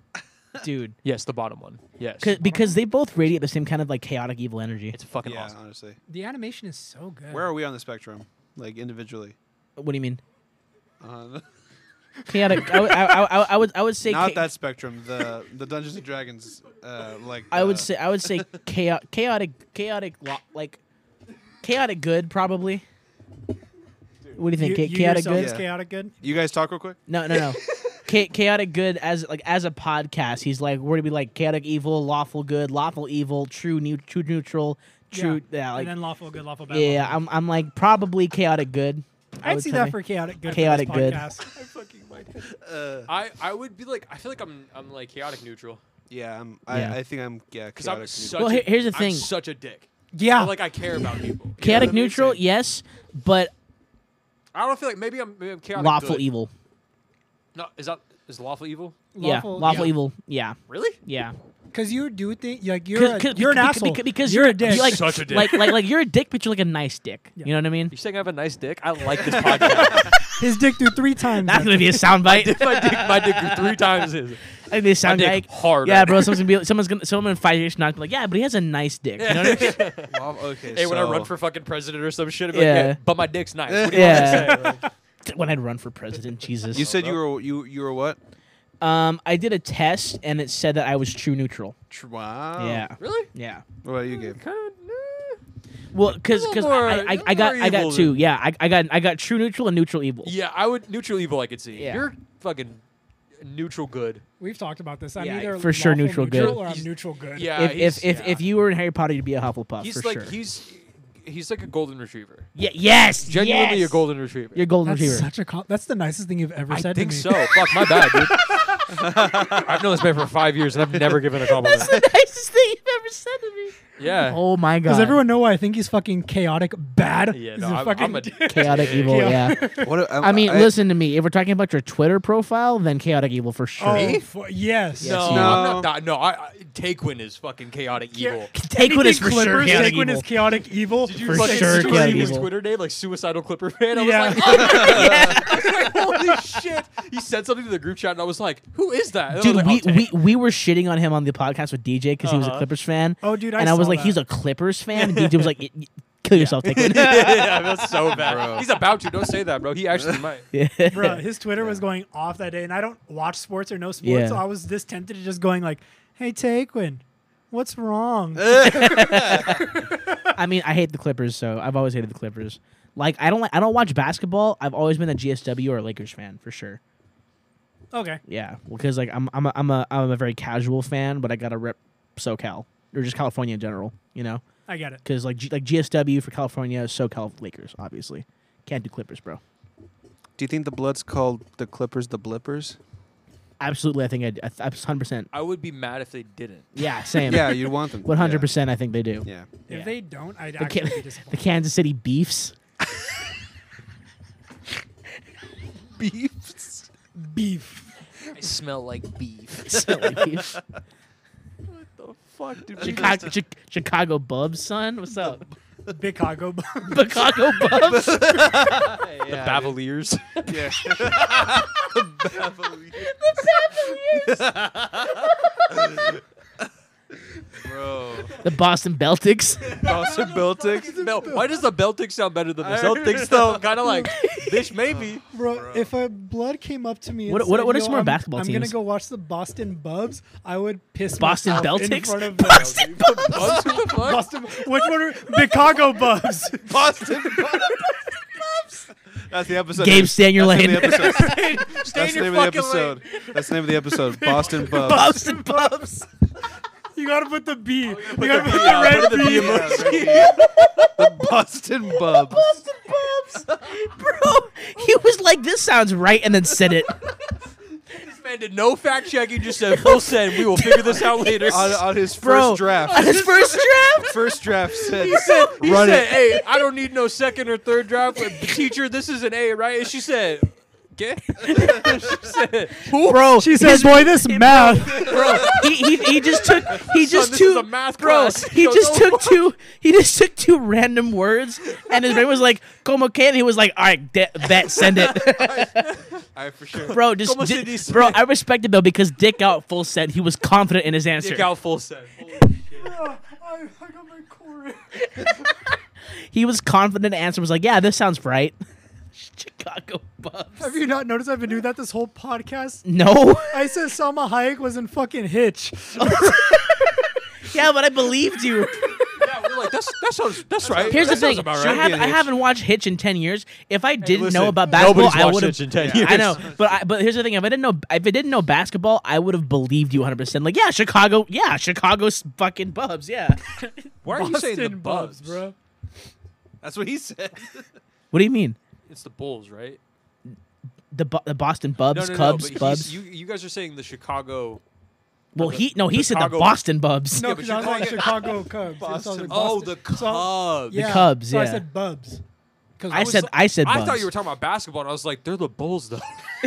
Speaker 2: Dude.
Speaker 4: Yes, the bottom one. Yes,
Speaker 2: 'Cause- because they both radiate the same kind of like chaotic evil energy.
Speaker 4: it's fucking
Speaker 6: yeah,
Speaker 4: awesome.
Speaker 6: honestly.
Speaker 5: The animation is so good.
Speaker 6: Where are we on the spectrum? Like individually?
Speaker 2: What do you mean?
Speaker 6: Uh,
Speaker 2: Chaotic. I, would- I, I, I, I would I would say
Speaker 6: not
Speaker 2: cha-
Speaker 6: that spectrum. The the Dungeons and Dragons. Uh, like.
Speaker 2: I would
Speaker 6: the-
Speaker 2: say I would say chao- chaotic chaotic lo- like chaotic good probably. What do you
Speaker 5: You,
Speaker 2: think? Cha-
Speaker 5: you
Speaker 2: chaotic
Speaker 5: yourself
Speaker 2: good?
Speaker 5: is
Speaker 6: Yeah.
Speaker 5: chaotic good.
Speaker 6: You guys talk real quick.
Speaker 2: No, no, no. Cha- chaotic good as like as a podcast. He's like we're gonna be like chaotic evil, lawful good, lawful evil, true new, true neutral, true yeah,
Speaker 5: and
Speaker 2: like
Speaker 5: then lawful good, lawful bad.
Speaker 2: yeah.
Speaker 5: lawful
Speaker 2: I'm I'm like probably chaotic good.
Speaker 5: bad.
Speaker 2: I
Speaker 5: I'd
Speaker 2: would
Speaker 5: see
Speaker 2: kinda-
Speaker 5: that for chaotic good.
Speaker 2: Chaotic
Speaker 5: for
Speaker 2: good.
Speaker 5: this podcast.
Speaker 6: Uh,
Speaker 4: I, I would be like I feel like I'm I'm like chaotic neutral
Speaker 6: Yeah, I'm, I,
Speaker 2: Yeah.
Speaker 6: I think I'm. Yeah,
Speaker 4: because I'm
Speaker 6: chaotic.
Speaker 4: such
Speaker 2: Well,
Speaker 4: a-
Speaker 2: here- here's the
Speaker 4: I'm
Speaker 2: thing. Ah.
Speaker 4: such a dick.
Speaker 5: Yeah.
Speaker 4: But, like I care about people.
Speaker 2: chaotic
Speaker 6: that makes
Speaker 2: neutral,
Speaker 6: sense.
Speaker 2: yes, but
Speaker 4: I don't feel like maybe I'm, maybe I'm chaotic.
Speaker 2: lawful
Speaker 4: good.
Speaker 2: evil.
Speaker 4: No, is that is lawful evil?
Speaker 2: yeah, lawful
Speaker 5: yeah.
Speaker 2: evil. Yeah,
Speaker 4: Really?
Speaker 2: yeah.
Speaker 5: Because you do think like you're
Speaker 2: Cause,
Speaker 5: a,
Speaker 2: 'cause-
Speaker 5: you're an
Speaker 2: beca-
Speaker 5: asshole.
Speaker 2: beca- because
Speaker 5: you're,
Speaker 2: you're
Speaker 5: a dick.
Speaker 2: you like,
Speaker 4: Such a dick.
Speaker 2: like like like you're a dick, but you're like a nice dick.
Speaker 5: Yeah.
Speaker 2: You know what I mean?
Speaker 4: You saying I have a nice dick? I like this podcast.
Speaker 5: His dick threw three times.
Speaker 2: That's gonna be a soundbite.
Speaker 4: my dick, my dick grew three times his.
Speaker 2: I think they sound
Speaker 4: dick
Speaker 2: like
Speaker 4: harder.
Speaker 2: Yeah, bro. Someone's gonna be someone's gonna someone in five years not be like, yeah, but he has a nice dick. You know what I mean?
Speaker 6: Well, okay.
Speaker 4: Hey, when I
Speaker 6: so-
Speaker 4: run for fucking president or some shit, I'm
Speaker 2: Yeah.
Speaker 4: like, yeah, but my dick's nice. What do you
Speaker 2: Yeah.
Speaker 4: want me to say? Like,
Speaker 2: when I'd run for president, Jesus.
Speaker 6: You said you were you you were what?
Speaker 2: um, I did a test and it said that I was true neutral.
Speaker 6: Tr-
Speaker 4: Oh.
Speaker 6: Wow.
Speaker 2: Yeah,
Speaker 4: really?
Speaker 2: yeah.
Speaker 6: What about you, Gabe?
Speaker 4: Kind of.
Speaker 2: Well, because
Speaker 4: little
Speaker 2: because
Speaker 4: more-
Speaker 2: I, I,
Speaker 4: little
Speaker 2: I got
Speaker 4: more
Speaker 2: I got
Speaker 4: evil
Speaker 2: two.
Speaker 4: than-
Speaker 2: Yeah, I, I got I got true neutral and neutral evil.
Speaker 4: Yeah, I would neutral evil. I could see.
Speaker 2: Yeah.
Speaker 4: You're fucking neutral good.
Speaker 5: We've talked about this. I'm
Speaker 2: Yeah,
Speaker 5: either
Speaker 2: for sure
Speaker 5: lawful
Speaker 2: neutral good.
Speaker 5: or I'm
Speaker 4: He's-
Speaker 5: neutral good.
Speaker 4: Yeah.
Speaker 2: If
Speaker 4: he's-
Speaker 2: if, if
Speaker 4: yeah.
Speaker 2: if you were in Harry Potter, you'd be a Hufflepuff
Speaker 4: he's
Speaker 2: for
Speaker 4: like
Speaker 2: sure.
Speaker 4: he's he's like a golden retriever.
Speaker 2: Yeah, yes,
Speaker 4: Genuinely
Speaker 2: yes.
Speaker 4: a golden retriever.
Speaker 2: You're a golden
Speaker 5: That's
Speaker 2: retriever.
Speaker 5: such a com- that's the nicest thing you've ever
Speaker 4: I
Speaker 5: said
Speaker 4: think
Speaker 5: to me.
Speaker 4: so. Fuck my bad, dude. I've known this man for five years and I've never given a compliment.
Speaker 2: That's the nicest thing you've ever said to me.
Speaker 4: yeah.
Speaker 2: Oh my god.
Speaker 5: Does everyone know why I think he's fucking chaotic, bad?
Speaker 4: yeah,
Speaker 5: He's
Speaker 4: no,
Speaker 5: a
Speaker 4: I'm,
Speaker 5: fucking
Speaker 4: I'm a
Speaker 2: chaotic evil? Yeah.
Speaker 6: What a-
Speaker 2: I mean, listen to me. If we're talking about your Twitter profile, then chaotic evil for
Speaker 5: Oh,
Speaker 2: sure.
Speaker 5: fu- yes.
Speaker 4: No,
Speaker 6: you
Speaker 4: I'm
Speaker 6: are.
Speaker 4: not. di- No, I, I Taquin is fucking chaotic evil.
Speaker 2: Take what is for sure
Speaker 5: Clippers,
Speaker 2: chaotic
Speaker 5: take when
Speaker 2: evil.
Speaker 5: is chaotic evil. Did
Speaker 2: For fucking sure, see chaotic
Speaker 4: his
Speaker 2: evil.
Speaker 4: Twitter name like suicidal Clipper fan. I was
Speaker 5: Yeah.
Speaker 4: like, oh, I was like, holy shit! He said something to the group chat, and I was like, who is that? And I was
Speaker 2: Dude,
Speaker 4: like, "Oh,
Speaker 2: we,
Speaker 4: Taquin."
Speaker 2: we, we were shitting on him on the podcast with DJ because he was a
Speaker 4: Uh-huh.
Speaker 2: Clippers fan.
Speaker 5: Oh, dude, I
Speaker 2: and I was
Speaker 5: saw
Speaker 2: like,
Speaker 5: that.
Speaker 2: he's a Clippers fan. And DJ was like, y- y- kill yourself, take it.
Speaker 4: yeah, I feel so bad. He's about to. Don't say that, bro. He actually might.
Speaker 5: Bro, his Twitter was going off that day, and I don't watch sports or know sports,
Speaker 2: Yeah.
Speaker 5: so I was just tempted to just going like, "Hey, Taquin, what's wrong?"
Speaker 2: I mean, I hate the Clippers, so I've always hated the Clippers. Like, I don't like, I don't watch basketball. I've always been a GSW or a Lakers fan for sure.
Speaker 5: okay,
Speaker 2: Yeah, because like I'm I'm a, I'm a I'm a very casual fan, but I gotta rep SoCal or just California in general, you know,
Speaker 5: I get it.
Speaker 2: because like G, like GSW for California, SoCal Lakers, obviously. Can't do Clippers, bro.
Speaker 6: do you think the blood's called the Clippers the Blippers?
Speaker 2: Absolutely, I think I hundred percent.
Speaker 4: I would be mad if they didn't.
Speaker 2: Yeah, same.
Speaker 6: Yeah, you'd want them.
Speaker 2: one hundred percent. I think they do.
Speaker 6: Yeah.
Speaker 5: If
Speaker 2: Yeah.
Speaker 5: they don't, I'd
Speaker 2: The,
Speaker 5: actually
Speaker 2: Ca-
Speaker 5: be
Speaker 2: the
Speaker 5: disappointed.
Speaker 2: Kansas City Beefs.
Speaker 6: Beefs.
Speaker 5: Beef.
Speaker 4: I smell like beef.
Speaker 2: Silly Beefs.
Speaker 4: the fuck, dude?
Speaker 2: Chicago, Chi- Chicago Bubs, son. What's up?
Speaker 5: Chicago.
Speaker 2: Chicago Bubs.
Speaker 4: the Bavaliers.
Speaker 6: Yeah. Bro.
Speaker 2: the Boston Celtics.
Speaker 6: Boston Celtics.
Speaker 4: Bel- Why does the Celtics sound better than the Celtics though? Kind of like this, maybe.
Speaker 5: Bro, if a blood came up to me,
Speaker 2: What-
Speaker 5: and
Speaker 2: what-
Speaker 5: said,
Speaker 2: what are
Speaker 5: "Yo,
Speaker 2: some more
Speaker 5: I'm-
Speaker 2: basketball
Speaker 5: I'm gonna
Speaker 2: teams?
Speaker 5: go watch the Boston Bubs. I would piss
Speaker 2: Boston
Speaker 5: myself in
Speaker 2: Celtics?
Speaker 5: front of the-
Speaker 2: Boston Bubs.
Speaker 4: Bugs, what the fuck?
Speaker 5: Boston. Which one? Are, Chicago Bubs.
Speaker 6: Boston That's the episode.
Speaker 2: Gabe, stay in your
Speaker 6: That's the name
Speaker 2: lane.
Speaker 6: of the episode.
Speaker 4: Stay
Speaker 6: That's
Speaker 4: in
Speaker 6: the
Speaker 4: your
Speaker 6: name of the
Speaker 4: fucking
Speaker 6: episode.
Speaker 4: lane.
Speaker 6: That's the name of the episode. Boston Bubs.
Speaker 2: Boston Bubs.
Speaker 5: You gotta put the B. Oh, You
Speaker 4: Put
Speaker 5: gotta
Speaker 4: the
Speaker 5: put
Speaker 4: bee
Speaker 5: the
Speaker 4: out,
Speaker 5: red
Speaker 4: put the bee
Speaker 5: B.
Speaker 4: emoji.
Speaker 6: The Boston Bubs.
Speaker 2: Boston Bubs. Bro, he was like, this sounds right, and then said it.
Speaker 4: This man did no fact checking. Just said full send. We will figure this out later.
Speaker 6: On, on his first
Speaker 2: Bro.
Speaker 6: draft.
Speaker 2: His first draft.
Speaker 6: First draft said,
Speaker 4: He said, he
Speaker 6: run
Speaker 4: said,
Speaker 6: it.
Speaker 4: "Hey, I don't need no second or third draft. But teacher, this is an A, right?" And she said, "Get." she said, "Who?"
Speaker 2: Bro,
Speaker 5: She says,
Speaker 2: his-
Speaker 5: "Boy, this math."
Speaker 2: bro, he, he, he just took he just
Speaker 4: this
Speaker 2: took
Speaker 4: is a math
Speaker 2: bro,
Speaker 4: class. "Oh,
Speaker 2: he
Speaker 4: Don't
Speaker 2: just
Speaker 4: know
Speaker 2: took two he just took two random words and his brain was like como que and he was like all right de- bet send it
Speaker 6: I for sure.
Speaker 2: bro just
Speaker 4: Como se
Speaker 2: di-
Speaker 4: dice?
Speaker 2: bro I respect it though because Dick out full set he was confident in his answer
Speaker 4: Dick out full send.
Speaker 2: he was confident in answer was like yeah this sounds right Chicago Bubs
Speaker 5: Have you not noticed I've been doing that this whole podcast?
Speaker 2: no
Speaker 5: I said Salma Hayek was in fucking Hitch.
Speaker 2: yeah but I believed you
Speaker 4: Yeah, we're like, that's that sounds that's right.
Speaker 2: here's the
Speaker 4: That sounds
Speaker 2: thing
Speaker 4: about
Speaker 2: I,
Speaker 4: right.
Speaker 2: have,
Speaker 6: Yeah,
Speaker 2: I
Speaker 6: Hitch.
Speaker 2: haven't watched Hitch in ten years if I didn't know about basketball I would have
Speaker 4: ten
Speaker 2: I know, but I, but here's the thing: if I didn't know if I didn't know basketball, I would have believed you 100. percent Like, yeah, Chicago, yeah, Chicago's fucking Bubs, yeah.
Speaker 4: Why are you saying the Bubs,
Speaker 5: bro.
Speaker 6: That's what he said.
Speaker 2: What do you mean
Speaker 4: It's the Bulls, right?
Speaker 2: the Bu- the Boston Bubs,
Speaker 4: No, no,
Speaker 2: Cubs,
Speaker 4: no, but he's-
Speaker 2: Bubs?
Speaker 4: You, you guys are saying the Chicago.
Speaker 2: well,
Speaker 4: the-
Speaker 2: he no, he said the
Speaker 4: Chicago-
Speaker 2: Boston Bubs.
Speaker 5: No,
Speaker 4: Yeah, but
Speaker 5: because
Speaker 4: you're
Speaker 5: I was like
Speaker 4: calling it-
Speaker 5: Chicago Cubs. So I was
Speaker 6: Boston.
Speaker 5: like,
Speaker 4: Oh,
Speaker 5: Boston. So-
Speaker 4: the Cubs.
Speaker 5: yeah.
Speaker 2: Cubs,
Speaker 5: So I
Speaker 2: yeah.
Speaker 5: said Bubs. Because
Speaker 2: I
Speaker 4: was
Speaker 2: said
Speaker 4: like-
Speaker 2: I said
Speaker 4: I
Speaker 2: Bubs.
Speaker 4: thought you were talking about basketball, and I was like, they're the Bulls, though.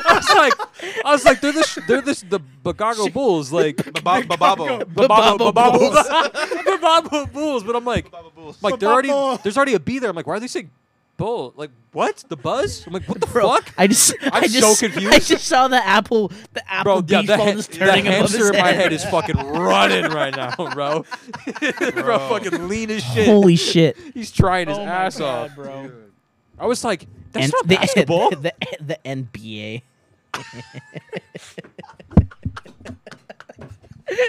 Speaker 4: I was like, I was like, they're the sh- they're the sh- the Chicago Bulls, like
Speaker 6: Babo- Bababo.
Speaker 4: Bababo
Speaker 2: Bababo
Speaker 4: Bulls,
Speaker 2: Bulls.
Speaker 4: Bababo Bulls. But I'm like,
Speaker 6: Bababo Bulls.
Speaker 4: like they're already
Speaker 5: Bababo.
Speaker 4: there's already a B there. I'm like, why are they saying bull? Like what? The Buzz? I'm like, what the
Speaker 2: Bro,
Speaker 4: fuck?
Speaker 2: I just
Speaker 4: I'm
Speaker 2: I just,
Speaker 4: so confused.
Speaker 2: I just saw the apple the apple
Speaker 4: Bro, yeah,
Speaker 2: beach
Speaker 4: the,
Speaker 2: ball
Speaker 4: ha-
Speaker 2: just
Speaker 4: the
Speaker 2: turning above
Speaker 4: hamster
Speaker 2: his
Speaker 4: in my head
Speaker 2: head.
Speaker 4: is fucking running right now, bro. bro. fucking lean as shit.
Speaker 2: Holy shit!
Speaker 4: He's trying his ass off.
Speaker 5: bro.
Speaker 4: I was like, that's
Speaker 2: and
Speaker 4: not
Speaker 2: the,
Speaker 4: basketball.
Speaker 2: The, the NBA.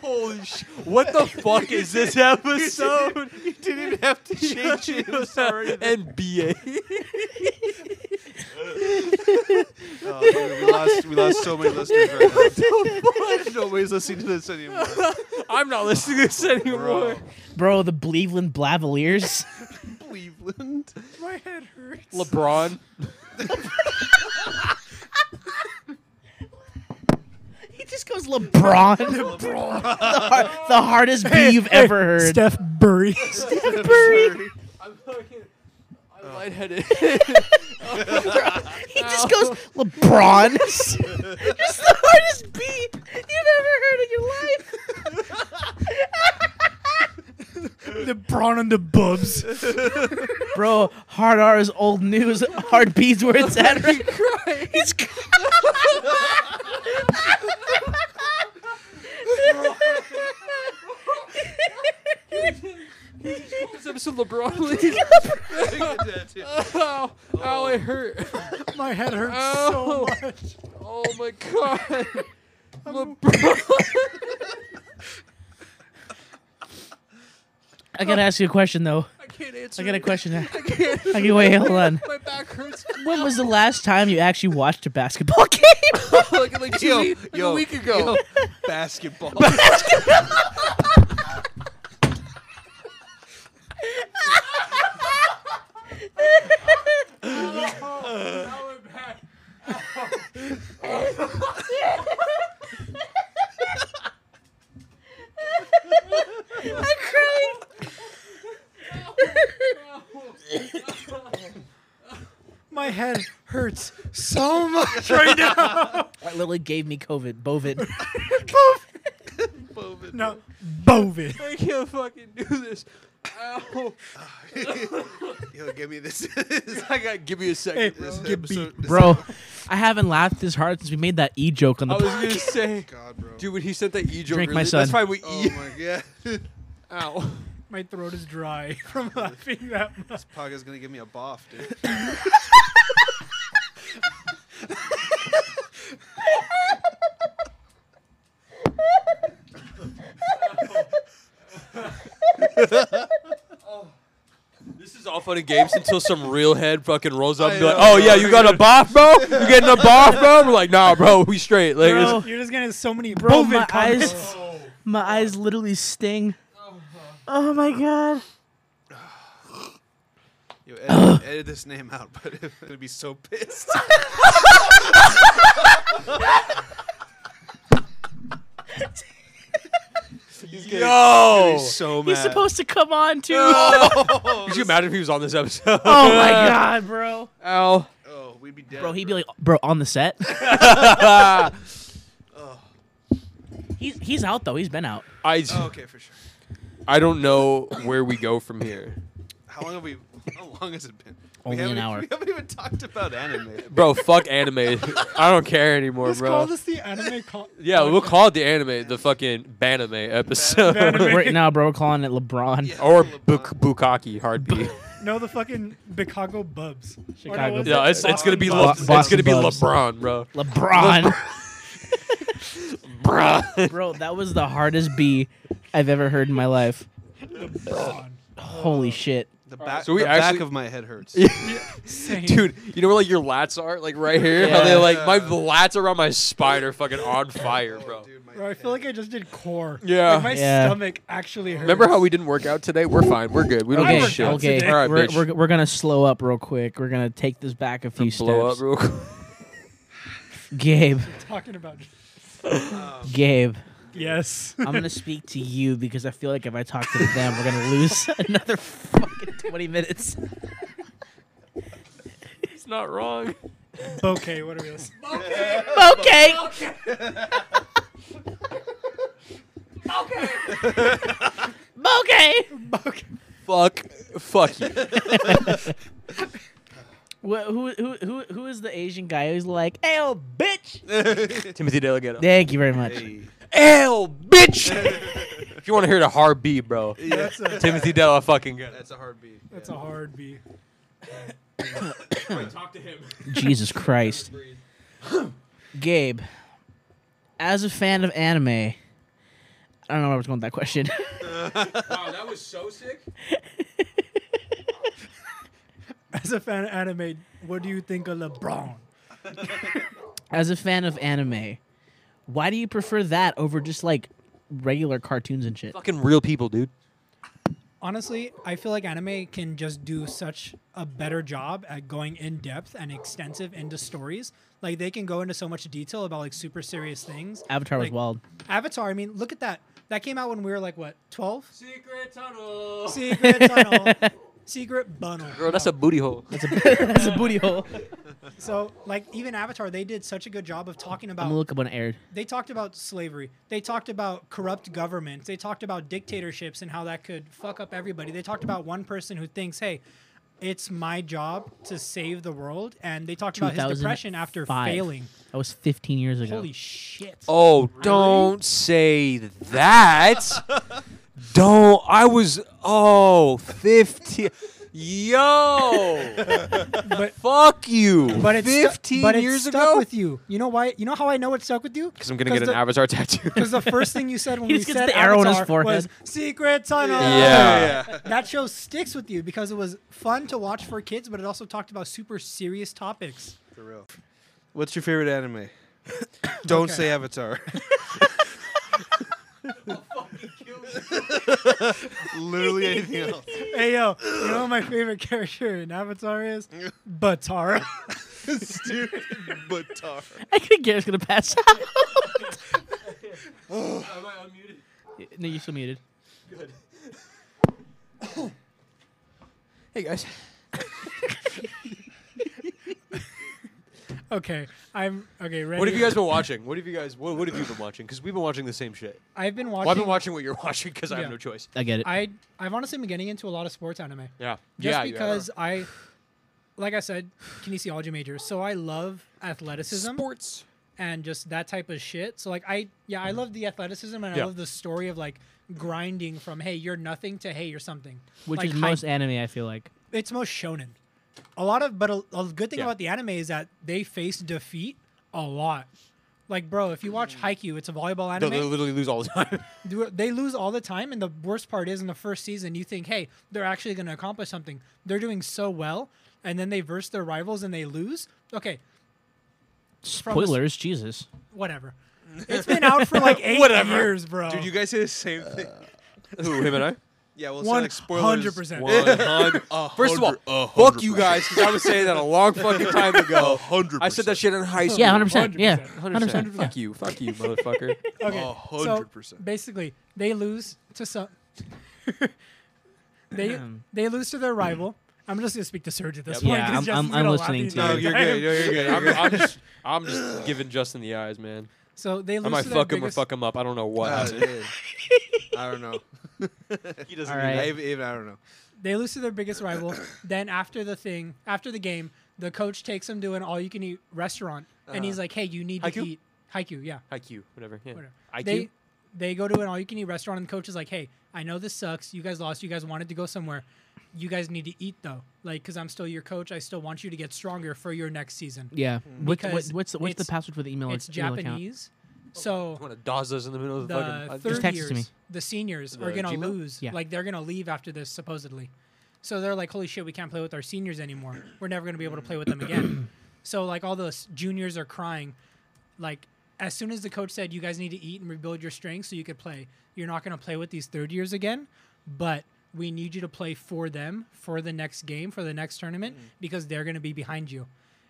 Speaker 4: Holy sh- What the fuck is this episode?
Speaker 6: You didn't even have to change it.
Speaker 4: NBA.
Speaker 6: Oh, dude, we lost we lost so many listeners right now. Nobody's listening to this anymore.
Speaker 4: I'm not listening to this anymore.
Speaker 6: Bro.
Speaker 2: Bro, the Cleveland Blavaliers.
Speaker 6: Cleveland.
Speaker 5: My head hurts.
Speaker 4: LeBron.
Speaker 2: he just goes LeBron. The, har- the hardest B you've ever heard.
Speaker 5: Steph Burry.
Speaker 2: Steph Curry.
Speaker 4: I'm fucking. I'm lightheaded.
Speaker 2: He just goes LeBron. Just the hardest B you've ever heard in your life.
Speaker 5: LeBron and the Bubs.
Speaker 2: Bro, hard R is old news. Hard B's where it's at. Right? He's cr-
Speaker 4: this episode LeBron leaves. Ow, ow, Oh, it hurt.
Speaker 5: My head hurts
Speaker 4: Ow.
Speaker 5: so much.
Speaker 4: Oh my god. LeBron.
Speaker 2: I gotta ask you a question though.
Speaker 4: I can't answer.
Speaker 2: I got a
Speaker 4: it.
Speaker 2: question.
Speaker 4: I can't.
Speaker 2: Okay, wait, hold on.
Speaker 4: My back hurts.
Speaker 2: When was the last time you actually watched a basketball game?
Speaker 4: like like, two
Speaker 6: Yo,
Speaker 4: week, like
Speaker 6: yo,
Speaker 4: a week ago.
Speaker 6: yo, basketball.
Speaker 5: My head hurts so much right now.
Speaker 2: That literally gave me COVID. Bovid.
Speaker 5: No, Bovin.
Speaker 4: I can't fucking do this. Ow.
Speaker 6: Yo, give me this.
Speaker 4: I got. to Give me a second.
Speaker 5: Hey,
Speaker 6: this
Speaker 5: get beat.
Speaker 6: episode- this-
Speaker 2: Bro, I haven't laughed this hard since we made that E joke on the
Speaker 4: I was
Speaker 2: podcast.
Speaker 4: gonna say,
Speaker 6: God, bro.
Speaker 4: dude, when he sent that E joke,
Speaker 2: Drink my
Speaker 4: really,
Speaker 2: son.
Speaker 4: that's why we
Speaker 6: Oh
Speaker 4: E.
Speaker 6: my god.
Speaker 4: Ow.
Speaker 5: My throat is dry from laughing that much.
Speaker 6: Paga's gonna give me a boff, dude.
Speaker 4: This is all fun and games until some real head fucking rolls up and be
Speaker 6: I
Speaker 4: like,
Speaker 6: know,
Speaker 4: "Oh yeah, you got a boff, bro? You getting a boff, bro?" We're like, "Nah, bro, we straight." Like,
Speaker 2: Bro.
Speaker 4: it's-
Speaker 5: You're just getting so many
Speaker 2: Bro,
Speaker 5: Bovin
Speaker 2: my
Speaker 5: comments.
Speaker 2: eyes, my eyes literally sting. Oh my god.
Speaker 6: Yo, edit, edit this name out, but I'm gonna be so pissed. he's getting,
Speaker 4: yo,
Speaker 6: so mad.
Speaker 2: He's supposed to come on too.
Speaker 4: could you imagine if he was on this episode?
Speaker 2: Oh my god, bro.
Speaker 4: Ow.
Speaker 6: Oh, we'd be dead.
Speaker 2: Bro, he'd be like, bro, on the set. Oh. he's he's out though. He's been out.
Speaker 4: I
Speaker 6: Oh, okay, for sure.
Speaker 4: I don't know where we go from here,
Speaker 6: How long have we? How long has it been?
Speaker 2: Only
Speaker 6: we haven't-
Speaker 2: an hour.
Speaker 6: We haven't even talked about anime.
Speaker 4: bro. Fuck anime. I don't care anymore,
Speaker 5: Let's
Speaker 4: bro.
Speaker 5: call this the anime call.
Speaker 4: yeah, we'll call it the anime, the fucking banime episode,
Speaker 5: Banime.
Speaker 2: right now, bro, we're calling it LeBron.
Speaker 6: Yeah,
Speaker 4: or
Speaker 6: LeBron.
Speaker 4: Buk- Bukaki hard B.
Speaker 5: No, the fucking Chicago Bubs. Or no,
Speaker 2: Chicago
Speaker 5: was
Speaker 4: yeah,
Speaker 5: it
Speaker 4: it's, it's gonna be
Speaker 5: Boston
Speaker 4: Le-
Speaker 5: Bubs?
Speaker 4: it's
Speaker 2: Boston
Speaker 4: gonna be
Speaker 2: Bubs.
Speaker 4: LeBron, bro.
Speaker 2: LeBron.
Speaker 4: Bruh.
Speaker 2: bro, that was the hardest B I've ever heard in my life.
Speaker 5: LeBron.
Speaker 2: Holy shit.
Speaker 6: The back.
Speaker 4: so we
Speaker 6: the
Speaker 4: actually-
Speaker 6: back of my head hurts.
Speaker 5: Same.
Speaker 4: Dude, you know where like your lats are, like right here. How they
Speaker 2: Yeah.
Speaker 4: like my lats around my spine are fucking on fire, bro.
Speaker 6: Dude, my
Speaker 5: Bro, I feel like I just did core.
Speaker 4: Yeah.
Speaker 5: Like, my
Speaker 2: Yeah.
Speaker 5: stomach actually hurts.
Speaker 4: Remember how we didn't work out today? We're fine. We're good. We don't
Speaker 5: I
Speaker 2: Okay,
Speaker 4: give a
Speaker 5: worked
Speaker 4: shit.
Speaker 5: out
Speaker 2: okay.
Speaker 5: today.
Speaker 4: All right,
Speaker 2: we're,
Speaker 4: bitch.
Speaker 2: we're, we're gonna slow up real quick. We're gonna take this back a few
Speaker 4: blow up
Speaker 2: steps.
Speaker 4: real quick.
Speaker 2: Gabe,
Speaker 5: talking about?
Speaker 2: Gabe,
Speaker 5: Yes.
Speaker 2: I'm gonna speak to you because I feel like if I talk to them, we're gonna lose another fucking 20 minutes.
Speaker 4: It's not wrong.
Speaker 5: okay, what are we listening?
Speaker 2: Okay. Okay.
Speaker 5: Okay.
Speaker 4: Fuck. Fuck you.
Speaker 2: Wh- who, who, who, who is the Asian guy who's like, "Hey, old bitch"?
Speaker 4: Timothy Delgado.
Speaker 2: Thank you very much.
Speaker 6: Hey.
Speaker 4: Ew, bitch. if you want to hear the hard B, bro,
Speaker 6: Yeah,
Speaker 5: That's a,
Speaker 4: Timothy Della fucking good.
Speaker 6: that's a hard beat.
Speaker 5: that's a hard B.
Speaker 4: Talk to him.
Speaker 2: Jesus Christ. Gabe, as a fan of anime, I don't know where I was going with that question.
Speaker 4: Wow, that was so sick.
Speaker 5: As a fan of anime, what do you think of LeBron?
Speaker 2: as a fan of anime, why do you prefer that over just like regular cartoons and shit?
Speaker 4: Fucking real people, dude.
Speaker 5: honestly, I feel like anime can just do such a better job at going in depth and extensive into stories. Like they can go into so much detail about like super serious things.
Speaker 2: Avatar was
Speaker 5: Like,
Speaker 2: wild.
Speaker 5: Avatar, I mean, look at that. That came out when we were like what, twelve? Secret tunnel. Secret tunnel. Secret bunnel.
Speaker 4: Bro, that's a booty hole.
Speaker 2: That's a, that's a booty hole.
Speaker 5: So like even Avatar, they did such a good job of talking
Speaker 2: I'm
Speaker 5: about
Speaker 2: gonna look up when it aired.
Speaker 5: they talked about slavery. They talked about corrupt governments. They talked about dictatorships and how that could fuck up everybody. They talked about one person who thinks, "Hey, it's my job to save the world," and they talked about his depression after
Speaker 2: 2005.
Speaker 5: failing.
Speaker 2: That was 15 years ago.
Speaker 5: Holy shit!
Speaker 4: Oh, don't say that. don't. I was. Oh, 50. Yo.
Speaker 5: But-
Speaker 4: fuck you.
Speaker 5: But it's stu-
Speaker 4: 15
Speaker 5: but it
Speaker 4: years
Speaker 5: stuck
Speaker 4: ago?
Speaker 5: with you. You know why? You know how I know it stuck with you?
Speaker 4: Because I'm going to get an
Speaker 5: the,
Speaker 4: Avatar tattoo.
Speaker 5: Because the first thing you said when
Speaker 2: He
Speaker 5: we
Speaker 2: just gets
Speaker 5: said
Speaker 2: the arrow on his
Speaker 5: Avatar
Speaker 2: forehead.
Speaker 5: was "Secret Tunnel."
Speaker 4: Yeah.
Speaker 5: that show sticks with you because it was fun to watch for kids, but it also talked about super serious topics.
Speaker 6: For real. What's your favorite anime? Don't
Speaker 5: Okay.
Speaker 6: say Avatar. Literally anything else.
Speaker 5: Hey yo, you know what my favorite character in Avatar is? Batara.
Speaker 6: Stupid Batar.
Speaker 2: I could Garrett's gonna pass out. No, you're still muted.
Speaker 4: hey, guys.
Speaker 5: Okay, I'm okay. Ready?
Speaker 4: What have you guys been watching? What have you guys. What, what have you been watching? Because we've been watching the same shit.
Speaker 5: I've been watching.
Speaker 4: Well, I've been watching what you're watching because I
Speaker 5: Yeah.
Speaker 4: have no choice.
Speaker 2: I get it.
Speaker 5: I I've honestly been getting into a lot of sports anime.
Speaker 4: Yeah.
Speaker 5: Just
Speaker 4: yeah, you
Speaker 5: because I, like I said, kinesiology major, so I love
Speaker 4: are.
Speaker 5: athleticism
Speaker 4: sports.
Speaker 5: and just that type of shit. So like I yeah I love the athleticism and I
Speaker 4: Mm-hmm. Yeah.
Speaker 5: love the story of like grinding from hey you're nothing to hey you're something,
Speaker 2: Which
Speaker 5: Like,
Speaker 2: is
Speaker 5: hy-
Speaker 2: most anime, I feel like.
Speaker 5: it's most shonen. A lot of, but a, a good thing
Speaker 4: Yeah.
Speaker 5: about the anime is that they face defeat a lot. Like, bro, if you watch Haikyuu, it's a volleyball
Speaker 4: They
Speaker 5: anime.
Speaker 4: they literally lose all the time.
Speaker 5: Do- They lose all the time, and the worst part is in the first season, you think, hey, they're actually going to accomplish something. They're doing so well, and then they verse their rivals and they lose. Okay, from the s-
Speaker 2: Spoilers, Jesus.
Speaker 5: whatever. It's been out for like eight
Speaker 4: Whatever.
Speaker 5: years, bro.
Speaker 6: Dude, you guys say the same thing.
Speaker 4: Who, him and I?
Speaker 6: Yeah, well,
Speaker 5: Uh, One
Speaker 6: like spoilers.
Speaker 5: hundred percent.
Speaker 4: First of all, fuck you guys, because I was saying that a long fucking time ago. I said that shit in high
Speaker 5: Oh,
Speaker 4: school.
Speaker 2: Yeah, 100%. Yeah,
Speaker 5: 100%.
Speaker 2: 100%.
Speaker 4: Fuck you, fuck you, motherfucker.
Speaker 5: Okay,
Speaker 6: A
Speaker 5: so
Speaker 6: hundred percent.
Speaker 5: basically, they lose to some. they they lose to their rival. I'm just gonna speak to Serge at this
Speaker 2: Yeah,
Speaker 5: point. 'cause
Speaker 2: I'm- I'm-
Speaker 5: Justin's
Speaker 2: I'm
Speaker 5: gonna laugh
Speaker 2: listening
Speaker 5: at
Speaker 2: to
Speaker 5: me.
Speaker 2: you.
Speaker 6: No, you're good. No, you're good.
Speaker 4: I'm, I'm just, I'm just giving Justin the eyes, man.
Speaker 5: So they lose.
Speaker 4: I might
Speaker 5: to their
Speaker 4: fuck him or
Speaker 5: biggest-
Speaker 4: fuck him up. I don't know what.
Speaker 6: Uh, dude. I don't know.
Speaker 4: he doesn't.
Speaker 2: All
Speaker 4: even-
Speaker 6: I,
Speaker 2: right.
Speaker 6: even, I don't know.
Speaker 5: They lose to their biggest rival. Then after the thing, after the game, the coach takes them to an all-you-can-eat restaurant,
Speaker 2: Uh-huh.
Speaker 5: and he's like, "Hey, you need to
Speaker 4: Haikyuu?
Speaker 5: eat haiku." Yeah,
Speaker 4: IQ, whatever. Yeah.
Speaker 5: whatever.
Speaker 4: IQ.
Speaker 5: They they go to an all-you-can-eat restaurant, and the coach is like, "Hey, I know this sucks. You guys lost. You guys wanted to go somewhere. You guys need to eat though, like, because I'm still your coach. I still want you to get stronger for your next season."
Speaker 2: Yeah. What, what,
Speaker 5: Mm-hmm. Because
Speaker 2: what's the, what's the
Speaker 5: it's-
Speaker 2: password for the email?
Speaker 5: it's
Speaker 2: email account?
Speaker 5: Japanese.
Speaker 4: Oh,
Speaker 5: So
Speaker 4: want to dawes us in the middle of the,
Speaker 5: the
Speaker 4: fucking. uh,
Speaker 5: third
Speaker 2: text it
Speaker 5: years,
Speaker 2: to me.
Speaker 5: the seniors are
Speaker 4: The
Speaker 5: gonna
Speaker 4: Gmail?
Speaker 5: lose.
Speaker 2: Yeah.
Speaker 5: Like they're gonna leave after this supposedly. So they're like, holy shit, we can't play with our seniors anymore. We're never gonna be able to play with them again. so like all those juniors are crying. Like as soon as the coach said you guys need to eat and rebuild your strength so you could play, you're not gonna play with these third years again. But we need you to play for them for the next game for the next tournament because they're gonna be behind you.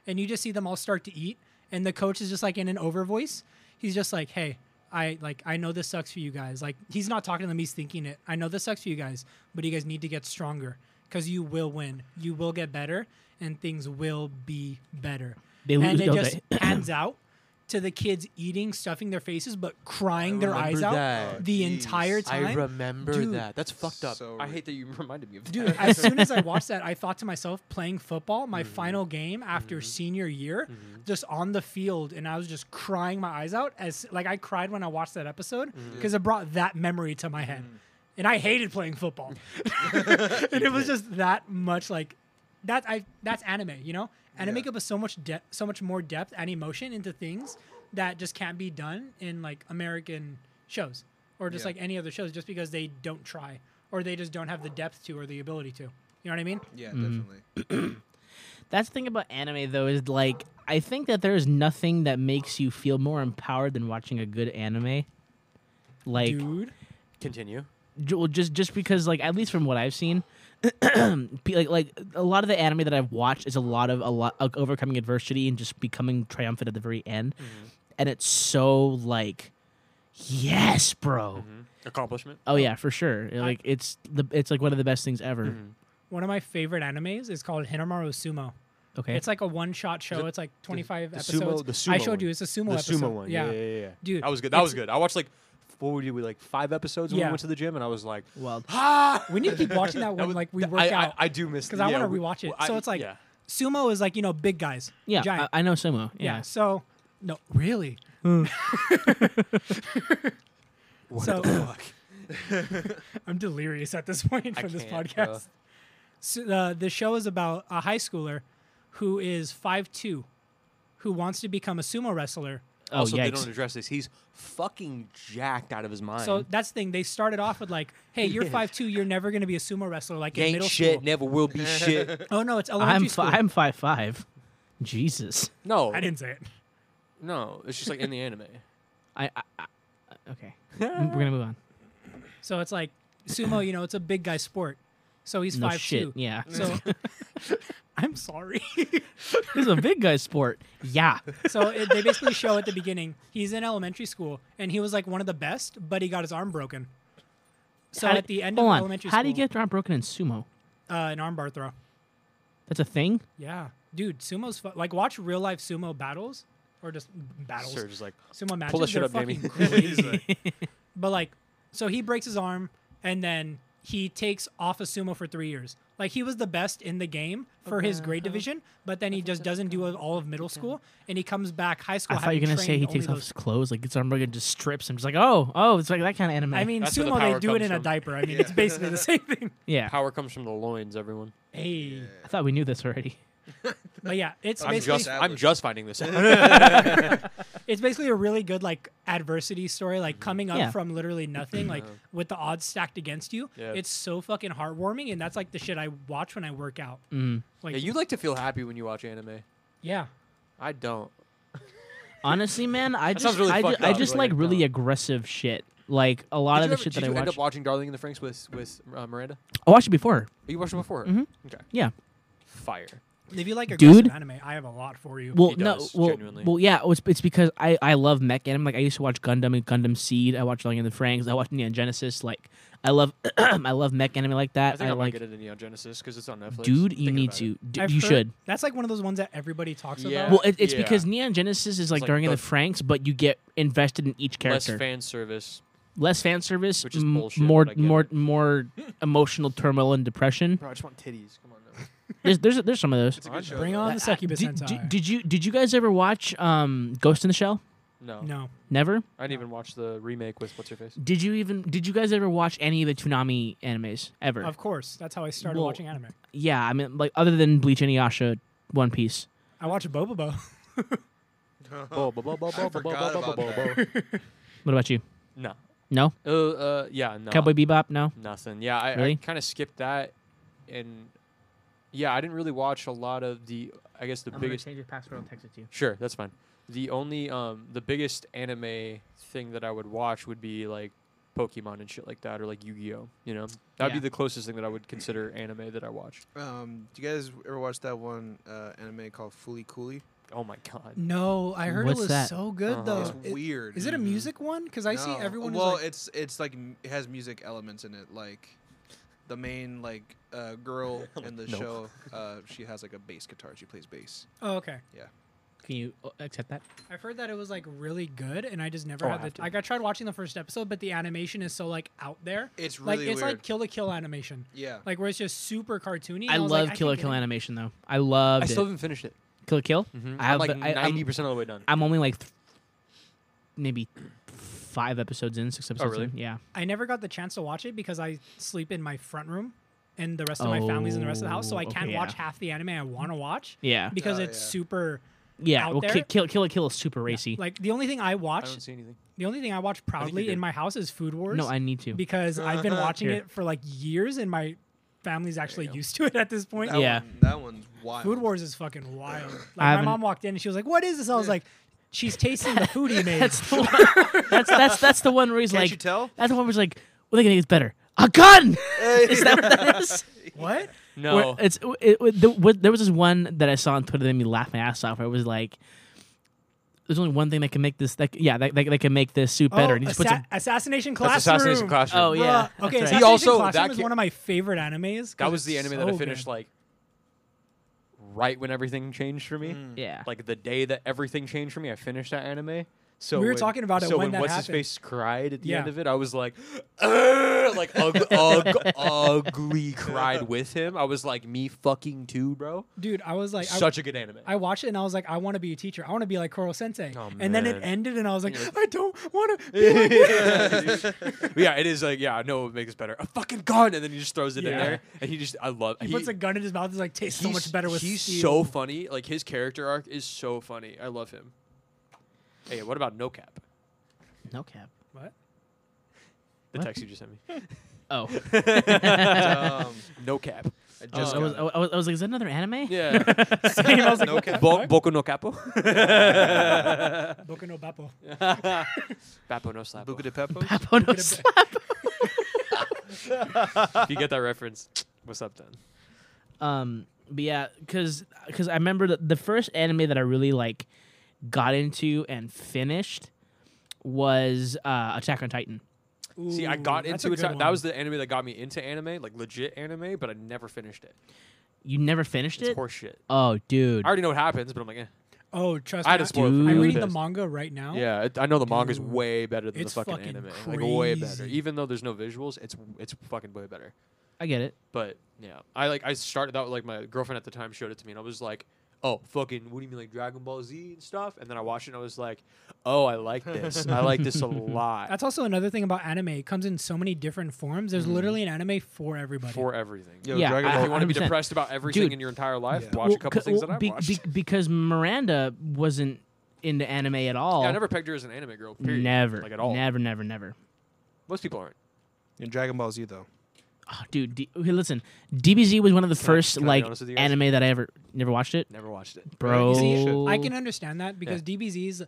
Speaker 5: And you just see them all start to eat, and the coach is just like in an over voice. He's just like, hey. I like I know this sucks for you guys. Like he's not talking to them, he's thinking it. I know this sucks for you guys, but you guys need to get stronger cuz you will win. You will get better and things will be better.
Speaker 2: They
Speaker 5: and
Speaker 2: lose,
Speaker 5: it
Speaker 2: don't
Speaker 5: just
Speaker 2: they?
Speaker 5: pans out to the kids eating, stuffing their faces but crying their
Speaker 4: remember
Speaker 5: eyes out
Speaker 4: that.
Speaker 5: the
Speaker 6: Oh, Jeez.
Speaker 5: entire time.
Speaker 4: I remember
Speaker 5: Dude.
Speaker 4: that. That's fucked up.
Speaker 6: So
Speaker 4: I hate that you reminded me of that.
Speaker 5: Dude, as soon as I watched that, I thought to myself, playing football, my final game after senior year, just on the field, and I was just crying my eyes out. As like I cried when I watched that episode because it brought that memory to my head, and I hated playing football, and it was just that much like that. I that's anime, you know. Anime
Speaker 6: Yeah.
Speaker 5: gives us so much depth, so much more depth and emotion into things that just can't be done in like American shows or just
Speaker 6: Yeah.
Speaker 5: like any other shows, just because they don't
Speaker 4: Mm-hmm.
Speaker 5: try or they just don't have the depth to or the ability to. You know what I mean?
Speaker 6: Yeah, definitely.
Speaker 2: That's the thing about anime though is like I think that there is nothing that makes you feel more empowered than watching a good anime. Like
Speaker 5: dude.
Speaker 4: Continue.
Speaker 2: j- well, just just because like at least from what I've seen, pe- like like a lot of the anime that I've watched is a lot of a lot of overcoming adversity and just becoming triumphant at the very end,
Speaker 5: Mm-hmm.
Speaker 2: and it's so like, yes, bro.
Speaker 5: Mm-hmm.
Speaker 4: Accomplishment.
Speaker 2: Oh yeah, for sure. It, Like it's the it's like one of the best things ever.
Speaker 5: One of my favorite animes is called Hinamaru Sumo.
Speaker 2: Okay,
Speaker 5: It's like a one shot show. It's like 25
Speaker 7: the sumo-
Speaker 5: episodes.
Speaker 7: the
Speaker 5: I
Speaker 7: sumo
Speaker 5: showed you.
Speaker 7: one.
Speaker 5: It's a sumo
Speaker 7: the
Speaker 5: episode.
Speaker 7: sumo one. Yeah, yeah, yeah. yeah.
Speaker 5: Dude,
Speaker 7: that was good. That was
Speaker 5: it's-
Speaker 7: good. I watched like what would you we like five episodes when
Speaker 5: Yeah.
Speaker 7: we went to the gym, and I was like,
Speaker 2: wild.
Speaker 7: ah,
Speaker 5: We need to keep watching that
Speaker 7: That
Speaker 5: one.
Speaker 7: was-
Speaker 5: like we
Speaker 7: th-
Speaker 5: work
Speaker 7: I,
Speaker 5: out.
Speaker 7: I, I do miss
Speaker 5: because I
Speaker 7: yeah,
Speaker 5: want
Speaker 7: we-
Speaker 5: to rewatch it.
Speaker 7: I-
Speaker 5: so it's like
Speaker 7: yeah.
Speaker 5: sumo is like you know big guys.
Speaker 2: Yeah,
Speaker 7: uh,
Speaker 5: giant.
Speaker 2: I, I know sumo. Yeah.
Speaker 5: yeah. So no, really. so I'm delirious at this point from this
Speaker 4: can't,
Speaker 5: podcast.
Speaker 4: bro.
Speaker 5: So, uh, the show is about a high schooler who is 5'2", who wants to become a sumo wrestler.
Speaker 2: Oh
Speaker 4: also, they
Speaker 2: yikes.
Speaker 4: don't address this. He's fucking jacked out of his mind.
Speaker 5: So that's the thing. They started off with like, "Hey, you're 5'2", you're never going to be a sumo wrestler like in
Speaker 4: Gang
Speaker 5: middle
Speaker 4: shit
Speaker 5: school."
Speaker 4: never will be shit.
Speaker 5: Oh no, it's elementary
Speaker 2: I'm
Speaker 5: school.
Speaker 2: fi- I'm five five. Jesus.
Speaker 4: No,
Speaker 5: I didn't say it.
Speaker 4: No, it's just like in the anime.
Speaker 2: I, I, I okay. We're gonna move on.
Speaker 5: So it's like sumo, you know, it's a big guy sport. So he's
Speaker 2: No
Speaker 5: five
Speaker 2: shit.
Speaker 5: two.
Speaker 2: Yeah.
Speaker 5: So I'm sorry.
Speaker 2: This is a big guy sport. Yeah.
Speaker 5: so it, they basically show at the beginning he's in elementary school and he was like one of the best, but he got his arm broken. So
Speaker 2: How
Speaker 5: at
Speaker 2: d-
Speaker 5: the end
Speaker 2: hold
Speaker 5: of
Speaker 2: on.
Speaker 5: elementary
Speaker 2: How
Speaker 5: school,
Speaker 2: do you get arm broken in sumo?
Speaker 5: uh, an armbar throw?
Speaker 2: That's a thing.
Speaker 5: Yeah, dude, sumo's fu- like watch real life sumo battles or just battles.
Speaker 4: Sir, just like
Speaker 5: sumo matches.
Speaker 4: Pull that shit
Speaker 5: They're
Speaker 4: up, Jamie.
Speaker 5: fucking crazy. but like, so he breaks his arm and then he takes off a sumo for three years. Like he was the best in the game for his grade division, but then he just doesn't do it all of middle school, and he comes back high school.
Speaker 2: I thought you
Speaker 5: having
Speaker 2: were gonna say
Speaker 5: trained
Speaker 2: he
Speaker 5: only
Speaker 2: takes off
Speaker 5: those-
Speaker 2: his clothes, like gets arm broken, just strips him. Just like, oh, oh, it's like that kind of anime.
Speaker 5: I mean,
Speaker 4: That's where the
Speaker 5: sumo they
Speaker 4: power
Speaker 5: do it
Speaker 4: comes
Speaker 5: in a
Speaker 4: from.
Speaker 5: diaper. I mean, it's basically the same thing.
Speaker 2: yeah.
Speaker 4: power comes from the loins, everyone.
Speaker 5: Hey,
Speaker 2: I thought we knew this already.
Speaker 5: but yeah, it's
Speaker 4: I'm
Speaker 5: basically
Speaker 4: just I'm just finding this out.
Speaker 5: it's basically a really good like adversity story, like
Speaker 4: Mm-hmm.
Speaker 5: coming up
Speaker 2: Yeah.
Speaker 5: from literally nothing, like with the odds stacked against you.
Speaker 4: Yeah.
Speaker 5: It's so fucking heartwarming, and that's like the shit I watch when I work out.
Speaker 2: Mm.
Speaker 5: Like,
Speaker 4: yeah, you like to feel happy when you watch anime.
Speaker 5: yeah.
Speaker 4: I don't.
Speaker 2: Honestly, man, I just
Speaker 4: sounds really
Speaker 2: I, ju-
Speaker 4: fucked
Speaker 2: I
Speaker 4: up,
Speaker 2: just
Speaker 4: but,
Speaker 2: like
Speaker 4: like,
Speaker 2: really
Speaker 4: no.
Speaker 2: aggressive shit. Like a lot of
Speaker 4: did you
Speaker 2: the
Speaker 4: ever,
Speaker 2: shit
Speaker 4: did
Speaker 2: that I
Speaker 4: you end
Speaker 2: watch.
Speaker 4: up watching Darling in the Franks with with uh, Miranda?
Speaker 2: I watched it before.
Speaker 4: You watched it before.
Speaker 2: Mm-hmm.
Speaker 4: Okay.
Speaker 2: Yeah.
Speaker 4: Fire.
Speaker 5: If you like aggressive
Speaker 2: Dude.
Speaker 5: anime, I have a lot for you.
Speaker 2: Well,
Speaker 4: He
Speaker 2: no.
Speaker 4: does,
Speaker 2: Well,
Speaker 4: genuinely.
Speaker 2: well, yeah. It was, it's because I, I love mech anime. Like I used to watch Gundam and Gundam Seed. I watched Long in the Franks. I watched Neon Genesis. Like I love I love mech anime like
Speaker 4: I
Speaker 2: that.
Speaker 4: think I, might
Speaker 2: like,
Speaker 4: get it in Neon Genesis because it's on Netflix.
Speaker 2: dude, you
Speaker 4: Thinking
Speaker 2: need
Speaker 4: about
Speaker 2: to.
Speaker 4: it.
Speaker 2: D-
Speaker 5: I've
Speaker 2: you
Speaker 5: heard-
Speaker 2: should.
Speaker 5: That's like one of those ones that everybody talks
Speaker 4: Yeah.
Speaker 5: about.
Speaker 2: Well, it, it's
Speaker 4: Yeah.
Speaker 2: because Neon Genesis is like
Speaker 4: like
Speaker 2: during in
Speaker 4: the-
Speaker 2: the Franks, but you get invested in each
Speaker 4: Less
Speaker 2: character.
Speaker 4: fan service.
Speaker 2: Less fan service,
Speaker 4: Which is
Speaker 2: m-
Speaker 4: bullshit,
Speaker 2: more
Speaker 4: but I get
Speaker 2: more
Speaker 4: it.
Speaker 2: more emotional turmoil and depression.
Speaker 4: Bro, I just want titties. Come on. Now.
Speaker 2: There's there's there's some of those. Uh,
Speaker 6: It's a good show.
Speaker 5: Bring
Speaker 6: though.
Speaker 5: on the succubus
Speaker 2: did,
Speaker 5: hentai.
Speaker 2: did- did you did you guys ever watch um, Ghost in the Shell?
Speaker 4: No.
Speaker 5: no.
Speaker 2: Never.
Speaker 4: I didn't even watch the remake with what's her face.
Speaker 2: Did you even did you guys ever watch any of the Toonami animes ever?
Speaker 5: Of course. That's how I started
Speaker 2: Well-
Speaker 5: watching anime.
Speaker 2: yeah, I mean like other than Bleach and Inuyasha, One Piece.
Speaker 5: I watch Bobobo.
Speaker 6: Uh-huh.
Speaker 4: Bo- bo- bo- bo- bo- bo- bo-
Speaker 6: forgot
Speaker 4: bo- bo-
Speaker 6: about
Speaker 4: bo-
Speaker 6: that.
Speaker 4: bo-
Speaker 2: What about you?
Speaker 4: No.
Speaker 2: No.
Speaker 4: Uh, uh, yeah, no.
Speaker 2: Cowboy Bebop? No.
Speaker 4: Nothing. Yeah, I,
Speaker 2: Really?
Speaker 4: I kind of skipped that, and yeah, I didn't really watch a lot of the. I guess the biggest.
Speaker 2: change your password. I'll text it to you.
Speaker 4: Sure, that's fine. The only um the biggest anime thing that I would watch would be like Pokemon and shit like that, or like Yu Gi Oh. You know, that'd
Speaker 2: Yeah.
Speaker 4: be the closest thing that I would consider anime that I watched.
Speaker 6: Um, do you guys ever watch that one uh, anime called Foolie Cooley?
Speaker 4: Oh my god.
Speaker 5: no, I heard
Speaker 2: What's
Speaker 5: it was
Speaker 2: that?
Speaker 5: so good
Speaker 4: Uh-huh.
Speaker 5: though.
Speaker 6: It's
Speaker 5: Uh, It-
Speaker 6: weird.
Speaker 5: Is it a music one? Because I see
Speaker 6: No.
Speaker 5: everyone. is
Speaker 6: Well,
Speaker 5: like,
Speaker 6: it's it's like m- it has music elements in it. Like the main like uh, girl in the
Speaker 4: No.
Speaker 6: show, uh, she has like a bass guitar. She plays bass.
Speaker 5: oh, okay.
Speaker 2: Can you uh, accept that?
Speaker 5: I've heard that it was like really good, and I just never
Speaker 4: Oh, I
Speaker 5: had
Speaker 4: have
Speaker 5: the.
Speaker 4: to.
Speaker 5: Like I tried watching the first episode, but the animation is so like out there.
Speaker 6: It's
Speaker 5: like
Speaker 6: really
Speaker 5: it's
Speaker 6: weird.
Speaker 5: like Kill the Kill animation,
Speaker 6: yeah.
Speaker 5: like where it's just super cartoony. and
Speaker 2: I
Speaker 5: was
Speaker 2: love
Speaker 5: like,
Speaker 2: Kill la
Speaker 5: can't
Speaker 2: Kill
Speaker 5: get it.
Speaker 2: animation though. I Mm-hmm. loved
Speaker 4: I still
Speaker 2: it.
Speaker 4: haven't finished it.
Speaker 2: Kill la Kill. I
Speaker 4: I'm
Speaker 2: have.
Speaker 4: like
Speaker 2: the- I,
Speaker 4: ninety
Speaker 2: am
Speaker 4: percent of the way done.
Speaker 2: I'm only like th- maybe five episodes in, six episodes
Speaker 4: really?
Speaker 2: in. Yeah.
Speaker 5: I never got the chance to watch it because I sleep in my front room, and the rest of my family's in the rest of the house, so I
Speaker 2: Oh, okay,
Speaker 5: can't watch
Speaker 2: yeah.
Speaker 5: half the anime I want to watch
Speaker 2: Yeah.
Speaker 5: because
Speaker 6: Oh,
Speaker 5: it's
Speaker 6: yeah.
Speaker 5: super.
Speaker 2: Yeah.
Speaker 5: out
Speaker 2: Well,
Speaker 5: there-
Speaker 2: Ki- Kill Kill la Kill is super racy.
Speaker 5: Like the only thing I
Speaker 4: I don't
Speaker 5: watch,
Speaker 4: see anything.
Speaker 5: the only thing I watch proudly
Speaker 4: did.
Speaker 5: in my house is Food Wars.
Speaker 2: no, I need to.
Speaker 5: because I've been watching
Speaker 2: Here.
Speaker 5: it for like years, and my family's actually used to it at this point.
Speaker 6: That
Speaker 2: Yeah.
Speaker 6: One, that one's wild.
Speaker 5: Food Wars is fucking wild. Like my
Speaker 2: haven't-
Speaker 5: mom walked in and she was like, "What is this?" I was like, "She's tasting the food he made."
Speaker 2: That's the one. that's that's that's the one where he's
Speaker 6: Can't
Speaker 2: like.
Speaker 6: you tell?
Speaker 2: That's the one where he's like, "What are they gonna get better? A gun." is that what that is?
Speaker 5: what?
Speaker 2: Where
Speaker 4: No.
Speaker 2: it's it, it, the, what, there was this one that I saw on Twitter that made me laugh my ass off. Where it was like, "There's only one thing that can make this that yeah that, that, that can make this soup better."
Speaker 5: Oh,
Speaker 2: And he just puts
Speaker 5: assa-
Speaker 2: a,
Speaker 5: assassination classroom.
Speaker 4: That's Assassination Classroom.
Speaker 2: oh yeah,
Speaker 5: Bruh. Okay.
Speaker 2: that's
Speaker 5: Assassination
Speaker 2: right.
Speaker 4: He also-
Speaker 5: Classroom
Speaker 4: that
Speaker 5: is
Speaker 4: ca-
Speaker 5: one of my favorite animes. 'cause
Speaker 4: that was the
Speaker 5: it's
Speaker 4: anime that I
Speaker 5: so
Speaker 4: finished
Speaker 5: good.
Speaker 4: like right when everything changed for me.
Speaker 2: yeah.
Speaker 4: Like the day that everything changed for me, I finished that anime. So
Speaker 5: We were
Speaker 4: when-
Speaker 5: talking about it
Speaker 4: so
Speaker 5: when that
Speaker 4: what's
Speaker 5: happened.
Speaker 4: his face cried at the end
Speaker 5: Yeah.
Speaker 4: of it, I was like, "Ugh," like ug- ug- ugly cried with him. I was like, me fucking too, bro.
Speaker 5: dude. I was like, I-
Speaker 4: Such a good anime.
Speaker 5: I watched it and I was like, I want to be a teacher. I want to be like Koro Sensei.
Speaker 4: Oh,
Speaker 5: and then it
Speaker 4: man.
Speaker 5: ended and I was like, I don't want to.
Speaker 4: yeah, it is like yeah, no, it would make us better. A fucking gun, and then he just throws it in
Speaker 5: Yeah.
Speaker 4: there, and he just I love.
Speaker 5: He puts a gun in his mouth. It's like tastes so
Speaker 4: he's-
Speaker 5: much better with.
Speaker 4: He's
Speaker 5: steel.
Speaker 4: so funny. Like his character arc is so funny. I love him. Hey, what about No Cap?
Speaker 2: no cap.
Speaker 5: What?
Speaker 4: The
Speaker 2: What?
Speaker 4: text you just sent me.
Speaker 2: Oh,
Speaker 6: Um,
Speaker 4: No Cap.
Speaker 6: I
Speaker 2: oh,
Speaker 6: just
Speaker 2: I, was,
Speaker 6: got
Speaker 2: I, was, I was like, "Is that another anime?"
Speaker 4: Yeah.
Speaker 5: And I was like,
Speaker 6: no cap.
Speaker 4: Bo- Boku no Capo.
Speaker 5: Boku no Beppo.
Speaker 4: Bapo no slap.
Speaker 6: Buca de Pepo?
Speaker 2: Papo no
Speaker 5: Boku
Speaker 2: Slap.
Speaker 5: no Beppo.
Speaker 4: If you get that reference, what's up then?
Speaker 2: Um, but yeah, because I remember the, the first anime that I really like got into and finished was uh, Attack on Titan.
Speaker 4: See, I
Speaker 5: Ooh,
Speaker 4: got
Speaker 5: that's
Speaker 4: into
Speaker 5: a
Speaker 4: it.
Speaker 5: good
Speaker 4: That was
Speaker 5: one.
Speaker 4: the anime that got me into anime, like legit anime, but I never finished it.
Speaker 2: You never finished
Speaker 4: It's
Speaker 2: it?
Speaker 4: horseshit.
Speaker 2: Oh, dude.
Speaker 4: I already know what happens, but I'm like, eh.
Speaker 5: Oh, trust
Speaker 4: I
Speaker 5: me.
Speaker 4: had a spoiler. for
Speaker 2: Dude.
Speaker 4: me. I
Speaker 5: I'm
Speaker 4: was
Speaker 5: reading the
Speaker 4: pissed.
Speaker 5: manga right now.
Speaker 4: Yeah, it, I know the manga's
Speaker 5: Oh. Dude,
Speaker 4: way better than
Speaker 5: it's
Speaker 4: the fucking,
Speaker 5: fucking
Speaker 4: anime. Like way better.
Speaker 5: crazy.
Speaker 4: Even though there's no visuals, it's it's fucking way better.
Speaker 2: I get it.
Speaker 4: But yeah, I like I started out like my girlfriend at the time showed it to me, and I was like, "Oh, fucking, what do you mean like Dragon Ball Z and stuff?" And then I watched it, and I was like, "Oh, I like this. I like this a lot
Speaker 5: That's also another thing about anime. It comes in so many different forms.
Speaker 4: Mm.
Speaker 5: There's literally an anime for everybody.
Speaker 4: for everything."
Speaker 6: Yo,
Speaker 2: yeah,
Speaker 6: Dragon
Speaker 2: I-
Speaker 4: If
Speaker 6: Ball.
Speaker 4: you want to be
Speaker 2: 100%.
Speaker 4: depressed about everything
Speaker 2: Dude.
Speaker 4: in your entire life,
Speaker 6: Yeah.
Speaker 4: watch
Speaker 2: Well,
Speaker 4: a couple
Speaker 2: c-
Speaker 4: things
Speaker 2: well,
Speaker 4: that I
Speaker 2: be-
Speaker 4: watched.
Speaker 2: be- because Miranda wasn't into anime at all.
Speaker 4: yeah, I never pegged her as an anime girl. Period.
Speaker 2: Never.
Speaker 4: like at all.
Speaker 2: Never, never, never.
Speaker 4: Most people aren't.
Speaker 6: In Dragon Ball Z, though.
Speaker 2: Oh, dude, D- okay, listen. DBZ was one of the first
Speaker 4: can I be
Speaker 2: like
Speaker 4: honest with you guys?
Speaker 2: anime that I ever never watched it,
Speaker 4: Never watched it.
Speaker 2: bro.
Speaker 5: You see, I can understand that because DBZ's.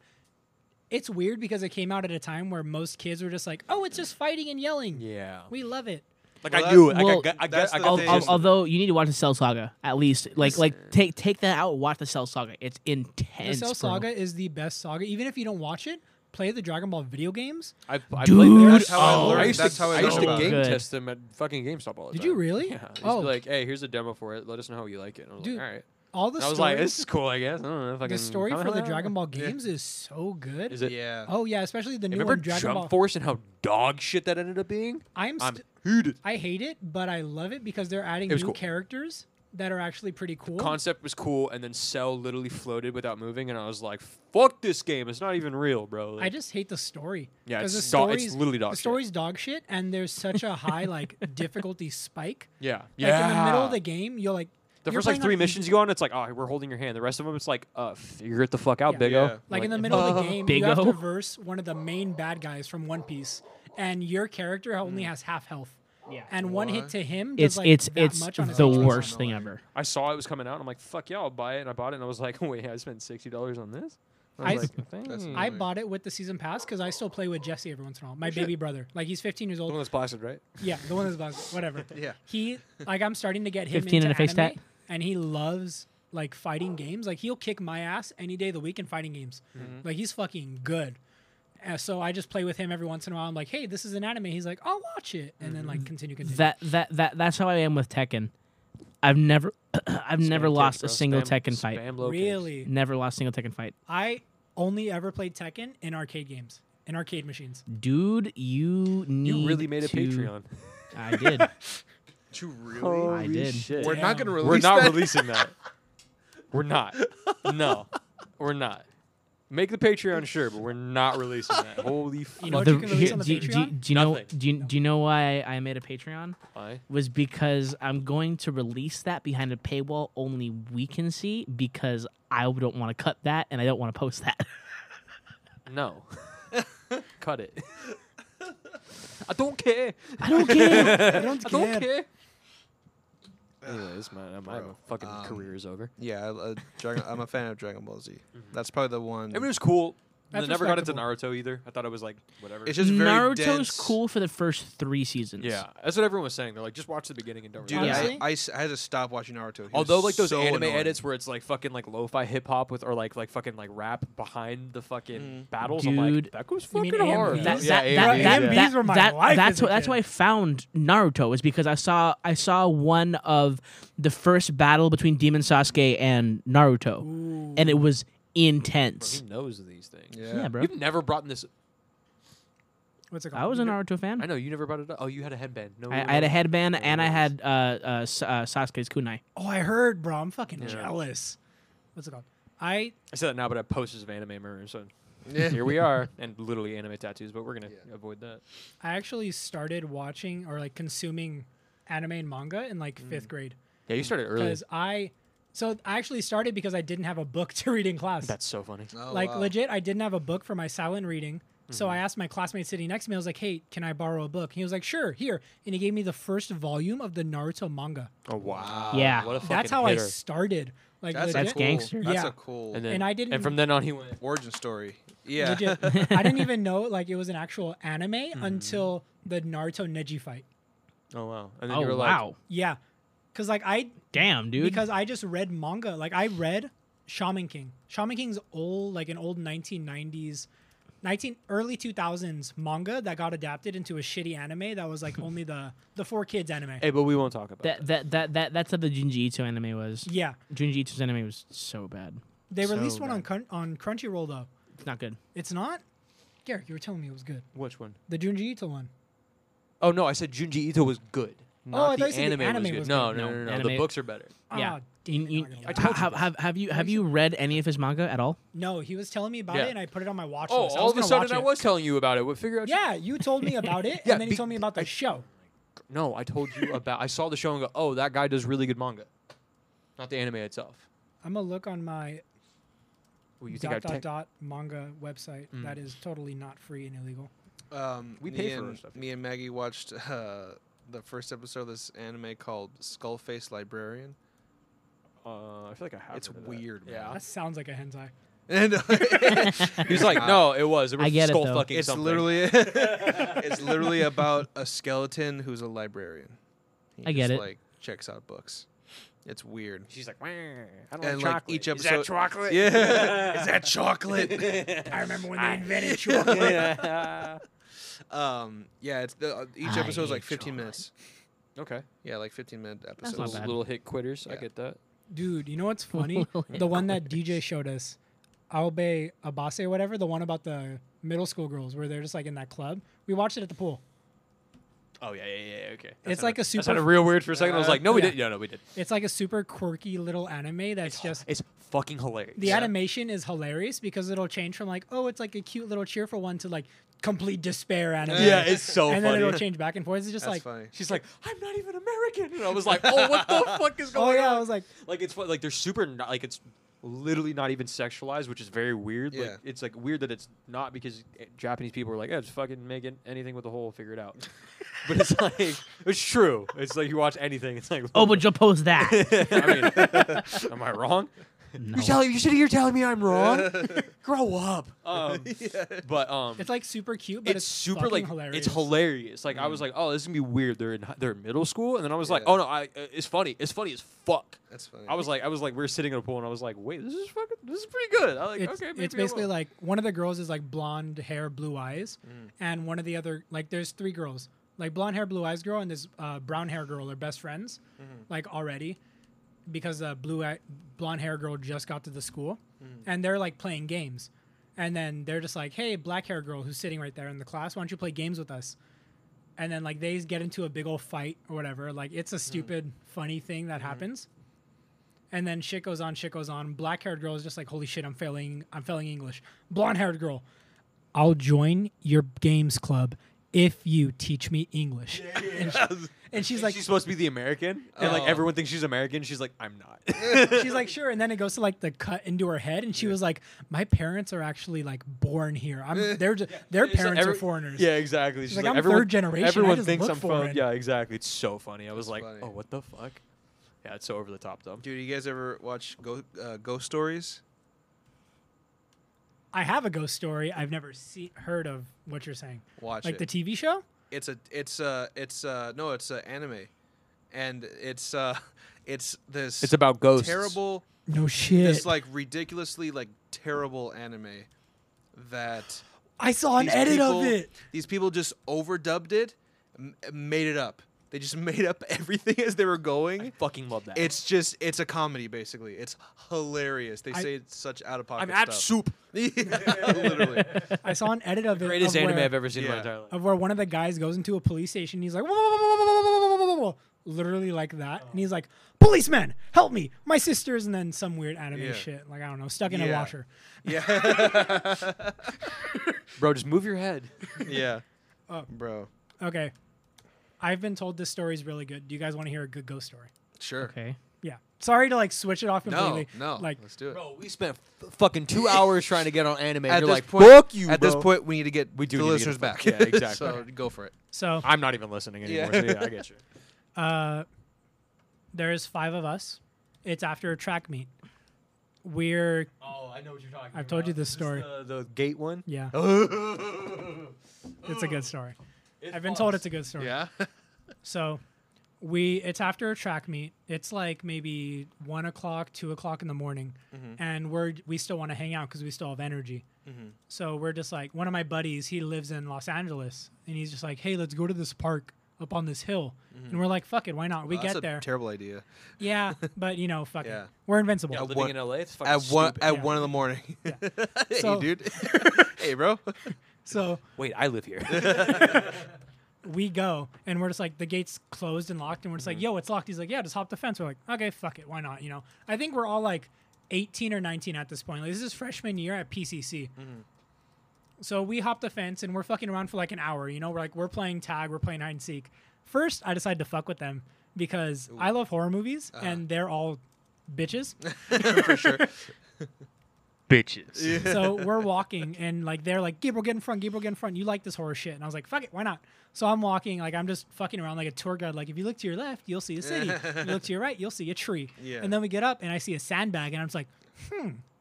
Speaker 5: It's weird because it came out at a time where most kids were just like, "Oh, it's just fighting and yelling.
Speaker 4: Yeah,
Speaker 5: We love it."
Speaker 4: like
Speaker 6: Well,
Speaker 4: I knew it.
Speaker 2: well,
Speaker 4: Like, I got, I
Speaker 6: that's
Speaker 4: got, I
Speaker 6: the
Speaker 4: got
Speaker 2: Al-
Speaker 4: the
Speaker 6: thing.
Speaker 2: al-
Speaker 4: gist of it.
Speaker 2: although you need to watch the Cell Saga at least, like like take take that out, watch the Cell Saga. It's
Speaker 5: The
Speaker 2: intense.
Speaker 5: Cell
Speaker 2: bro.
Speaker 5: Saga is the best saga. Even if you don't watch it, play the Dragon Ball video games.
Speaker 4: I, I
Speaker 2: Dude,
Speaker 4: played there.
Speaker 6: That's how I
Speaker 2: oh,
Speaker 6: learned.
Speaker 4: I used
Speaker 6: That's
Speaker 4: to,
Speaker 6: how I,
Speaker 4: I used
Speaker 6: learned
Speaker 4: to
Speaker 6: about
Speaker 4: game
Speaker 2: Good.
Speaker 4: test them at fucking GameStop all the
Speaker 5: Did
Speaker 4: time.
Speaker 5: you really?
Speaker 4: Yeah. They'd
Speaker 5: Oh.
Speaker 4: be like, hey, here's a demo for it. Let us know how you like it. And I was
Speaker 5: Dude,
Speaker 4: like, all right.
Speaker 5: All the
Speaker 4: And I was
Speaker 5: stories,
Speaker 4: like, this is cool, I guess. I don't know if I can.
Speaker 5: the story
Speaker 4: I don't
Speaker 5: for the
Speaker 4: know.
Speaker 5: Dragon Ball games is so good.
Speaker 4: Is it?
Speaker 6: Yeah.
Speaker 5: Oh yeah, especially the new
Speaker 4: Remember
Speaker 5: one, Dragon
Speaker 4: Jump
Speaker 5: Ball.
Speaker 4: Force and how dog shit that ended up being?
Speaker 5: I'm,
Speaker 4: I'm
Speaker 5: st-
Speaker 4: heated.
Speaker 5: I hate it, but I love it because they're adding
Speaker 4: It
Speaker 5: new
Speaker 4: was cool.
Speaker 5: characters that are actually pretty cool.
Speaker 4: Concept was cool, and then Cell literally floated without moving, and I was like, "Fuck this game! It's not even real, bro."
Speaker 5: I just hate the story.
Speaker 4: Yeah,
Speaker 5: 'Cause
Speaker 4: it's do- it's
Speaker 5: story's-
Speaker 4: literally dog
Speaker 5: The
Speaker 4: shit.
Speaker 5: story's dog shit, and there's such a high like difficulty spike.
Speaker 4: yeah,
Speaker 5: Like
Speaker 4: yeah.
Speaker 5: in the middle of the game, you're like
Speaker 4: The
Speaker 5: you're
Speaker 4: first like
Speaker 5: playing
Speaker 4: three
Speaker 5: on E
Speaker 4: missions you go on, it's like, "Oh, we're holding your hand." The rest of them, it's like, "Uh, figure it the fuck out,
Speaker 5: Yeah.
Speaker 4: Big
Speaker 6: Yeah.
Speaker 4: O."
Speaker 6: Like,
Speaker 5: Like in the
Speaker 4: "If
Speaker 5: middle of
Speaker 4: I
Speaker 5: the game,
Speaker 2: Big
Speaker 5: you have
Speaker 2: O.
Speaker 5: to reverse one of the main bad guys from One Piece, and your character
Speaker 4: Hmm.
Speaker 5: only has half health.
Speaker 2: Yeah.
Speaker 5: And one hit to him, does
Speaker 2: It's
Speaker 5: like
Speaker 2: it's
Speaker 5: that
Speaker 2: it's
Speaker 5: much on his
Speaker 2: the
Speaker 5: HP.
Speaker 2: worst thing ever.
Speaker 4: I saw it was coming out, and I'm like, "Fuck yeah, I'll buy it." And I bought it, and I was like, "Wait, I spent sixty dollars on this." I
Speaker 5: I
Speaker 4: was
Speaker 5: s-
Speaker 4: like, "Thanks."
Speaker 6: annoying.
Speaker 5: I bought it with the season pass because I still play with Jesse every once in a while. My baby brother, like he's 15 years old.
Speaker 4: that's blasted, right?
Speaker 5: Yeah, the one that's buzzed. Whatever.
Speaker 6: Yeah.
Speaker 5: He like I'm starting to get him
Speaker 2: 15
Speaker 5: into
Speaker 2: and a face
Speaker 5: anime,
Speaker 2: tat?
Speaker 5: and he loves like fighting games. Like he'll kick my ass any day of the week in fighting games. Like he's fucking good. Uh, so I just play with him every once in a while. I'm like, hey, this is an anime. He's like, I'll watch it, and then like continue, continue.
Speaker 2: That that that that's how I am with Tekken. I've never I've never lost a single Tekken fight.
Speaker 5: really,
Speaker 2: Never lost a single Tekken fight.
Speaker 5: I only ever played Tekken in arcade games, in arcade machines.
Speaker 2: Dude, you need
Speaker 4: You really made a
Speaker 2: to-
Speaker 4: Patreon.
Speaker 2: I did.
Speaker 6: You really?
Speaker 5: Oh,
Speaker 2: I did.
Speaker 6: We're not going to release
Speaker 4: We're not
Speaker 6: that.
Speaker 4: releasing that. We're not. No, we're not. Make the Patreon sure, but we're not releasing that. Holy fuck!
Speaker 5: You know what
Speaker 2: The-
Speaker 5: you can release
Speaker 2: here-
Speaker 5: on the
Speaker 2: do, do-
Speaker 5: Patreon?
Speaker 2: do you know
Speaker 4: Nothing.
Speaker 2: do you, do you know why I made a Patreon?
Speaker 4: Why?
Speaker 2: was because I'm going to release that behind a paywall only we can see because I don't want to cut that and I don't want to post that.
Speaker 4: No. Cut it. I don't care.
Speaker 2: I don't care.
Speaker 5: I don't
Speaker 4: I don't care.
Speaker 8: Anyways, my, my
Speaker 6: Bro,
Speaker 8: fucking
Speaker 6: um,
Speaker 8: career is over.
Speaker 6: Yeah, I, uh, Dragon, I'm a fan of Dragon Ball Z.
Speaker 4: Mm-hmm.
Speaker 6: That's probably the one.
Speaker 4: I mean, it was cool.
Speaker 5: That's
Speaker 4: I never got into Naruto either. I thought it was like whatever.
Speaker 6: it's just very
Speaker 2: Naruto's
Speaker 6: dense.
Speaker 2: cool for the first three seasons.
Speaker 4: yeah, that's what everyone was saying. They're like, just watch the beginning and don't.
Speaker 6: Dude,
Speaker 4: really
Speaker 2: Yeah.
Speaker 4: care.
Speaker 6: I,
Speaker 2: Honestly?
Speaker 6: I s- I had to stop watching Naruto. He was
Speaker 4: Although like those
Speaker 6: so
Speaker 4: anime
Speaker 6: annoying.
Speaker 4: edits where it's like fucking like lo-fi hip hop with or like like fucking like rap behind the fucking
Speaker 6: Mm-hmm.
Speaker 4: battles, I'm
Speaker 2: Dude.
Speaker 4: like that goes
Speaker 5: You mean
Speaker 4: fucking hard.
Speaker 5: AMVs?
Speaker 2: That,
Speaker 5: That's-
Speaker 4: yeah,
Speaker 2: that, that,
Speaker 4: AMVs,
Speaker 2: that,
Speaker 4: yeah.
Speaker 5: AMVs
Speaker 2: that-
Speaker 5: were my
Speaker 2: that-
Speaker 5: life
Speaker 2: that's
Speaker 5: as a
Speaker 2: wh- that's
Speaker 5: kid.
Speaker 2: why I found Naruto is because I saw I saw one of the first battle between Demon Sasuke and Naruto, and it was
Speaker 4: Bro,
Speaker 2: intense.
Speaker 4: he knows these things.
Speaker 6: Yeah.
Speaker 2: Yeah, bro.
Speaker 4: You've never brought this.
Speaker 5: What's it called?
Speaker 2: I was a
Speaker 5: You know-
Speaker 2: Naruto fan.
Speaker 4: I know you never brought it up. Oh, you had a headband. No,
Speaker 2: I,
Speaker 4: no,
Speaker 2: I had a
Speaker 4: no.
Speaker 2: headband
Speaker 4: Yeah,
Speaker 2: and I
Speaker 4: it
Speaker 2: had uh, uh, S- uh, Sasuke's kunai.
Speaker 5: Oh, I heard, bro. I'm fucking
Speaker 4: Yeah.
Speaker 5: jealous. What's it called? I
Speaker 4: I said that now, but I have posters of anime memories. So here we are, and literally anime tattoos. But we're gonna avoid that.
Speaker 5: I actually started watching or like consuming anime and manga in like
Speaker 4: Mm.
Speaker 5: fifth grade
Speaker 4: Yeah, you started early.
Speaker 5: because I so I actually started because I didn't have a book to read in class.
Speaker 4: That's so funny.
Speaker 6: Oh,
Speaker 5: like
Speaker 6: wow.
Speaker 5: legit, I didn't have a book for my silent reading. So
Speaker 4: Mm-hmm.
Speaker 5: I asked my classmate sitting next to me. I was like, "Hey, can I borrow a book?" And he was like, "Sure, here." And he gave me the first volume of the Naruto manga.
Speaker 4: Oh wow.
Speaker 2: yeah.
Speaker 4: What a
Speaker 5: That's
Speaker 4: fucking
Speaker 5: how I
Speaker 4: hitter.
Speaker 5: started. Like
Speaker 6: That's,
Speaker 5: legit.
Speaker 6: cool.
Speaker 2: gangster.
Speaker 6: That's
Speaker 5: Yeah.
Speaker 6: a cool
Speaker 4: and then
Speaker 5: and I didn't
Speaker 4: And from
Speaker 5: even-
Speaker 4: then on, he went.
Speaker 6: origin story. Yeah.
Speaker 5: Legit. I didn't even know like it was an actual anime
Speaker 4: Mm-hmm.
Speaker 5: until the Naruto Neji fight.
Speaker 4: Oh wow. And then
Speaker 2: Oh
Speaker 4: you were
Speaker 2: wow.
Speaker 4: like,
Speaker 5: Yeah, because like I
Speaker 2: Damn, dude.
Speaker 5: because I just read manga. Like I read Shaman King. Shaman King's old like an old 1990s, 19 early 2000s manga that got adapted into a shitty anime that was like only the the four kids anime.
Speaker 4: "Hey, but we won't talk about
Speaker 2: that, that that that that's how the Junji Ito anime was.
Speaker 5: Yeah,
Speaker 2: Junji Ito's anime was so bad.
Speaker 5: they
Speaker 2: So
Speaker 5: released one on Crun- on Crunchyroll though.
Speaker 2: It's not good.
Speaker 5: It's not. Garrick, you were telling me it was good.
Speaker 4: Which one?
Speaker 5: The Junji Ito one.
Speaker 4: Oh no, I said Junji Ito was good.
Speaker 5: I
Speaker 4: Not
Speaker 5: thought
Speaker 4: the,
Speaker 5: you said the
Speaker 4: anime
Speaker 5: anime
Speaker 4: was good.
Speaker 5: was
Speaker 4: no,
Speaker 5: good.
Speaker 4: no,
Speaker 2: No,
Speaker 4: no, no,
Speaker 2: anime-
Speaker 4: The books are better.
Speaker 2: Yeah.
Speaker 5: Ah,
Speaker 2: You-
Speaker 5: damn, I
Speaker 2: you-
Speaker 5: got
Speaker 4: I
Speaker 5: it.
Speaker 4: told you
Speaker 2: have, have, have you have you read any of his manga at all?
Speaker 5: no, he was telling me about
Speaker 4: Yeah.
Speaker 5: it, and I put it on my watch
Speaker 4: Oh,
Speaker 5: list. I
Speaker 4: all
Speaker 5: was
Speaker 4: of a
Speaker 5: gonna
Speaker 4: sudden
Speaker 5: watch
Speaker 4: I
Speaker 5: it.
Speaker 4: was telling you about it. What figure out? your-
Speaker 5: Yeah, you told me about it,
Speaker 4: Yeah,
Speaker 5: and then
Speaker 4: be-
Speaker 5: you told me about the show.
Speaker 4: No, I told you about. I saw the show and go, "Oh, that guy does really good manga." Not the anime itself.
Speaker 5: I'm gonna look on my
Speaker 4: Well, you think
Speaker 5: dot
Speaker 4: Mm. I
Speaker 5: dot
Speaker 4: tech-
Speaker 5: dot manga website that is totally not free and illegal.
Speaker 6: Um,
Speaker 4: We
Speaker 6: me
Speaker 4: pay for
Speaker 6: and,
Speaker 4: our stuff here.
Speaker 6: Me and Maggie watched uh, the first episode of this anime called Skullface Librarian.
Speaker 4: Uh, I feel like I have.
Speaker 6: It's
Speaker 4: heard of that.
Speaker 6: weird, man.
Speaker 4: Yeah.
Speaker 5: That sounds like a hentai.
Speaker 6: And uh,
Speaker 4: He's like, no, it was. It was
Speaker 2: I get it,
Speaker 4: skull
Speaker 2: though.
Speaker 4: fucking
Speaker 6: it's
Speaker 4: something.
Speaker 6: literally it's literally about a skeleton who's a librarian. He
Speaker 2: I get
Speaker 6: just,
Speaker 2: it.
Speaker 6: Like checks out books. It's weird.
Speaker 4: She's like, "Wah, I don't
Speaker 6: And
Speaker 4: like
Speaker 6: like
Speaker 4: chocolate."
Speaker 6: each
Speaker 9: Is
Speaker 6: episode,
Speaker 9: that chocolate?
Speaker 6: yeah, is that chocolate?
Speaker 5: I remember when they invented chocolate.
Speaker 6: um, yeah, it's the, uh, each
Speaker 2: I
Speaker 6: episode is like
Speaker 2: hate
Speaker 6: 15
Speaker 2: chocolate.
Speaker 6: minutes.
Speaker 4: okay,
Speaker 6: Yeah, like 15 minute
Speaker 2: That's
Speaker 6: episodes.
Speaker 2: not
Speaker 4: Those
Speaker 2: bad.
Speaker 4: little hit quitters. I
Speaker 6: Yeah.
Speaker 4: get that.
Speaker 5: Dude, you know what's funny?
Speaker 4: Oh,
Speaker 5: the one that DJ showed us, Aobe Abase, whatever, the one about the middle school girls where they're just like in that club. We watched it at the pool.
Speaker 4: Oh yeah, yeah, yeah. Okay.
Speaker 5: It's like a
Speaker 4: That sounded
Speaker 5: super.
Speaker 4: real weird for a second. I was like, "No, we
Speaker 5: Yeah.
Speaker 4: didn't. No, no, we did."
Speaker 5: It's like a super quirky little anime that's just
Speaker 4: It's fucking hilarious.
Speaker 5: the animation is hilarious because it'll change from like oh it's like a cute little cheerful one to like complete despair anime.
Speaker 4: Yeah, it's so
Speaker 5: and then
Speaker 4: funny.
Speaker 5: it'll change back and forth. It's just
Speaker 6: That's
Speaker 5: like
Speaker 6: funny.
Speaker 4: She's like, I'm not even American, and I was like, Oh, what the fuck is
Speaker 5: oh
Speaker 4: going
Speaker 5: yeah,
Speaker 4: on?
Speaker 5: I was like
Speaker 4: like it's fu- like they're super not, like it's literally not even sexualized, which is very weird.
Speaker 6: Yeah.
Speaker 4: Like it's like weird that it's not because eh, Japanese people are like, yeah, just fucking make it, anything with a hole, figure it out. but it's like it's true. It's like you watch anything, it's like
Speaker 2: Oh, but you'll post that.
Speaker 4: I mean, am I wrong?
Speaker 2: No.
Speaker 4: telling you're sitting here telling me I'm wrong. Grow up. Um, But um,
Speaker 5: it's like super cute, but
Speaker 4: it's,
Speaker 5: it's,
Speaker 4: super
Speaker 5: fucking
Speaker 4: like
Speaker 5: hilarious. Mm.
Speaker 4: it's hilarious. Like I was like, oh, this is gonna be weird. They're in hi- they're in middle school, and then I was like,
Speaker 6: Yeah.
Speaker 4: oh no, I, uh, it's funny. It's funny as fuck.
Speaker 6: That's funny.
Speaker 4: I was like, I was like, we are sitting in a pool, and I was like, wait, this is fucking, this is pretty good. I like,
Speaker 5: It's,
Speaker 4: okay,
Speaker 5: it's basically like one of the girls is like blonde hair, blue eyes,
Speaker 4: Mm.
Speaker 5: and one of the other like there's three girls like blonde hair, blue eyes girl, and this uh, brown hair girl are best friends,
Speaker 4: Mm-hmm.
Speaker 5: like already, because the blue eye, blonde hair girl just got to the school,
Speaker 4: Mm.
Speaker 5: and they're like playing games, and then they're just like, hey, black hair girl who's sitting right there in the class, why don't you play games with us? And then like they get into a big old fight or whatever. Like it's a stupid, funny thing that happens. And then shit goes on, shit goes on. Black haired girl is just like, holy shit, I'm failing, I'm failing English. Blonde haired girl, I'll join your games club if you teach me English. And, she- and she's like, Oh.
Speaker 4: she's supposed to be the American, and like everyone thinks she's American. She's like, I'm not.
Speaker 5: she's like, sure. And then it goes to like the cut into her head, and she was like, my parents are actually like born here. I'm they're just, their parents
Speaker 4: Every-
Speaker 5: are foreigners.
Speaker 4: Yeah, exactly. She's
Speaker 5: like,
Speaker 4: like,
Speaker 5: "I'm
Speaker 4: everyone,
Speaker 5: third generation, I
Speaker 4: Everyone
Speaker 5: just
Speaker 4: thinks
Speaker 5: look
Speaker 4: I'm
Speaker 5: foreign."
Speaker 4: from. Yeah, exactly. It's so funny. I was like,
Speaker 6: funny.
Speaker 4: oh, what the fuck?
Speaker 1: Yeah, it's so over the top though.
Speaker 6: Dude, you guys ever watch Go, uh, Ghost Stories?
Speaker 5: I have a ghost story. I've never see- heard of what you're saying.
Speaker 6: Watch
Speaker 5: like
Speaker 6: it.
Speaker 5: the TV show?
Speaker 6: it's a it's uh it's uh no it's uh, anime, and it's uh it's this
Speaker 4: It's about ghosts.
Speaker 6: terrible
Speaker 5: No shit.
Speaker 6: this like ridiculously like terrible anime that
Speaker 5: I saw an
Speaker 6: these
Speaker 5: edit
Speaker 6: people,
Speaker 5: of it.
Speaker 6: These people just overdubbed it, m- made it up. They just made up everything as they were going.
Speaker 1: Fucking love that.
Speaker 6: It's just it's a comedy basically. It's hilarious. They
Speaker 5: I-
Speaker 6: say it's such out of pocket.
Speaker 1: I'm at
Speaker 6: stuff.
Speaker 1: soup.
Speaker 6: Yeah, literally.
Speaker 5: I saw an edit of it.
Speaker 1: Greatest
Speaker 5: of
Speaker 1: anime
Speaker 5: where,
Speaker 1: I've ever seen in my
Speaker 6: Yeah.
Speaker 1: entire life.
Speaker 5: Of where one of the guys goes into a police station. he's like, "Whoa, whoa, whoa, whoa, whoa, whoa, whoa, whoa, whoa, whoa," literally like that. And he's like, policeman, help me, my sister's, and then some weird anime
Speaker 6: Yeah.
Speaker 5: shit. Like I don't know, stuck in a
Speaker 6: Yeah.
Speaker 5: washer.
Speaker 6: Yeah.
Speaker 1: Bro, just move your head.
Speaker 6: yeah.
Speaker 5: Oh.
Speaker 6: Bro.
Speaker 5: Okay, I've been told this story is really good. Do you guys want to hear a good ghost story?
Speaker 6: Sure.
Speaker 2: Okay.
Speaker 5: Yeah. Sorry to like switch it off
Speaker 6: No,
Speaker 5: completely.
Speaker 6: no.
Speaker 5: Like
Speaker 6: let's do it.
Speaker 1: Bro, we spent f- fucking two hours trying to get on anime. and
Speaker 6: At
Speaker 1: you're
Speaker 6: this
Speaker 1: like,
Speaker 6: point-
Speaker 1: fuck you.
Speaker 6: At this
Speaker 1: bro."
Speaker 6: point, we need to get
Speaker 1: We do
Speaker 6: the
Speaker 1: need to get
Speaker 6: listeners
Speaker 1: the-
Speaker 6: back.
Speaker 1: yeah, exactly.
Speaker 6: so go for it.
Speaker 5: so,
Speaker 1: I'm not even listening anymore.
Speaker 6: Yeah.
Speaker 1: So yeah, I get you.
Speaker 5: uh, there's five of us. It's after a track meet. We're
Speaker 1: Oh, I know what you're talking about.
Speaker 5: I've told you this story.
Speaker 1: The, the gate one.
Speaker 5: Yeah, it's a good story.
Speaker 1: It
Speaker 5: I've been told
Speaker 1: fucks.
Speaker 5: it's a good story.
Speaker 6: Yeah.
Speaker 5: So we it's after a track meet. It's like maybe one o'clock, two o'clock in the morning,
Speaker 6: Mm-hmm.
Speaker 5: and we're we still want to hang out because we still have energy. So we're just like one of my buddies. He lives in Los Angeles, and he's just like, "Hey, let's go to this park up on this hill." And we're like, "Fuck it, why not?" We
Speaker 6: Well, Mm-hmm. that's
Speaker 5: get
Speaker 6: a
Speaker 5: there.
Speaker 6: terrible idea.
Speaker 5: yeah, but you know, fuck
Speaker 6: Yeah.
Speaker 5: it, we're invincible.
Speaker 1: Yeah,
Speaker 6: At
Speaker 1: living
Speaker 6: one-
Speaker 1: in LA, it's fucking
Speaker 6: At one
Speaker 1: stupid.
Speaker 6: at
Speaker 5: Yeah.
Speaker 6: one in the morning. hey,
Speaker 5: So-
Speaker 6: dude. hey, bro.
Speaker 5: So
Speaker 1: Wait, I live here.
Speaker 5: we go and we're just like the gates closed and locked and we're just like yo it's locked he's like yeah just hop the fence we're like okay fuck it why not you know i think we're all like 18 or 19 at this point like this is freshman year at pcc so we hop the fence and we're fucking around for like an hour you know we're like we're playing tag we're playing hide and seek first i decided to fuck with them because i love horror movies and they're all bitches
Speaker 6: For sure.
Speaker 2: Bitches.
Speaker 5: so we're walking and like they're like Gabriel get in front Gabriel get in front you like this horror shit and I was like fuck it why not so I'm walking like I'm just fucking around like a tour guide like if you look to your left you'll see a city If you look to your right you'll see a tree
Speaker 6: Yeah.
Speaker 5: and then we get up and I see a sandbag and I'm just like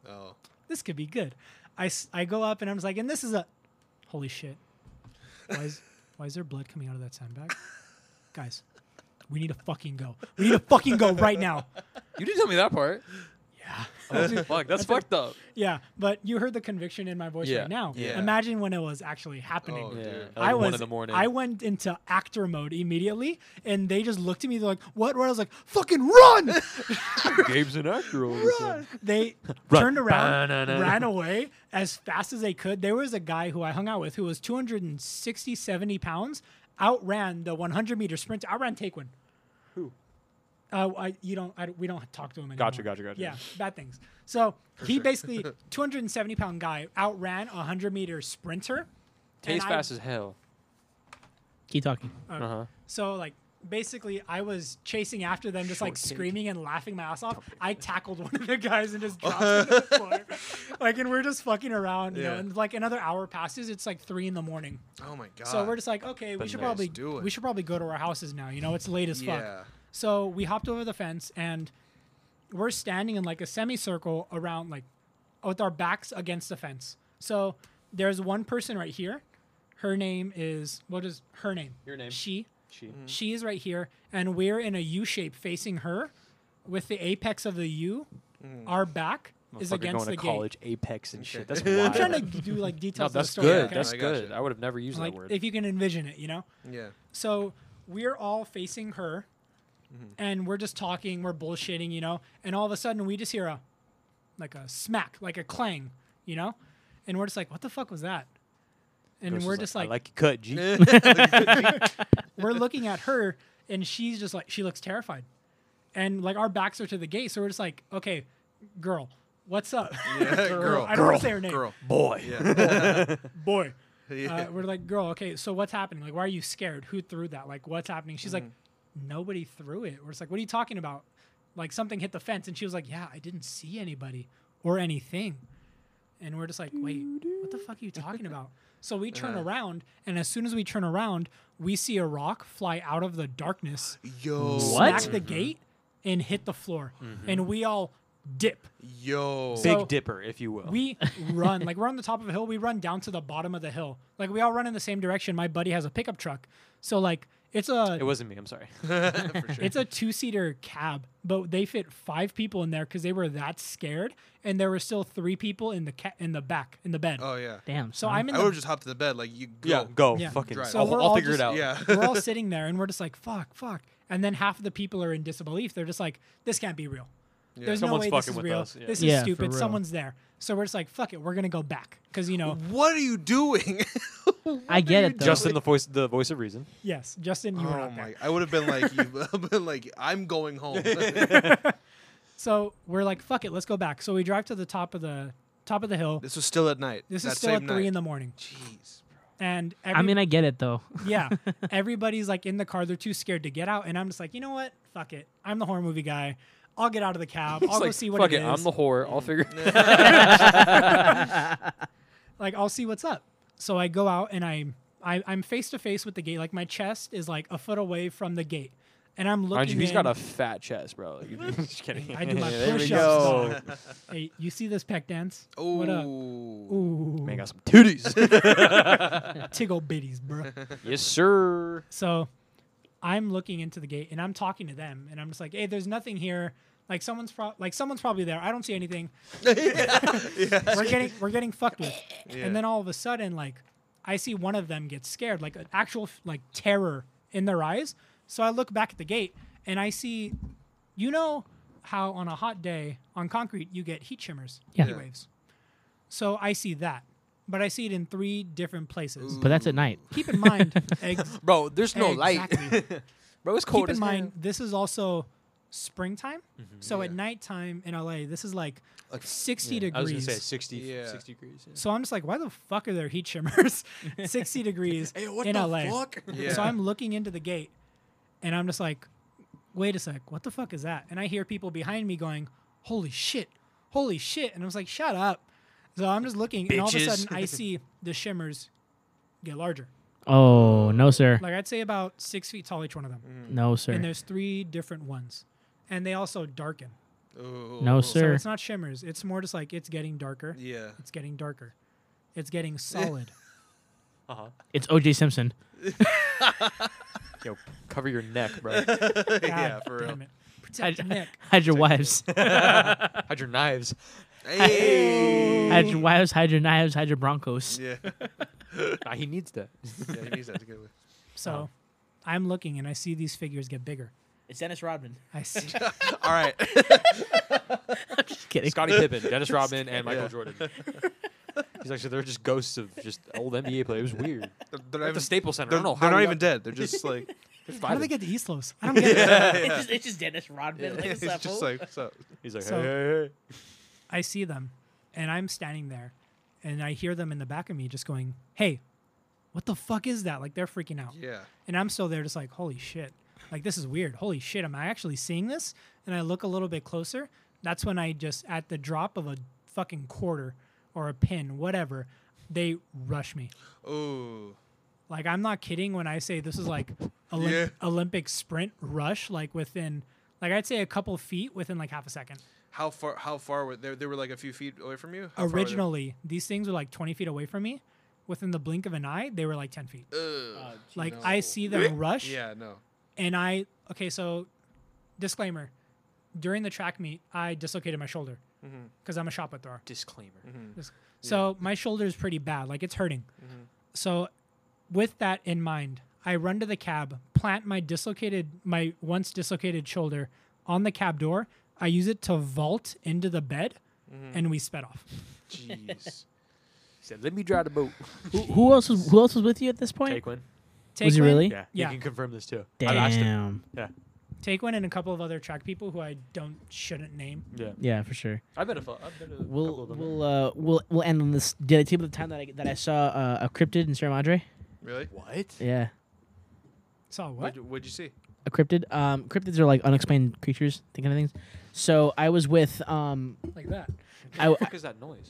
Speaker 6: Oh.
Speaker 5: this could be good I, s- I go up and I'm just like and this is a holy shit why is, why is there blood coming out of that sandbag guys we need to fucking go we need to fucking go right now
Speaker 1: you didn't tell me that part. Yeah. fuck, that's fucked up.
Speaker 5: yeah but you heard the conviction in my voice
Speaker 1: Yeah.
Speaker 5: right now
Speaker 6: Yeah.
Speaker 5: imagine when it was actually happening
Speaker 6: Oh,
Speaker 1: Yeah.
Speaker 6: dude.
Speaker 1: At, like,
Speaker 5: I was
Speaker 1: one in the morning.
Speaker 5: I went into actor mode immediately, and they just looked at me. They're like, "What?" What? I was like, "Fucking run!"
Speaker 4: Gabe's an actor. All of a sudden.
Speaker 5: they turned around, ran away as fast as they could. There was a guy who I hung out with who was 260, 70 pounds, outran the 100 meter sprint, outran Taquin. Who? Uh, I, you don't, I, don't- we don't talk to him anymore.
Speaker 4: Gotcha, gotcha, gotcha.
Speaker 5: Yeah, bad things. So he basically, 270 pound guy, outran a 100 meter sprinter.
Speaker 1: Taste
Speaker 5: and I-
Speaker 1: fast as hell.
Speaker 2: Keep talking.
Speaker 5: So like basically I was chasing after them just like screaming and laughing my ass off. I tackled one of the guys and just dropped him to the floor. Like and we're just fucking around, you know,
Speaker 6: Yeah.
Speaker 5: and like another hour passes, it's like three in the morning.
Speaker 6: Oh my god.
Speaker 5: So we're just like, okay, we should
Speaker 1: nice.
Speaker 5: probably
Speaker 6: Do it.
Speaker 5: we should probably go to our houses now, you know, it's late as fuck.
Speaker 6: Yeah.
Speaker 5: So we hopped over the fence and we're standing in like a semicircle around like with our backs against the fence. So there's one person right here. Her name is what is her name?
Speaker 1: Your name.
Speaker 5: She.
Speaker 1: She.
Speaker 5: She is right here, and we're in a U shape facing her, with the apex of the U, our back is
Speaker 1: Motherfucker
Speaker 5: against
Speaker 1: going to
Speaker 5: the
Speaker 1: college, Apex and shit. That's
Speaker 5: gate. I'm
Speaker 1: wild.
Speaker 5: trying to do like
Speaker 1: no,
Speaker 5: details. of
Speaker 1: that's
Speaker 5: the story,
Speaker 1: good.
Speaker 5: okay?
Speaker 1: That's
Speaker 6: I gotcha.
Speaker 1: good. I would have never used
Speaker 5: like
Speaker 1: that word.
Speaker 5: if you can envision it, you know.
Speaker 6: Yeah.
Speaker 5: So we're all facing her, and we're just talking, we're bullshitting, you know. And all of a sudden, we just hear a, like a smack, like a clang, you know, and we're just like, what the fuck was that? And
Speaker 1: Ghost
Speaker 5: we're
Speaker 1: is
Speaker 5: just
Speaker 1: like,
Speaker 5: like,
Speaker 1: I like you cut, G.
Speaker 4: Eh.
Speaker 5: we're looking at her and she's just like she looks terrified and like our backs are to the gate so we're just like okay girl what's up
Speaker 6: Girl.
Speaker 5: i don't want to say her name
Speaker 6: Girl.
Speaker 1: Boy.
Speaker 5: boy
Speaker 6: Yeah.
Speaker 5: uh, we're like girl okay so what's happening like why are you scared who threw that like what's happening she's like nobody threw it we're just like what are you talking about like something hit the fence and she was like yeah i didn't see anybody or anything and we're just like wait what the fuck are you talking about so we turn around and as soon as we turn around we see a rock fly out of the darkness
Speaker 6: Yo.
Speaker 2: What?
Speaker 5: smack the gate and hit the floor, and we all dip.
Speaker 6: Yo.
Speaker 5: So-
Speaker 1: Big Dipper, if you will.
Speaker 6: Oh.
Speaker 5: We run like we're on the top of a hill. We run down to the bottom of the hill. Like we all run in the same direction. My buddy has a pickup truck, so like it's a
Speaker 1: it wasn't me. I'm sorry.
Speaker 5: it's a two seater cab, but they fit five people in there because they were that scared, and there were still three people in the ca- in the back in the bed.
Speaker 6: Oh yeah.
Speaker 2: Damn.
Speaker 5: so
Speaker 2: son.
Speaker 5: I'm in
Speaker 6: I would
Speaker 5: the
Speaker 6: have just hopped to the bed like you. Go.
Speaker 1: Yeah, go
Speaker 5: Yeah.
Speaker 1: fucking.
Speaker 6: Drive.
Speaker 1: I'll-
Speaker 6: So
Speaker 1: I'll,
Speaker 5: we're all
Speaker 1: figure
Speaker 5: just-
Speaker 1: it out.
Speaker 6: Yeah.
Speaker 5: we're all sitting there and we're just like fuck fuck and then half of the people are in disbelief they're just like this can't be real there's
Speaker 1: Someone's
Speaker 5: no way this
Speaker 1: fucking
Speaker 5: is
Speaker 1: with
Speaker 5: real
Speaker 1: us, yeah.
Speaker 5: this
Speaker 2: Yeah,
Speaker 5: is
Speaker 2: for
Speaker 5: stupid
Speaker 2: real.
Speaker 5: someone's there so we're just like fuck it we're gonna go back because you know
Speaker 6: What are you doing?
Speaker 2: I get it though.
Speaker 1: Justin, the voice, the voice of reason.
Speaker 5: yes justin you were
Speaker 6: oh
Speaker 5: out there
Speaker 6: my! I would have been like, you, I've been like, I'm going home.
Speaker 5: so we're like fuck it let's go back so we drive to the top of the top of the hill
Speaker 6: this was still at night.
Speaker 5: this
Speaker 6: that
Speaker 5: is still at
Speaker 6: same
Speaker 5: three
Speaker 6: night.
Speaker 5: in the morning
Speaker 6: Jeez.
Speaker 5: and every,
Speaker 2: I mean, I get it though.
Speaker 5: yeah everybody's like in the car they're too scared to get out and i'm just like you know what fuck it i'm the horror movie guy i'll get out of the cab i'll go
Speaker 4: like,
Speaker 5: see what
Speaker 4: fuck
Speaker 5: it is.
Speaker 4: I'm the whore. I'll figure. it out.
Speaker 5: like I'll see what's up. So I go out and I'm I, I'm face to face with the gate. Like my chest is like a foot away from the gate, and I'm looking.
Speaker 4: Mind you, he's
Speaker 5: in.
Speaker 4: got a fat chest, bro. Like, just kidding.
Speaker 5: I do my
Speaker 4: There we
Speaker 5: push-ups.
Speaker 4: go.
Speaker 5: dog. Hey, you see this pec dance? What up?
Speaker 6: Oh.
Speaker 5: Ooh,
Speaker 4: Man got some titties.
Speaker 5: tiggle bitties, bro.
Speaker 4: yes, sir.
Speaker 5: so I'm looking into the gate and I'm talking to them, and I'm just like, hey, there's nothing here. Like someone's pro- like someone's probably there. I don't see anything. we're getting we're getting fucked with, and then all of a sudden, like, I see one of them get scared, like an actual like terror in their eyes. So I look back at the gate and I see, you know, how on a hot day on concrete you get heat shimmers,
Speaker 2: Yeah.
Speaker 5: heat waves. So I see that, but I see it in three different places.
Speaker 2: But that's at night.
Speaker 5: Keep in mind, ex-
Speaker 4: Bro, there's no light.
Speaker 5: exactly
Speaker 4: Bro, it's cold
Speaker 5: keep in
Speaker 4: as
Speaker 5: mind this is also springtime
Speaker 1: Mm-hmm.
Speaker 5: so at nighttime in la this is like, 60 degrees
Speaker 1: I was gonna say 60,
Speaker 6: Yeah.
Speaker 1: 60 degrees. yeah.
Speaker 5: so i'm just like why the fuck are there heat shimmers 60 degrees in la
Speaker 6: Yeah.
Speaker 5: so i'm looking into the gate and i'm just like wait a sec what the fuck is that and i hear people behind me going holy shit holy shit and i was like shut up so i'm just looking and all of a
Speaker 1: Bitches.
Speaker 5: sudden i see the shimmers get larger
Speaker 2: Oh no, sir.
Speaker 5: like i'd say about six feet tall each one of them
Speaker 2: No,
Speaker 5: and
Speaker 2: sir.
Speaker 5: there's three different ones and they also darken
Speaker 6: Ooh.
Speaker 2: No,
Speaker 5: so
Speaker 2: sir.
Speaker 5: it's not shimmers it's more just like it's getting darker
Speaker 6: Yeah.
Speaker 5: it's getting darker it's getting solid
Speaker 2: It's OJ Simpson.
Speaker 1: Yo, cover your neck, bro.
Speaker 5: God
Speaker 6: Yeah, for real.
Speaker 5: damn it protect your neck
Speaker 2: Hide your wives.
Speaker 1: Hide your knives.
Speaker 6: Hey.
Speaker 2: Hide your wives. Hide your knives. Hide your Broncos.
Speaker 6: Yeah.
Speaker 1: Nah, he needs that.
Speaker 6: Yeah. He needs that to get away.
Speaker 5: so
Speaker 6: Oh.
Speaker 5: i'm looking and i see these figures get bigger
Speaker 2: It's Dennis Rodman.
Speaker 5: i see
Speaker 6: All right.
Speaker 2: Just kidding.
Speaker 1: Scottie Pippen, Dennis Rodman, and Michael
Speaker 6: Yeah.
Speaker 1: Jordan. He's actually they're just ghosts of just old NBA players. It was weird.
Speaker 6: They're, they're
Speaker 1: At
Speaker 6: not
Speaker 1: the
Speaker 6: even-
Speaker 1: Staples Center.
Speaker 6: they're-
Speaker 1: I don't know
Speaker 6: they're
Speaker 1: how
Speaker 6: not
Speaker 1: we
Speaker 6: even
Speaker 1: got-
Speaker 6: dead. They're just like.
Speaker 5: how do they get to east los i don't get it
Speaker 2: It's, just, it's just Dennis Rodman. Like, what's
Speaker 6: it's
Speaker 2: up,
Speaker 6: just
Speaker 2: fool?
Speaker 6: like what's up?
Speaker 1: He's like,
Speaker 5: So-
Speaker 1: hey, hey, hey.
Speaker 5: i see them and i'm standing there and i hear them in the back of me just going hey what the fuck is that like they're freaking out
Speaker 6: Yeah.
Speaker 5: And I'm still there, just like, holy shit. Like, this is weird. Holy shit, am I actually seeing this? And I look a little bit closer. That's when I just, at the drop of a fucking quarter or a pin, whatever, they rush me.
Speaker 6: Ooh.
Speaker 5: Like, I'm not kidding when I say this is like Olymp-
Speaker 6: Yeah.
Speaker 5: Olympic sprint rush, like within, like, I'd say a couple feet within like half a second.
Speaker 6: How far? How far were they? They were like a few feet away from you. How far were they?
Speaker 5: Originally, these things were like 20 feet away from me. Within the blink of an eye, they were like 10 feet.
Speaker 2: Oh,
Speaker 6: Ugh.
Speaker 5: Like, I see them rush.
Speaker 6: Yeah. No.
Speaker 5: and I okay, so disclaimer: during the track meet, I dislocated my shoulder because I'm a shot put thrower.
Speaker 1: disclaimer.
Speaker 5: Dis- So my shoulder is pretty bad, like it's hurting. So, with that in mind, I run to the cab, plant my dislocated, my once dislocated shoulder on the cab door. I use it to vault into the bed, and we sped off.
Speaker 1: Jeez. He said, let me drive the boat.
Speaker 2: Who, who else was Who else was with you at this point?
Speaker 1: Take one.
Speaker 2: was he
Speaker 5: Taekwon-
Speaker 2: really?
Speaker 1: Yeah.
Speaker 5: Yeah.
Speaker 1: You can confirm this too. I asked him.
Speaker 2: Damn.
Speaker 1: Yeah.
Speaker 5: Take one and a couple of other track people who I don't shouldn't name.
Speaker 1: Yeah.
Speaker 2: Yeah, for sure.
Speaker 1: I've been a, fu- I've been a couple
Speaker 2: We'll
Speaker 1: of them.
Speaker 2: we'll uh, we'll we'll end on this. Did I tell you about the time that I that I saw uh, a cryptid in Sierra Madre?
Speaker 6: Really?
Speaker 1: what?
Speaker 2: Yeah,
Speaker 5: Saw what?
Speaker 6: What'd, you- what'd you see?
Speaker 2: a cryptid. Um, cryptids are like unexplained creatures, think kind of things. So I was with um,
Speaker 5: Like that.
Speaker 2: I,
Speaker 1: What is that noise?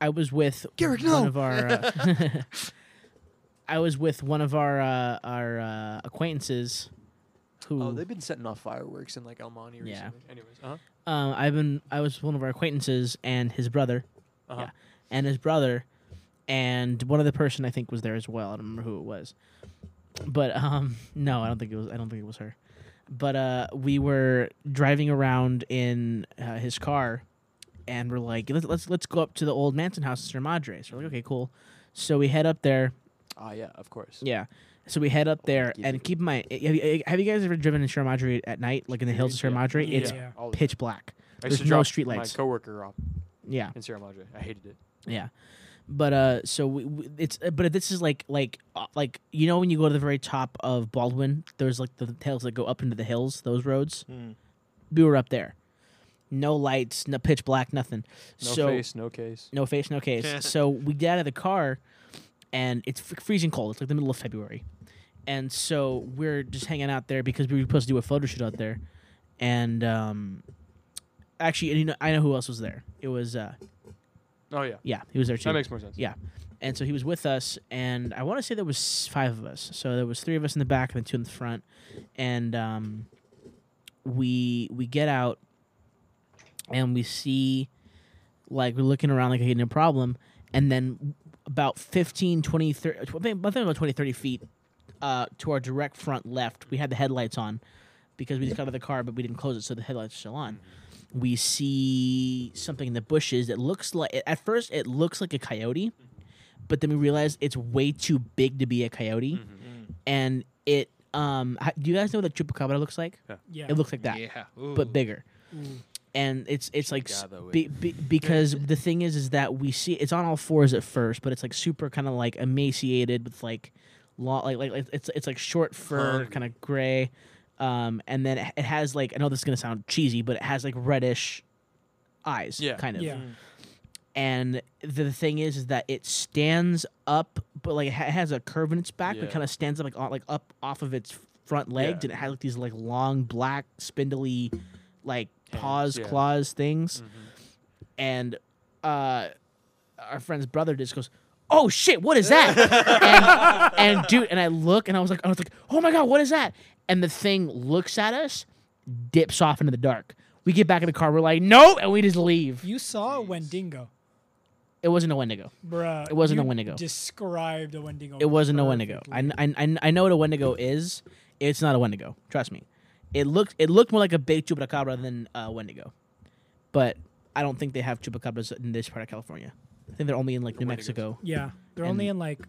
Speaker 2: I was with
Speaker 5: Garrick,
Speaker 2: one
Speaker 5: no.
Speaker 2: of our. Uh, I was with one of our uh, our uh, acquaintances who
Speaker 1: Oh, they've been setting off fireworks in like Almani recently.
Speaker 2: Yeah.
Speaker 1: Anyways, uh-huh.
Speaker 2: uh, I've been I was one of our acquaintances and his brother,
Speaker 1: Uh-huh.
Speaker 2: yeah, and his brother, and one other person I think was there as well. I don't remember who it was, but um, no, I don't think it was. I don't think it was her. But uh, we were driving around in uh, his car, and we're like, let's let's, let's go up to the old Manson house in Sierra Madre. So we're like, okay, cool. So we head up there.
Speaker 1: Ah, yeah, of course.
Speaker 2: Yeah. So we head up there, and keep in mind, eh, have you, have you guys ever driven in Sierra Madre at night, like in the hills of Sierra Madre? It's
Speaker 5: Yeah.
Speaker 1: all the time.
Speaker 2: pitch black.
Speaker 1: I used
Speaker 2: There's
Speaker 1: to
Speaker 2: no
Speaker 1: drop
Speaker 2: streetlights.
Speaker 1: My coworker off
Speaker 2: Yeah,
Speaker 1: in Sierra Madre. I hated it.
Speaker 2: yeah. But uh, so we, we, it's uh, but this is like like uh, like you know when you go to the very top of Baldwin, there's like the tails that go up into the hills, those roads.
Speaker 1: Hmm.
Speaker 2: We were up there, no lights, no pitch black, nothing.
Speaker 1: No
Speaker 2: so
Speaker 1: face, no case.
Speaker 2: no face, no case. so we get out of the car, and it's fr- freezing cold. It's like the middle of February, and so we're just hanging out there because we were supposed to do a photo shoot out there, and um, actually, and you know, I know who else was there. It was uh,
Speaker 1: Oh yeah,
Speaker 2: yeah, he was there too.
Speaker 1: that makes more sense.
Speaker 2: Yeah. And so he was with us, and I want to say there was five of us. So there was three of us in the back and then two in the front, and um, we we get out, and we see, like we're looking around like okay, no problem, and then about 15, 20, 30, I think I think about 20, 30 feet uh, to our direct front left, we had the headlights on because we just got out of the car, but we didn't close it, so the headlights are still on. We see something in the bushes that looks like, at first, it looks like a coyote, but then we realize it's way too big to be a coyote, and it. Um, ha- do you guys know what a chupacabra looks like?
Speaker 5: Yeah.
Speaker 2: It looks like that,
Speaker 6: Yeah.
Speaker 2: but bigger. And it's it's like s- be, be, because the thing is is that we see it's on all fours at first, but it's like super kind of like emaciated with like long like like like- it's it's like short fur,
Speaker 1: Hungry.
Speaker 2: kind of gray, um, and then it- it has like I know this is gonna sound cheesy, but it has like reddish eyes,
Speaker 1: Yeah.
Speaker 2: kind of.
Speaker 5: Yeah.
Speaker 2: And the, the thing is is that it stands up, but like it ha- has a curve in its back, but
Speaker 1: Yeah.
Speaker 2: kind of stands up like on, like up off of its front legs,
Speaker 1: Yeah.
Speaker 2: and it has like these like long black spindly like paws,
Speaker 1: yeah. Mm-hmm.
Speaker 2: claws things. And uh our friend's brother just goes, "Oh shit, what is that?" and, and dude, and I look and I was like, I was like, "Oh my god, what is that?" And the thing looks at us, dips off into the dark. We get back in the car, we're like, "No," and we just leave.
Speaker 5: You saw a Wendigo,
Speaker 2: It wasn't a Wendigo.
Speaker 5: bruh.
Speaker 2: It wasn't a
Speaker 5: you
Speaker 2: Wendigo.
Speaker 5: Described a Wendigo.
Speaker 2: It wasn't a Wendigo. I,
Speaker 5: perfectly.
Speaker 2: I, I, I know what a Wendigo is. It's not a Wendigo. Trust me. It looked it looked more like a big chupacabra than a Wendigo, but I don't think they have chupacabras in this part of California. I think they're only in like New Mexico.
Speaker 5: Yeah, they're only in like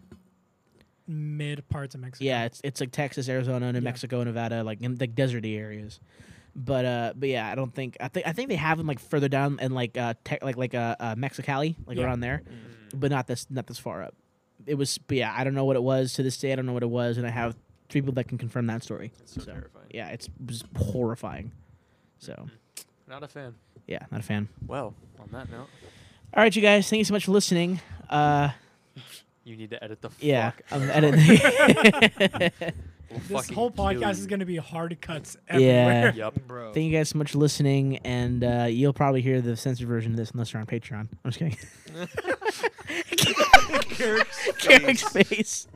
Speaker 5: mid parts of Mexico.
Speaker 2: Yeah, it's it's like Texas, Arizona, New
Speaker 5: Yeah.
Speaker 2: Mexico, Nevada, like in like deserty areas. But uh, but yeah, I don't think I think I think they have them like further down and like uh te- like like uh, uh Mexicali, like
Speaker 5: Yeah. Mm-hmm.
Speaker 2: around there, but not this not this far up. It was, but yeah, I don't know what it was to this day. I don't know what it was, and I have three people that can confirm that story.
Speaker 1: It's so, terrifying.
Speaker 2: Yeah, it's it was horrifying. So
Speaker 5: Mm-hmm.
Speaker 1: Not a fan.
Speaker 2: yeah, not a fan.
Speaker 1: Well, on that note,
Speaker 2: All right, you guys, thank you so much for listening. Uh,
Speaker 1: you need to edit the
Speaker 2: yeah,
Speaker 1: fuck.
Speaker 2: I'm editing.
Speaker 1: We'll
Speaker 5: This
Speaker 1: fucking
Speaker 5: whole
Speaker 1: kill
Speaker 5: podcast is
Speaker 1: you.
Speaker 5: going to be hard cuts
Speaker 2: Yeah.
Speaker 5: everywhere.
Speaker 1: Yep.
Speaker 6: Bro.
Speaker 2: Thank you guys so much for listening, and uh, you'll probably hear the censored version of this unless you're on Patreon. I'm just kidding. Carrick's face.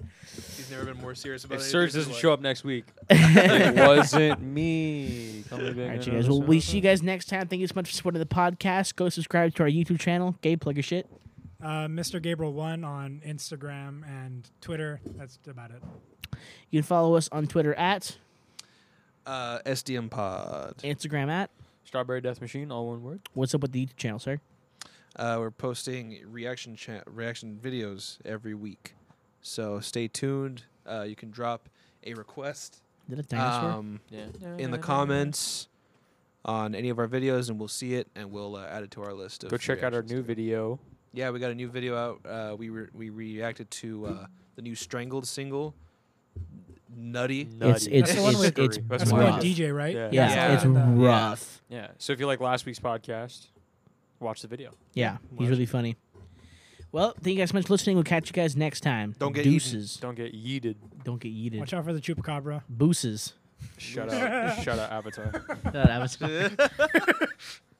Speaker 6: He's never been more serious about
Speaker 4: If
Speaker 6: it.
Speaker 4: Serge doesn't show up next week, it
Speaker 2: All
Speaker 4: wasn't me. All
Speaker 2: right, you guys. Well, we see you guys next time. Thank you so much for supporting the podcast. Go subscribe to our YouTube channel. Gay plug your shit.
Speaker 5: Uh, Mr. Gabriel one on Instagram and Twitter. That's about it.
Speaker 2: You can follow us on Twitter at
Speaker 6: Uh, SDM Pod.
Speaker 2: Instagram at
Speaker 1: Strawberry Death Machine, all one word.
Speaker 2: What's up with the YouTube channel, sir?
Speaker 6: Uh, we're posting reaction cha- reaction videos every week, so stay tuned. Uh, you can drop a request
Speaker 2: Is it a dinosaur?
Speaker 6: um,
Speaker 1: Yeah.
Speaker 6: in the comments on any of our videos, and we'll see it and we'll uh, add it to our list. Of
Speaker 1: Go check out our
Speaker 6: reactions.
Speaker 1: new video.
Speaker 6: Yeah, we got a new video out. Uh, we re- we reacted to uh, the new Strangled single, Nutty.
Speaker 2: it's
Speaker 1: Nutty.
Speaker 2: it's
Speaker 5: That's the one
Speaker 2: it's,
Speaker 5: with-
Speaker 2: it's
Speaker 1: That's
Speaker 5: That's
Speaker 1: the
Speaker 5: one
Speaker 1: one
Speaker 2: rough.
Speaker 5: with DJ, right?
Speaker 1: Yeah.
Speaker 2: Yeah,
Speaker 6: Yeah.
Speaker 2: it's
Speaker 5: And, uh,
Speaker 2: rough.
Speaker 1: Yeah. So if you like last week's podcast, watch the video.
Speaker 2: Yeah, he's really funny. Well, thank you guys so much for listening. We'll catch you guys next time.
Speaker 6: Don't get eaten.
Speaker 2: deuces.
Speaker 1: Don't get yeeted.
Speaker 2: Don't get yeeted.
Speaker 5: Watch out for the chupacabra.
Speaker 2: Booses.
Speaker 1: Shout out. Shout out Avatar.
Speaker 2: That was